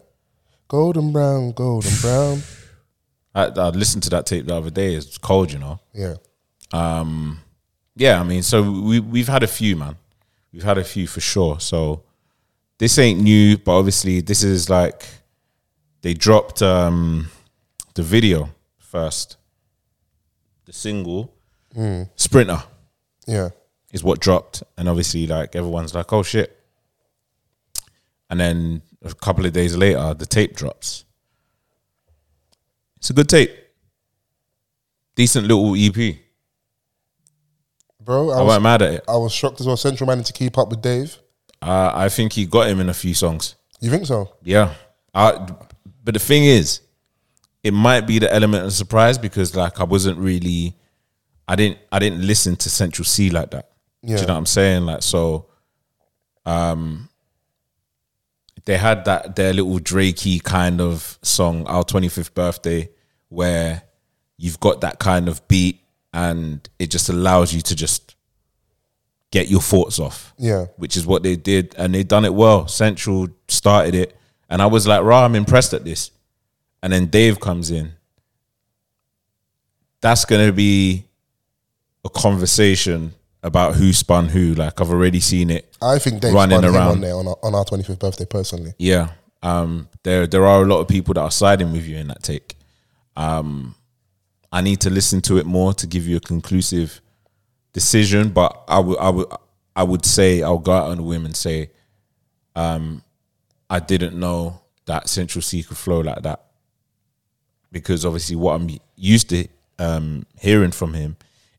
S4: Golden brown, golden brown.
S3: I, I listened to that tape the other day. It's cold, you know. Um,
S4: Yeah.
S3: Yeah, I mean, so we we've had a few, man. We've had a few for sure. So this ain't new, but obviously this is like they dropped um the video first, the single Sprinter
S4: Yeah.
S3: is what dropped, and obviously like everyone's like, oh shit, and then a couple of days later the tape drops. It's a good tape, decent little E EP.
S4: Bro, I
S3: I
S4: was,
S3: weren't mad at it.
S4: I was shocked as well. Central managed to keep up with Dave.
S3: Uh, I think he got him in a few songs.
S4: You think so?
S3: Yeah. I, but the thing is, it might be the element of surprise because like I wasn't really, I didn't, I didn't listen to Central C like that.
S4: Yeah.
S3: Do you know what I'm saying? Like so, um, they had that their little Drakey kind of song, "Our 25th Birthday," where you've got that kind of beat, and it just allows you to just get your thoughts off.
S4: Yeah.
S3: which is what they did, and they done it well. Central started it, and I was like, "Rah, I'm impressed at this." And then Dave comes in. That's gonna be a conversation about who spun who. Like I've already seen it.
S4: I think Dave
S3: Running
S4: spun him
S3: around.
S4: on there on our, on our 25th birthday, personally.
S3: Yeah. Um, there there are a lot of people that are siding with you in that take. Um, I need to listen to it more to give you a conclusive decision, but I would I would I would say I'll go out on a whim and say, um, I didn't know that Central C could flow like that. Because obviously what I'm used to um, hearing from him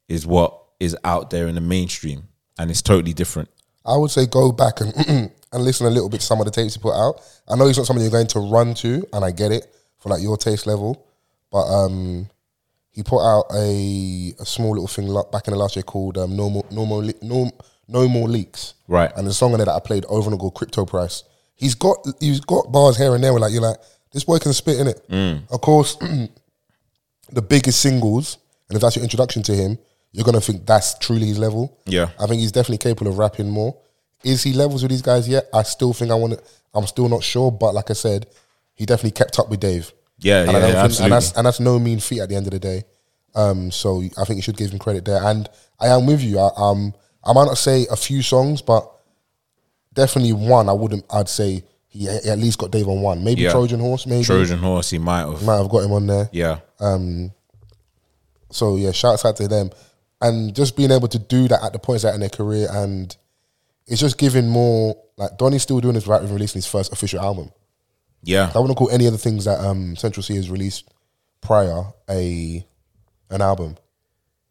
S3: is what is out there in the mainstream and it's totally different.
S4: I would say go back and and listen a little bit to some of the tapes he put out. I know he's not someone you're going to run to, and I get it for like your taste level, but um, he put out a a small little thing lo- back in the last year called um, No More No More Le- No No More Leaks,
S3: Right.
S4: And the song on there that I played over and over, Crypto Price. He's got he's got bars here and there where like you're like this boy can spit in it. Of course, the biggest singles, and if that's your introduction to him, you're gonna think that's truly his level.
S3: Yeah.
S4: I think he's definitely capable of rapping more. Is he levels with these guys yet? I still think I want to. I'm still not sure, but like I said, he definitely kept up with Dave.
S3: Yeah,
S4: and
S3: yeah,
S4: I
S3: yeah,
S4: don't think- and that's
S3: absolutely.
S4: and that's no mean feat at the end of the day. Um, so I think you should give him credit there. And I am with you. I, um, I might not say a few songs, but definitely one. I wouldn't. I'd say he, he at least got Dave on one. Maybe
S3: Yeah.
S4: Trojan Horse. Maybe
S3: Trojan horse, he might have.
S4: might have got him on there.
S3: Yeah.
S4: Um, So yeah, shouts out to them, and just being able to do that at the points that in their career, and it's just giving more. Like Donnie's still doing this right with releasing his first official album.
S3: yeah.
S4: I wouldn't call any of the things that um, Central C has released prior a an album.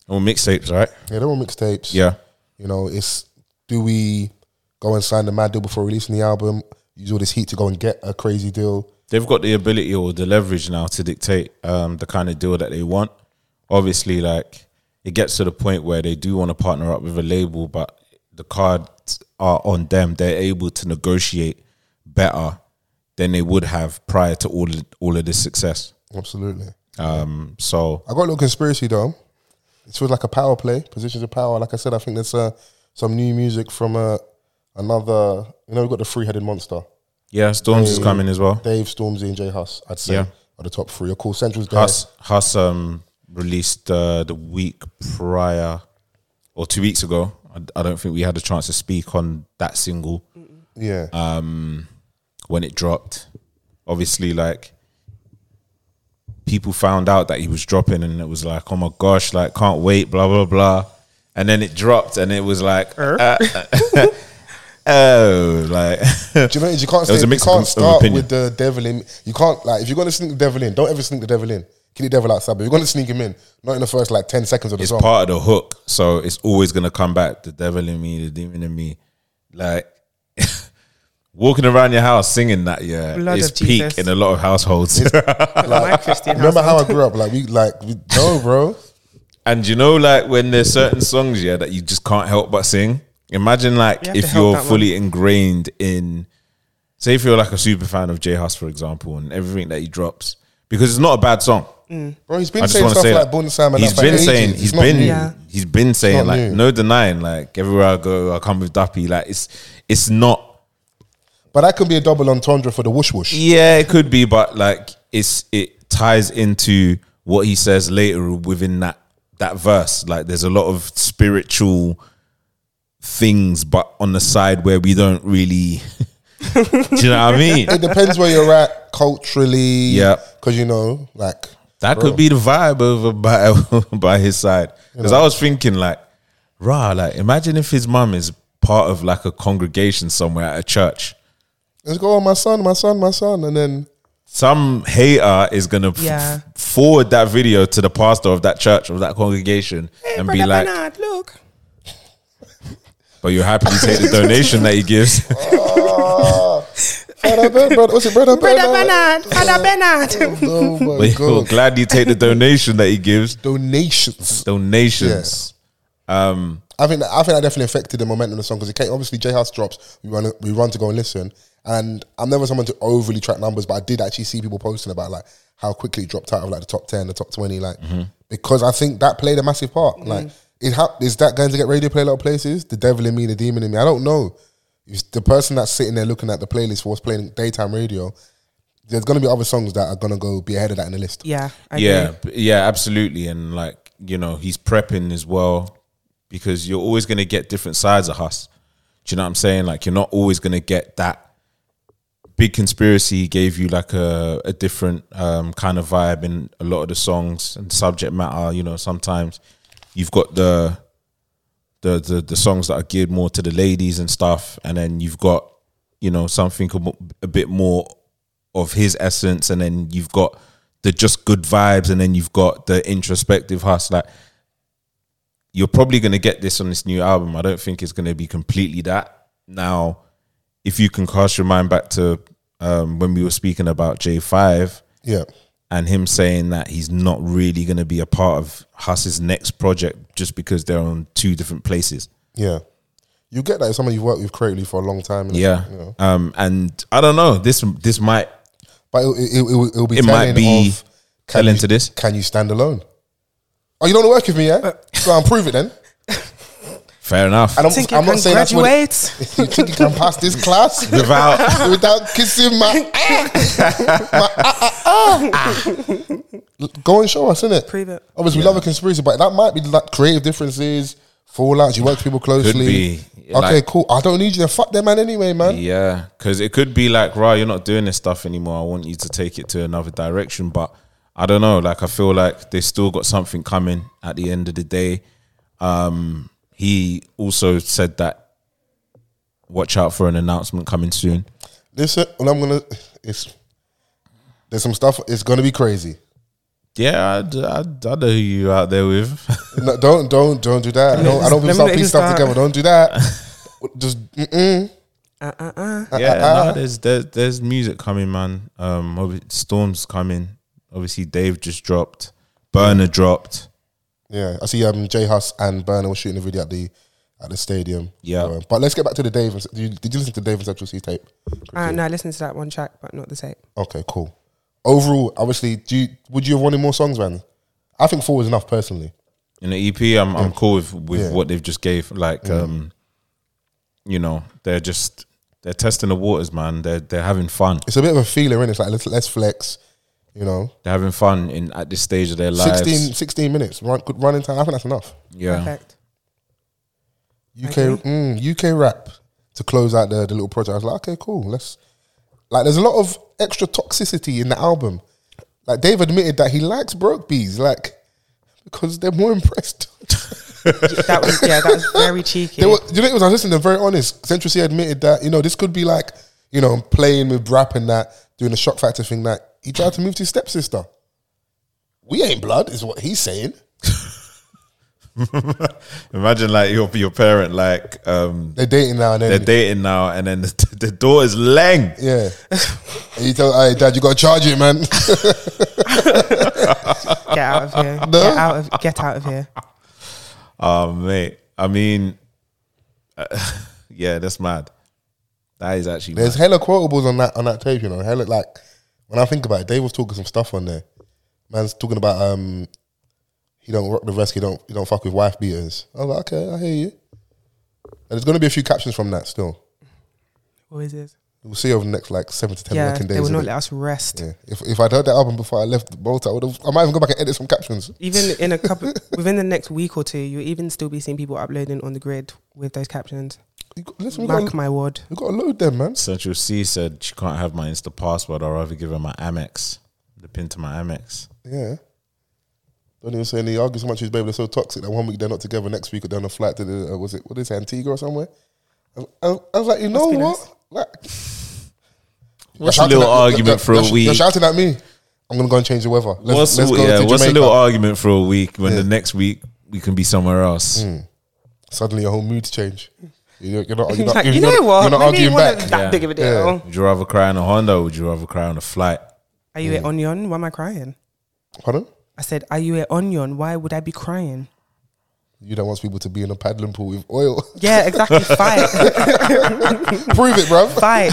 S3: All mixtapes, right?
S4: Yeah, they're all mixtapes.
S3: Yeah.
S4: you know, it's do we go and sign the mad deal before releasing the album? Use all this heat to go and get a crazy deal.
S3: They've got the ability or the leverage now to dictate um, the kind of deal that they want. Obviously, like it gets to the point where they do want to partner up with a label, but the cards are on them. They're able to negotiate better than they would have prior to all of, all of this success.
S4: Absolutely.
S3: Um, so
S4: I got a little conspiracy though. It feels like a power play, positions of power. Like I said, I think there's uh, some new music from uh, another. You know, we've got the three-headed monster:
S3: yeah, Storms is coming as well.
S4: Dave, Stormzy, and Jay Huss. I'd say
S3: Yeah.
S4: are the top three. Of course, Central's there.
S3: Huss Huss um, released uh, the week prior or two weeks ago. I, I don't think we had a chance to speak on that single. Um,
S4: Yeah,
S3: when it dropped. Obviously, like people found out that he was dropping, and it was like, oh my gosh, like can't wait, blah blah blah. And then it dropped, and it was like, uh, oh, like
S4: do you know what it is? you can't.
S3: It was
S4: Say,
S3: a
S4: you
S3: mix of-
S4: can't
S3: of
S4: start
S3: opinion.
S4: with the devil in. You can't like if you're gonna sneak the devil in, don't ever sneak the devil in. Keep the devil outside, but you're gonna sneak him in. Not in the first like ten seconds of the
S3: it's
S4: song.
S3: part of the hook, so it's always gonna come back. The devil in me, the demon in me, like. Walking around your house singing that, yeah,
S1: Blood
S3: it's
S1: of
S3: peak
S1: Jesus.
S3: in a lot of households.
S1: my Christian
S4: Remember how
S1: household.
S4: I grew up? Like we like we, no, bro.
S3: And you know, like when there's certain songs, yeah, that you just can't help but sing. Imagine like
S1: You have to
S3: if
S1: help
S3: you're
S1: that one.
S3: fully ingrained in, say, if you're like a super fan of J Hus, for example, and everything that he drops, because it's not a bad song.
S4: Mm. Bro, he's
S3: I
S4: been
S3: just
S4: saying
S3: want to
S4: stuff
S3: say
S4: like
S3: that
S4: Bun Sam and
S3: he's
S4: that for
S3: been
S4: ages.
S3: saying
S4: It's
S3: he's
S4: not
S3: been
S4: new.
S1: Yeah.
S3: he's been saying
S4: not
S3: like
S4: new.
S3: no denying like everywhere I go I come with Duppy like it's it's not
S4: But that could be a double entendre for the whoosh whoosh.
S3: Yeah, it could be, but like it's it ties into what he says later within that that verse. Like there's a lot of spiritual things, but on the side where we don't really. do you know what I mean?
S4: It depends where you're at culturally.
S3: Yeah.
S4: Because, you know, like,
S3: That could be the vibe over by by his side. Because I was thinking like, rah, like imagine if his mum is part of like a congregation somewhere at a church.
S4: let's go on, my son, my son, my son. And then,
S3: some hater is gonna f-
S1: Yeah.
S3: f- forward that video to the pastor of that church of that congregation and be
S1: Brother
S3: like,
S1: Bernard, look.
S3: "But you're happy to take the donation that he gives."
S4: brother, Ben- brother, what's it, brother,
S1: Brother
S4: Ah. Bernard?
S1: Bernard, Father Bernard.
S4: Oh my
S3: but you're
S4: God.
S3: glad you take the donation that he gives.
S4: Donations.
S3: Donations. Um,
S4: I think that, I think that definitely affected the momentum of the song because it came obviously J House drops. We run we run to go and listen, and I'm never someone to overly track numbers, but I did actually see people posting about like how quickly it dropped out of like the top ten, the top twenty, like
S3: mm-hmm.
S4: because I think that played a massive part.
S1: Mm.
S4: Like, it ha- is that going to get radio play a lot of places? The devil in me, the demon in me. I don't know. It's the person that's sitting there looking at the playlist for what's playing daytime radio. There's going to be other songs that are going to go be ahead of that in the list.
S1: Yeah. I
S3: yeah,
S1: agree.
S3: b- yeah, absolutely. And like you know, he's prepping as well because you're always gonna get different sides of us. Do you know what I'm saying? Like you're not always gonna get that. Big conspiracy gave you like a, a different um, kind of vibe in a lot of the songs and subject matter. You know, sometimes you've got the the the, the songs that are geared more to the ladies and stuff, and then you've got you know something a, mo- a bit more of his essence, and then you've got the just good vibes, and then you've got the introspective hustle. Like you're probably gonna get this on this new album. I don't think it's gonna be completely that. Now, if you can cast your mind back to um, when we were speaking about J Five,
S4: Yeah.
S3: and him saying that he's not really going to be a part of Huss's next project just because they're on two different places.
S4: Yeah. You get that if someone you've worked with creatively for a long time. innit?
S3: Yeah.
S4: You know?
S3: Um, and I don't know. This this might
S4: But it'll, it'll, it'll, it'll be
S3: It might
S4: telling
S3: be
S4: of, can
S3: fell
S4: you-
S3: into this.
S4: Can you stand alone? Oh, you don't want to work with me,
S1: Uh,
S4: yeah? Go and prove it then.
S3: Fair enough.
S4: And I'm,
S1: Think you
S4: I'm
S1: can
S4: not saying that's what it-
S1: graduate?
S4: you think you can pass this class
S3: Without
S4: without kissing my, my ah, ah, ah. Go and show us, innit?
S1: Prove it.
S4: Obviously, we love a conspiracy, but that might be like creative differences, fallouts. You work with people closely.
S3: be.
S4: Okay,
S3: Like-
S4: cool. I don't need you. then. Fuck that man anyway, man.
S3: yeah, because it could be like, right, you're not doing this stuff anymore. I want you to take it to another direction. But I don't know. Like, I feel like they still got something coming at the end of the day. Um, he also said that watch out for an announcement coming soon.
S4: Listen, well, uh, I'm gonna. It's there's some stuff. It's gonna be crazy.
S3: Yeah, I, I, I know who you out there with.
S4: No, don't don't don't do that. I don't, I don't people start
S1: Let me not
S4: piecing
S1: just
S4: stuff
S1: start.
S4: together. Don't do that. Just mm-mm.
S3: yeah, no, there's, there's there's music coming, man. Um, obvi- storms coming. Obviously, Dave just dropped. Burner dropped.
S4: yeah. I see. Um, Jay Huss and Burner were shooting a video at the at the stadium.
S3: Yeah.
S4: Uh, but let's get back to the Dave. And, did, you, did you listen to Dave and Central C tape?
S1: Uh, no, I listened to that one track, but not the tape.
S4: Okay, cool. Overall, obviously, do you, would you have wanted more songs, man? I think four was enough personally.
S3: In the EP, I'm I'm cool with with
S4: Yeah.
S3: what they've just gave. Like, um, you know, they're just they're testing the waters, man. They're they're having fun.
S4: It's a bit of a feeler in. It's like let's let's flex. You know,
S3: They're having fun in at this stage of their lives.
S4: 16, 16 minutes run, good running time. I think that's enough.
S3: yeah,
S1: Perfect.
S4: UK mm, UK rap to close out the, the little project. I was like, okay, cool. Let's like. There's a lot of extra toxicity in the album. Like Dave admitted that he likes broke bees, like because they're more impressed.
S1: That was yeah, that was very cheeky.
S4: They were, you know, it was, I was listening, they're very honest. Central C admitted that, you know, this could be like, you know, playing with rap and that, doing the shock factor thing that he tried to move to his stepsister. We ain't blood, is what he's saying.
S3: Imagine like your your parent like um
S4: They're dating now and
S3: they're
S4: then.
S3: dating now, uh, and then the, the door is lang.
S4: yeah. and you tell, hey, dad, you got to charge it, man.
S1: Get out of here.
S4: No.
S1: Get out of get out of here.
S3: Oh mate, I mean, yeah, that's mad. That is actually
S4: There's
S3: mad.
S4: hella quotables on that on that tape, you know. Hella like when I think about it, Dave was talking some stuff on there. Man's talking about um he don't rock the vest, he don't he don't fuck with wife beaters. I was like, okay, I hear you. And there's gonna be a few captions from that still.
S1: What is this?
S4: We'll see over the next like seven to ten
S1: Yeah,
S4: working days.
S1: they will
S4: innit?
S1: not let us rest.
S4: yeah. If if I'd heard that album before I left the boat, I would have I might even go back and edit some captions.
S1: Even in a couple within the next week or two, you'll even still be seeing people uploading on the grid with those captions.
S4: You got, listen, we
S1: Mark
S4: gotta,
S1: my word.
S4: we gotta load them, man.
S3: Central C said she can't have my Insta password. I'd rather give her my Amex, the pin to my Amex.
S4: Yeah. Don't even say any arguments much his baby. They're so toxic that one week they're not together, next week they're on a flight to the uh, was it what is it, Antigua or somewhere? I, I, I was like, you know
S1: be
S4: Oh, what?
S1: nice.
S4: Like,
S3: What's
S4: you're
S3: a
S4: shouting
S3: little
S4: at- you're-
S3: argument for
S4: you're-
S3: a
S4: you're-
S3: week?
S4: You're shouting at me. I'm gonna go and change the weather. Let's,
S3: what's
S4: let's go
S3: yeah?
S4: to
S3: What's a
S4: Jamaica.
S3: little argument for a week when the next week we can be somewhere else?
S4: Hmm. Suddenly your whole mood's change. You're, you're not. You're not
S1: Like,
S4: you're
S1: you know
S4: not-
S1: what?
S4: You're not
S1: Maybe it
S4: arguing
S1: wasn't
S4: back.
S1: that big of a deal.
S4: Yeah.
S3: Would you rather cry on a Honda? Or would you rather cry on a flight?
S1: Are you a onion? Why am I crying?
S4: Pardon?
S1: I said, Are you a onion? Why would I be crying?
S4: You don't want people to be in a paddling pool with oil.
S1: Yeah, exactly. Fight,
S4: Prove it, bruv.
S1: fight.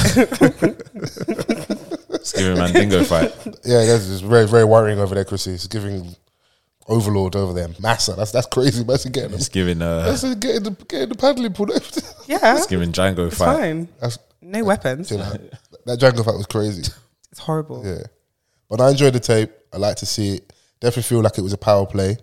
S3: It's giving man dingo fight.
S4: Yeah, that's just very, very worrying over there, Chrissy. It's giving overlord over there. Massa. That's that's crazy. Massa getting them.
S3: It's giving uh,
S4: That's a- get in the get in the paddling pool. that's
S1: Yeah,
S3: it's giving Django
S1: it's
S3: fight.
S1: fine. No weapons.
S4: you know, that Django fight was crazy.
S1: It's horrible.
S4: Yeah. But I enjoyed the tape. I like to see it. Definitely feel like it was a power play.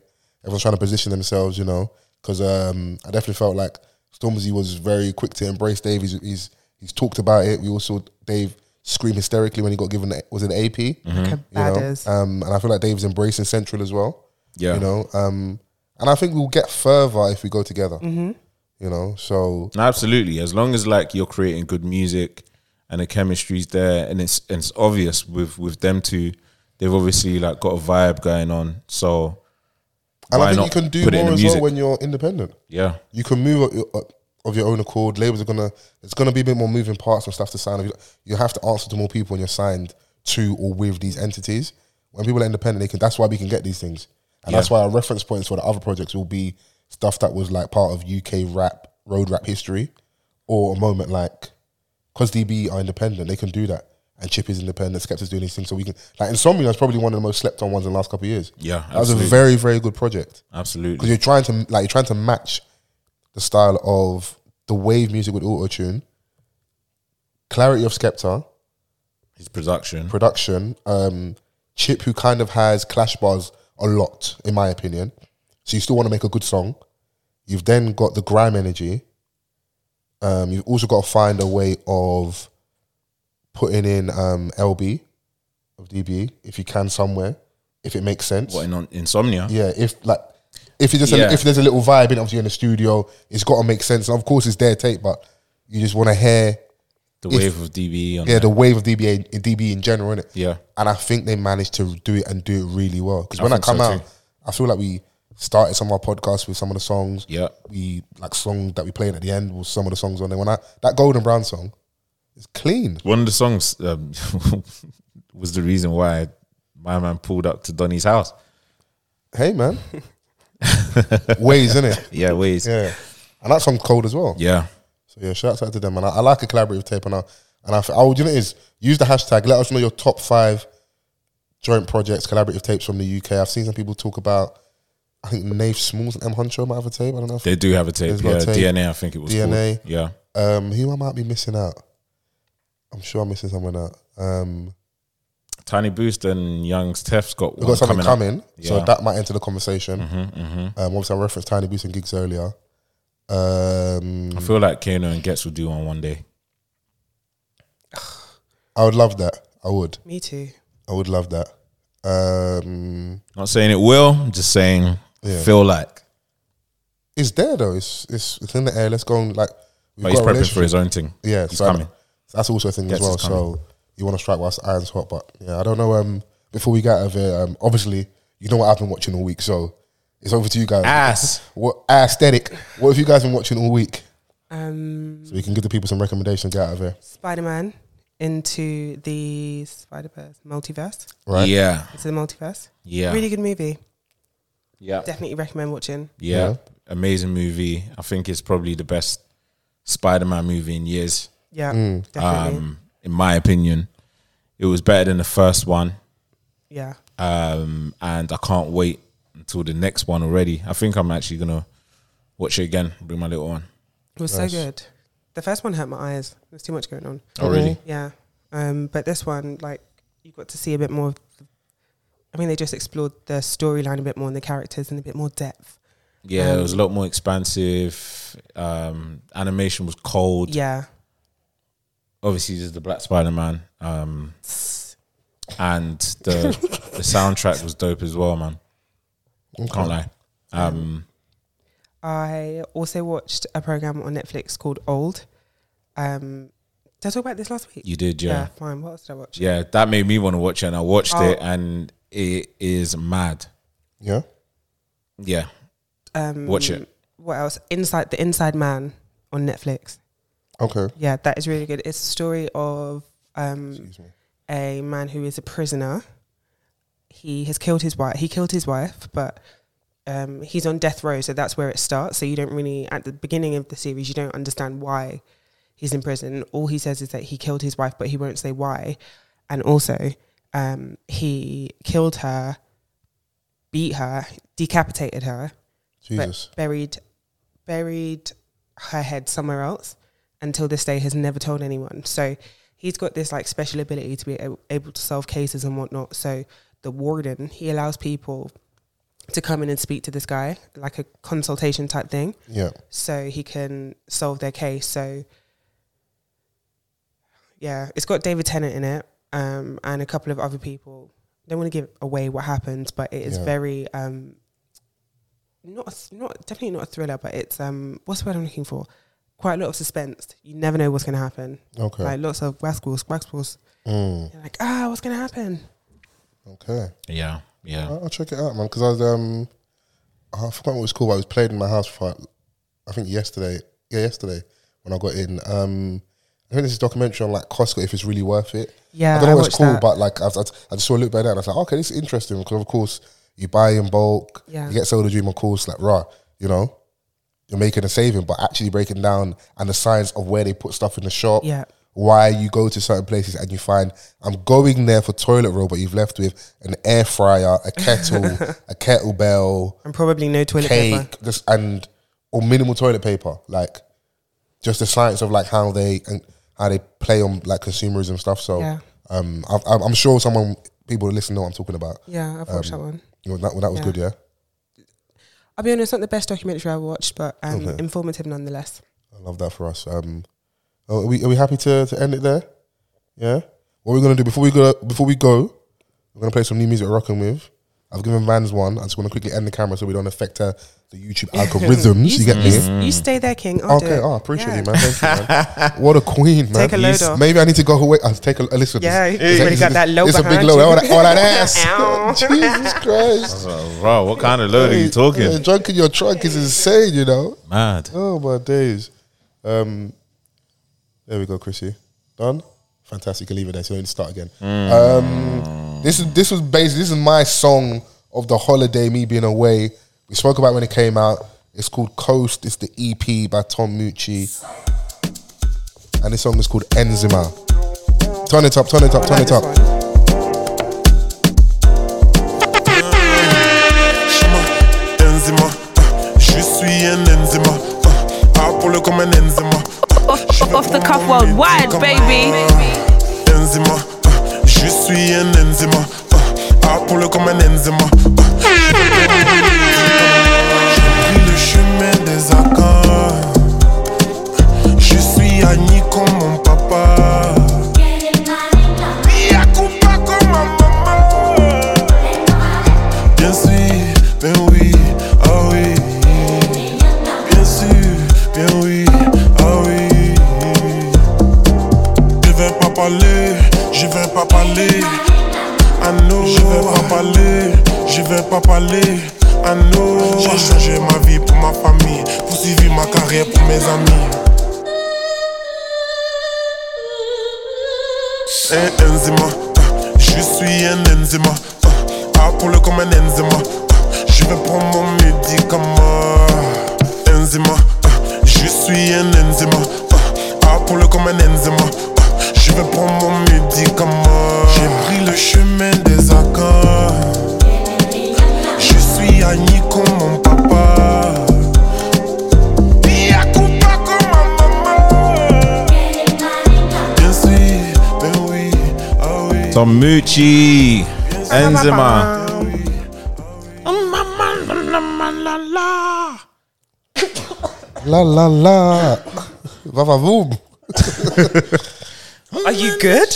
S4: Everyone's trying to position themselves, you know, because um, I definitely felt like Stormzy was very quick to embrace Dave. He's, he's, he's talked about it. We all saw Dave scream hysterically when he got given, the, was it the AP?
S1: Like a badders.
S4: Um, and I feel like Dave's embracing Central as well.
S3: Yeah.
S4: You know, um, and I think we'll get further if we go together.
S1: Mm-hmm.
S4: You know, so
S3: No, absolutely. As long as like you're creating good music and the chemistry's there, and it's and it's obvious with with them two, they've obviously like got a vibe going on. So
S4: and
S3: why
S4: I think
S3: not
S4: you can do
S3: put it in
S4: more
S3: the
S4: as
S3: music?
S4: well when you're independent.
S3: yeah,
S4: you can move of your, of your own accord. Labels are gonna it's gonna be a bit more moving parts and stuff to sign. You- You have to answer to more people when you're signed to or with these entities. When people are independent, they can. That's why we can get these things, and that's
S3: Yeah.
S4: why our reference points for the other projects will be stuff that was like part of UK rap, road rap history, or a moment like because DB are independent, they can do that. And Chip is independent. Skepta's doing these things, so we can. Like Insomnia is probably one of the most slept on ones in the last couple of years.
S3: Yeah,
S4: that was a
S3: absolutely.
S4: very, very good project because
S3: absolutely.
S4: you're trying to like you're trying to match the style of the wave music with auto tune, clarity of Skepta,
S3: His production,
S4: production, um, Chip who kind of has clash bars a lot in my opinion. So you still want to make a good song. You've then got the grime energy. Um, you've also got to find a way of putting in um, LB of DB E, if you can somewhere, if it makes sense.
S3: what in on insomnia?
S4: Yeah, if like if you just
S3: Yeah.
S4: if there's a little vibe in obviously in the studio, it's got to make sense. And of course, it's their tape, but you just want to hear
S3: The
S4: If-
S3: wave of DB on
S4: yeah the wave of E, DBA DB in general, innit?
S3: Yeah.
S4: and I think they managed to do it and do it really well. Because when I
S3: think
S4: come
S3: so
S4: out,
S3: too.
S4: I feel like we started some of our podcasts with some of the songs.
S3: Yeah.
S4: we like song that we played at the end was some of the songs on there. When I that Golden Brown song, it's clean.
S3: One of the songs um, was the reason why my man pulled up to Donny's house.
S4: Hey man, ways in it.
S3: Yeah, ways. Yeah.
S4: Yeah, and that song's cold as well. So yeah, shouts out to them, and I, I like a collaborative tape, and I and I, f- oh, you know, what it is use the hashtag. Let us know your top five joint projects, collaborative tapes from the UK. I've seen some people talk about. I think Nave Smalls and M Huncho might have a tape. I don't know. If,
S3: They do have a tape.
S4: There's
S3: Yeah,
S4: got a tape.
S3: DNA. I think it was
S4: DNA.
S3: Called. Yeah,
S4: um, who I might be missing out. I'm sure I'm missing someone out. Um,
S3: Tiny Boost and Young's Tef's got
S4: we've
S3: one
S4: got something
S3: coming. up.
S4: coming, so
S3: Yeah. Mm-hmm,
S4: that might enter the conversation. Um, obviously, I referenced Tiny Boots and Gigs earlier. Um,
S3: I feel like Kano and Gets will do one one day.
S4: I would love that. I would.
S1: Me too.
S4: I would love that. Um,
S3: Not saying it will, I'm just saying
S4: Yeah.
S3: feel like.
S4: it's there though. It's it's it's in the air. Let's go and like. We've
S3: But he's prepping
S4: a
S3: for
S4: relationship.
S3: his own thing.
S4: Yeah,
S3: he's
S4: so
S3: coming.
S4: so that's also a thing
S3: Gets
S4: as well.
S3: is coming.
S4: So you want to strike whilst the iron's hot, but yeah, I don't know. Um, before we get out of here, um, obviously you know what I've been watching all week, so it's over to you guys.
S3: Ass.
S4: What aesthetic? What have you guys been watching all week?
S1: Um,
S4: So we can give the people some recommendations. Get out of here,
S1: Spider Man into the Spider Verse multiverse.
S4: right?
S3: Yeah,
S1: Into the multiverse.
S3: yeah,
S1: Really good movie.
S3: yeah.
S1: Definitely recommend watching.
S3: yeah,
S4: Yeah.
S3: Amazing movie. I think it's probably the best Spider-Man movie in years.
S1: Yeah, definitely.
S3: Um, in my opinion, it was better than the first one,
S1: yeah.
S3: um, and I can't wait until the next one already. I think I'm actually gonna watch it again. Bring my little one.
S1: It was so good. The first one hurt my eyes. There's too much going on.
S3: Oh, really?
S1: Yeah. Um, but this one, like, you got to see a bit more. Of the, I mean, they just explored the storyline a bit more and the characters in a bit more depth.
S3: Yeah, it
S1: Um,
S3: was a lot more expansive. Um, animation was cold.
S1: Yeah.
S3: obviously there's the Black Spider Man, um, and the the soundtrack was dope as well, man. Can't lie. Um,
S1: I also watched a program on Netflix called Old. Um, did I talk about this last week?
S3: you did,
S1: yeah,
S3: yeah.
S1: fine. What else did I watch?
S3: yeah, That made me want to watch it, and I watched
S1: Oh.
S3: it, and it is mad.
S4: Yeah.
S3: Yeah,
S1: Um,
S3: watch it.
S1: What else? Inside the Inside Man on Netflix.
S4: Okay.
S1: Yeah, that is really good. It's a story of um,
S4: Excuse me.
S1: a man who is a prisoner. He has killed his wife. He killed his wife, but um, he's on death row, so that's where it starts. So you don't really at the beginning of the series you don't understand why he's in prison. All he says is that he killed his wife, but he won't say why. And also, um, he killed her, beat her, decapitated her,
S4: Jesus.
S1: but buried buried her head somewhere else. Until this day, has never told anyone. So he's got this like special ability to be a- able to solve cases and whatnot. So the warden he allows people to come in and speak to this guy, like a consultation type thing
S4: Yeah.
S1: so he can solve their case. So, yeah, it's got David Tennant in it um, and a couple of other people. Don't want to give away what happens, but it is
S4: Yeah.
S1: very um, not a th- not definitely not a thriller, but it's um, what's the word I'm looking for? Quite a lot of suspense. You never know what's going to happen.
S4: Okay.
S1: Like lots of rascals, rascals.
S4: Mm.
S1: You're like, ah, what's going to happen?
S4: Okay.
S3: Yeah, yeah.
S4: I'll, I'll check it out, man. Because I was um, I forgot what it was called, but it was played in my house for I think yesterday. Yeah, yesterday when I got in. Um, I think this is documentary on like Costco if it's really worth it.
S1: Yeah,
S4: I don't
S1: I
S4: know what it's
S1: watched
S4: called,
S1: that.
S4: but like I, I, I just saw a look back there and I was like, okay, this is interesting because of course you buy in bulk,
S1: Yeah.
S4: you get sold a dream, of course, like raw, you know, you're making a saving, but actually breaking down and the signs of where they put stuff in the shop,
S1: Yeah.
S4: why you go to certain places and you find I'm going there for toilet roll, but you've left with an air fryer, a kettle, a kettlebell,
S1: And probably no toilet paper.
S4: cake, just and or minimal toilet paper, like just the science of like how they and how they play on like consumerism stuff. So
S1: Yeah.
S4: um, I, I'm I'm sure someone people that listen know what I'm talking about. Um,
S1: Yeah, I've watched that one.
S4: You know, that that was
S1: Yeah.
S4: good, yeah.
S1: I'll be honest, it's not the best documentary I watched, but um,
S4: Okay.
S1: informative nonetheless.
S4: I love that for us. Um, oh, are we are we happy to, to end it there? Yeah. What we're gonna do before we go before we go, we're gonna play some new music we're rocking with. I've given Vans one. I just want to quickly end the camera so we don't affect uh, the YouTube algorithms. you, get me?
S1: You, you stay there, King. I'll do
S4: Okay,
S1: it.
S4: oh, I appreciate
S1: Yeah.
S4: you, man. Thank you, man. What a queen, man.
S1: Take a load off.
S4: Maybe I need to go away. I'll take a listen.
S1: Yeah,
S4: It's-
S1: you already got that low
S4: It's a big
S1: behind
S4: low.
S1: you.
S4: All that, all that ass.
S1: Ow.
S4: Jesus Christ.
S3: So, bro, what kind of load are you
S4: Yeah,
S3: talking?
S4: drunk in your trunk is insane, you know.
S3: Mad.
S4: Oh my days. Um, there we go, Chrissy. Done. Fantastic. You can leave it there. So we need to start again. Um, this is this was basically this is my song of the holiday. Me being away. We spoke about it when it came out. It's called Coast. It's the EP by Tom Mucci, and this song is called Enzima. Turn it up. Turn it up. Turn it up.
S7: Enzima, Enzima, ah, je suis un Enzima, ah, parle comme un Enzima. ah,
S6: Off-
S7: je veux
S6: off the
S7: prendre
S6: cuff
S7: mon médicament.
S6: worldwide, baby.
S7: Enzima, ah, je suis un Enzima, ah, parle comme un Enzima. ah, J'ai pris le chemin des accords, je suis Annie comme mon papa. Yakuba comme ma maman. Bien sûr, bien oui, ah oui. Bien sûr, bien oui, ah oui. Je vais pas parler, je vais pas parler. Ah non, je vais pas parler, je vais pas parler. Ah non, j'ai changé ma vie pour ma famille, poursuivi ma carrière pour mes amis. un Enzima, ah, je suis un Enzima, ah, ah, pour le comme un Enzima, ah, je vais prendre mon médicament. Enzima, ah, je suis un Enzima, ah, ah, pour le comme un Enzima, ah, je vais prendre mon médicament. J'ai pris le chemin des accords, je suis Annie comme mon papa. Yakuba comme ma maman. Bien sûr, ben oui, ah oui,
S3: Tom Mucci, Enzima.
S1: Mm,
S4: La la la. Va va boom.
S1: Are you good?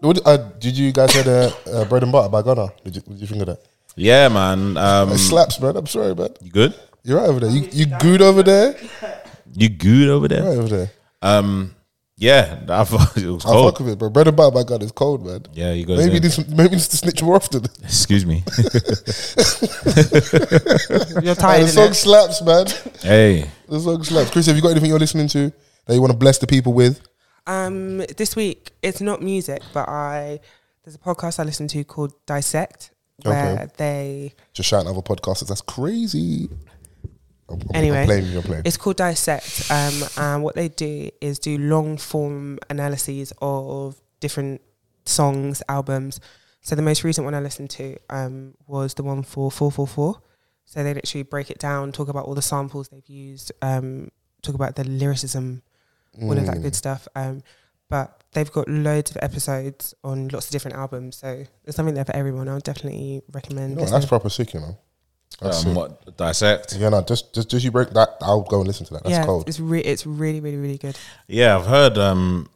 S4: What- uh, did you guys hear the uh, bread and butter by Gunna? Did you, what did you think of that?
S3: Yeah, man. Um,
S4: It slaps, man. I'm sorry, man.
S3: you good?
S4: You're right over there. You you good over there?
S3: You good over there?
S4: Right over there.
S3: Um, yeah, I thought it was
S4: I
S3: cold.
S4: fuck with it, bro. Bread and butter, my God, it's cold, man.
S3: Yeah, you got
S4: Maybe
S3: maybe
S4: this, maybe this to snitch more often.
S3: Excuse me.
S1: You're tired.
S4: the song
S1: innit?
S4: slaps, man.
S3: hey,
S4: The song slaps. Chris, have you got anything you're listening to that you want to bless the people with?
S1: Um, this week it's not music, but I there's a podcast I listen to called Dissect. where
S4: Okay.
S1: they
S4: Just shouting at other podcasters. That's crazy. I'm, I'm- I'm
S1: anyway,
S4: playing, you're playing.
S1: it's called Dissect. Um, and what they do is do long form analyses of different songs, albums. So the most recent one I listened to um, was the one for 444. So they literally break it down, talk about all the samples they've used, um, talk about the lyricism, all of that
S4: Mm.
S1: good stuff. Um, but they've got loads of episodes on lots of different albums. So there's something there for everyone. I'll definitely recommend
S4: You know,
S1: listening.
S4: that's proper sick, you know. That's
S3: um,
S4: sick.
S3: what dissect?
S4: Yeah, no, just, just just you break that. I'll go and listen to that. That's
S1: yeah,
S4: cold.
S1: it's re- it's really, really, really good.
S3: Yeah, I've heard um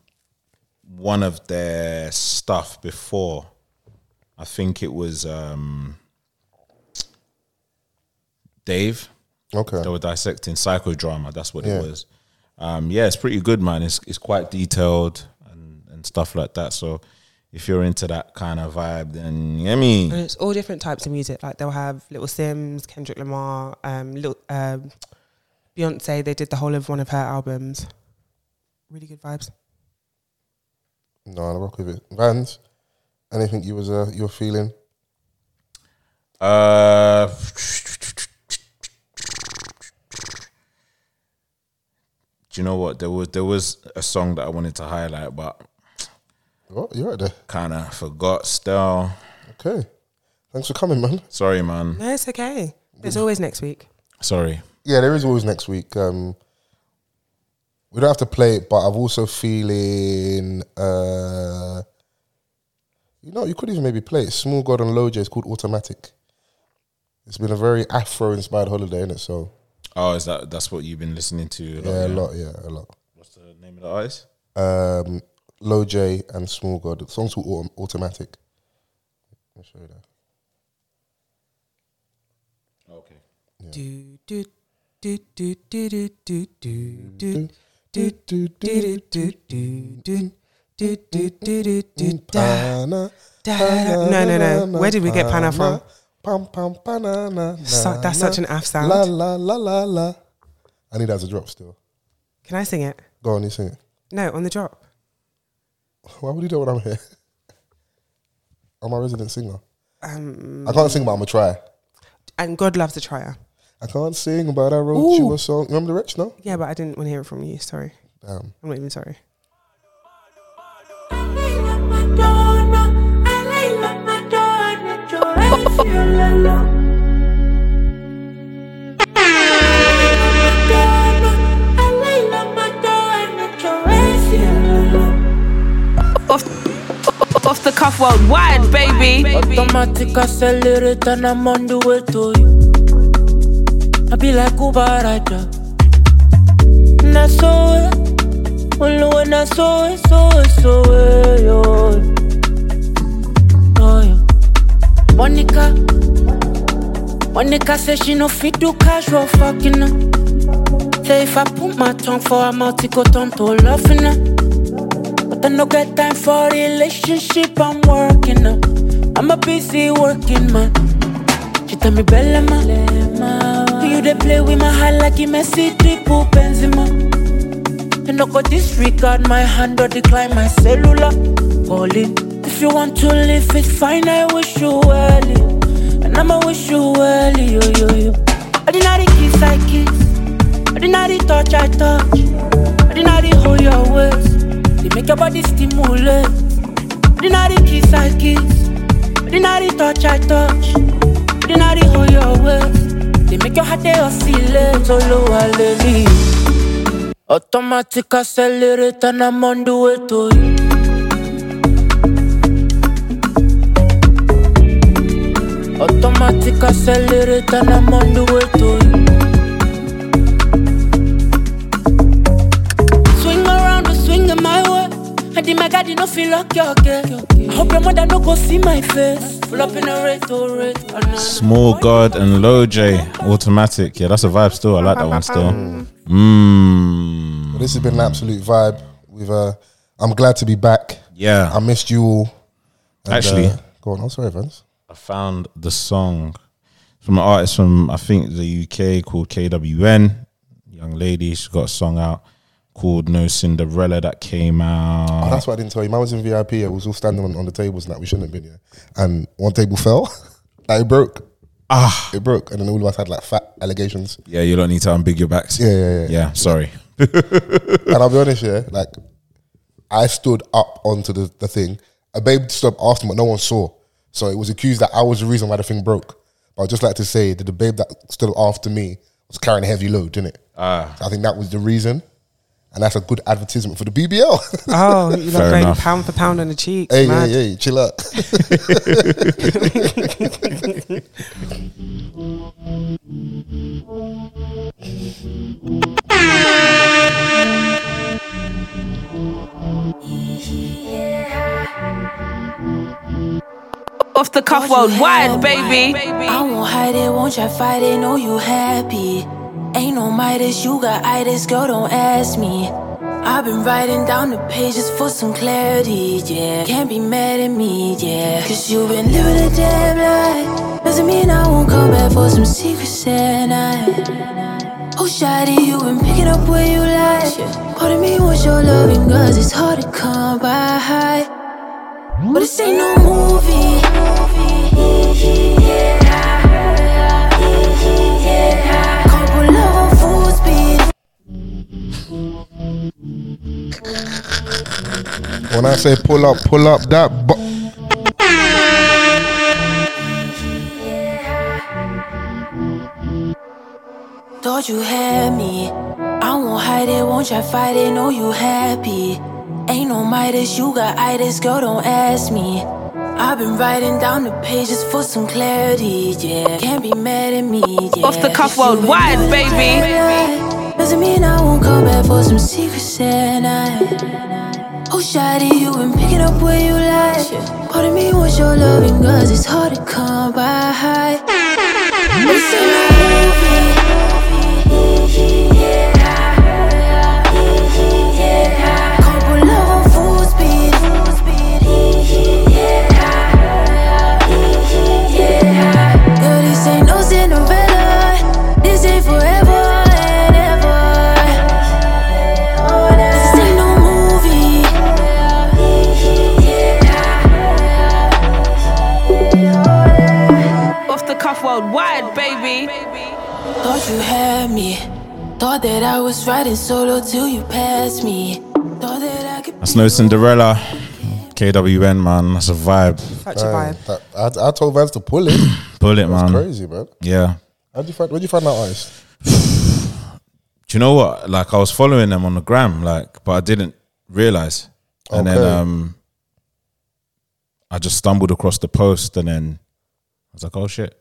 S3: one of their stuff before. I think it was um Dave.
S4: Okay.
S3: They were dissecting psychodrama. That's what
S4: Yeah.
S3: it was. Um, yeah, it's pretty good, man. It's it's quite detailed and, and stuff like that. So if you're into that kind of vibe, then yeah,
S4: Mm.
S3: me.
S1: And it's all different types of music. Like they'll have Little Sims, Kendrick Lamar, um, Lil, um, Beyonce. They did the whole of one of her albums. Really good vibes.
S4: No, I rock with it. Vans, anything you was uh, you were feeling?
S3: Uh, do you know what? There was there was a song that I wanted to highlight, but
S4: Oh, you're right there.
S3: kind of forgot. Still,
S4: Okay. Thanks for coming, man.
S3: sorry, man.
S1: No, it's okay. It's always next week.
S3: Sorry.
S4: Yeah, there is always next week. Um, we don't have to play it, but I've also feeling. Uh, you know, you could even maybe play it. Small God and Loja is called Automatic. It's been a very Afro-inspired holiday, isn't it? So
S3: Oh, is that that's what you've been listening to? a lot,
S4: yeah, a lot, yeah, a lot.
S3: What's the name of the artist?
S4: Um, Loja and Small God. The song's called Autom- Automatic. I'll show you that.
S3: Okay.
S1: Do do do do do do do do do do do
S4: Do, do,
S1: do do do do do do do
S4: do,
S1: do da.
S4: da,
S1: da- no, no, no. Where did we get Pana from?
S4: Pam, pam, pana, na, na,
S1: Su- that's such an F sound.
S4: La, la, la, la, la. I need that as a drop still.
S1: Can I sing it?
S4: Go on, you sing it.
S1: No, on the drop.
S4: Why would you do it when I'm here? I'm a resident singer.
S1: Um,
S4: I can't sing, but I'm going to try.
S1: and God loves a trier.
S4: I can't sing, but I wrote you
S1: Ooh.
S4: a song. Remember the rich, no?
S1: Yeah, but I didn't want to hear it from you. Sorry,
S4: Damn.
S1: I'm not even sorry.
S8: Off the cuff worldwide, baby.
S9: Automatic accelerate and I'm on the way to you. I be like Uber rider. And I saw it. Only when I saw it, saw it, saw it. Oh, yeah. Oh, yeah. Monica. Monica say she no fit do casual fucking. Her. Say if I put my tongue for her mouth, it go turn to laughing. Her. But I no got time for relationship, I'm working up. I'm a busy working man. She tell me Bella ma. Do you they play with my heart like you messy triple Benzema? And no go disregard my hand or decline my cellular calling. If you want to live, it's fine. I wish you well, yeah. and I'ma wish you well, yo yo yo. Ordinary kiss I kiss, ordinary touch I touch. Ordinary hold your waist. They make your body stimulate. Ordinary kiss I kiss. Ordinary touch I touch. Ordinary hold your waist. They make your heart they oscillate. Solo hallelujah. Automatic accelerate and I'm on the way to you. Automatic accelerate and I'm on the way to you. Swing around the swing in my way. And the my God, you no feel like your girl. I hope your mother no go see my face. Full up in a red to red. Oh, no, no.
S3: Small God and Low J automatic. Yeah, that's a vibe still. I like that one still.
S4: But
S3: Mmm.
S4: this has been an absolute vibe. We've. Uh, I'm glad to be back.
S3: Yeah.
S4: I missed you all. And,
S3: Actually-
S4: uh, go on. I'm sorry, Vance.
S3: I found the song from an artist from I think the UK called KWN. Young lady, she got a song out called No Cinderella that came out.
S4: Oh, that's what I didn't tell you. Mine was in VIP. I was all standing on, on the tables and that. We shouldn't have been here. And one table fell. Like it broke. Ah, it broke, and then all of us had like fat allegations.
S3: Yeah, you don't need to unbig your backs.
S4: Yeah, yeah, yeah.
S3: Yeah, sorry.
S4: and I'll be honest, yeah, like I stood up onto the, the thing. A babe stood up after, me, but no one saw. So it was accused that I was the reason why the thing broke. But I'd just like to say that the babe that stood up after me was carrying a heavy load, didn't it? Ah. I think that was the reason. And that's a good advertisement for the BBL.
S1: Oh, you
S3: Fair
S1: lot going
S3: enough.
S1: pound for pound on the cheeks.
S4: hey,
S1: mad.
S4: hey, hey, chill out.
S9: Off the cuff worldwide, baby.
S8: I won't hide it, won't try fight it, know you happy. Ain't no Midas, you got itis, girl, don't ask me. I've been writing down the pages for some clarity, yeah. Can't be mad at me, yeah. Cause you've been living a damn lie. Doesn't mean I won't come back for some secrets at night. Oh, shawty, you've been picking up where you like. Part of me wants your loving, cause it's hard to come by. But this ain't no movie. Couple of full speed.
S4: when I say pull up, pull up that. Bu-
S8: Thought you had me. I won't hide it, won't try fight it. Know you happy. Ain't no Midas, you got itis, girl, don't ask me. I've been writing down the pages for some clarity, yeah. Can't be mad at me, yeah.
S9: Off the cuff worldwide, baby.
S8: Doesn't mean I won't come back for some secrets at night. Oh, shawty, you been picking up where you like. Part of me wants your loving, cause it's hard to come by. But it's in a movie. Couple of full speed. Girl, this ain't no Cinderella. This ain't forever and ever. This ain't no movie.
S9: Off the cuff worldwide, baby.
S8: Thought you had me. Thought that I was riding solo till you passed me. Thought that I could.
S3: That's no Cinderella. KWN, man. That's a vibe.
S1: Such a vibe.
S4: that I, I told Vance to pull it.
S3: Bullet, man.
S4: Crazy, man.
S3: Yeah.
S4: How would you find? Where would you find that artist?
S3: Do you know what? Like, I was following them on the gram, like, but I didn't realize. And then
S4: Okay.
S3: um, I just stumbled across the post and then I was like, oh shit.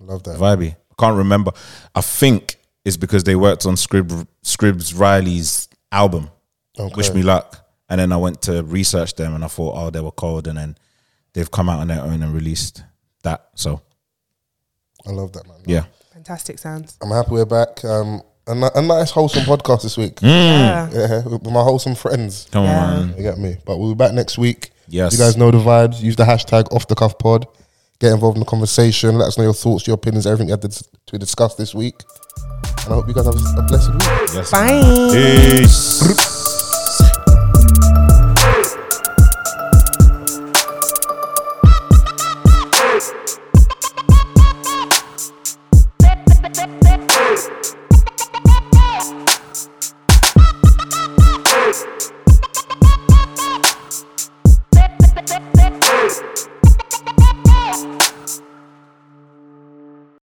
S4: Love that.
S3: vibey. I can't remember. I think it's because they worked on Scrib, Scribs Riley's album, Wish Me Luck. And then I went to research them and I thought, oh, they were cold. And then they've come out on their own and released that. So,
S4: I love that, man.
S3: yeah.
S1: Fantastic sounds.
S4: I'm happy we're back. Um, a, ni- a nice wholesome podcast this week.
S1: Yeah.
S4: Yeah, with my wholesome friends.
S3: Mm. Come
S1: Yeah.
S3: on, man.
S4: You get me. But we'll be back next week.
S3: Yes.
S4: You guys know the vibes. Use the hashtag off the cuff pod. Get involved in the conversation. Let us know your thoughts, your opinions, everything you had to, to discuss this week. And I hope you guys have a blessed week.
S3: Yes.
S1: Bye.
S3: Peace.
S10: Hey!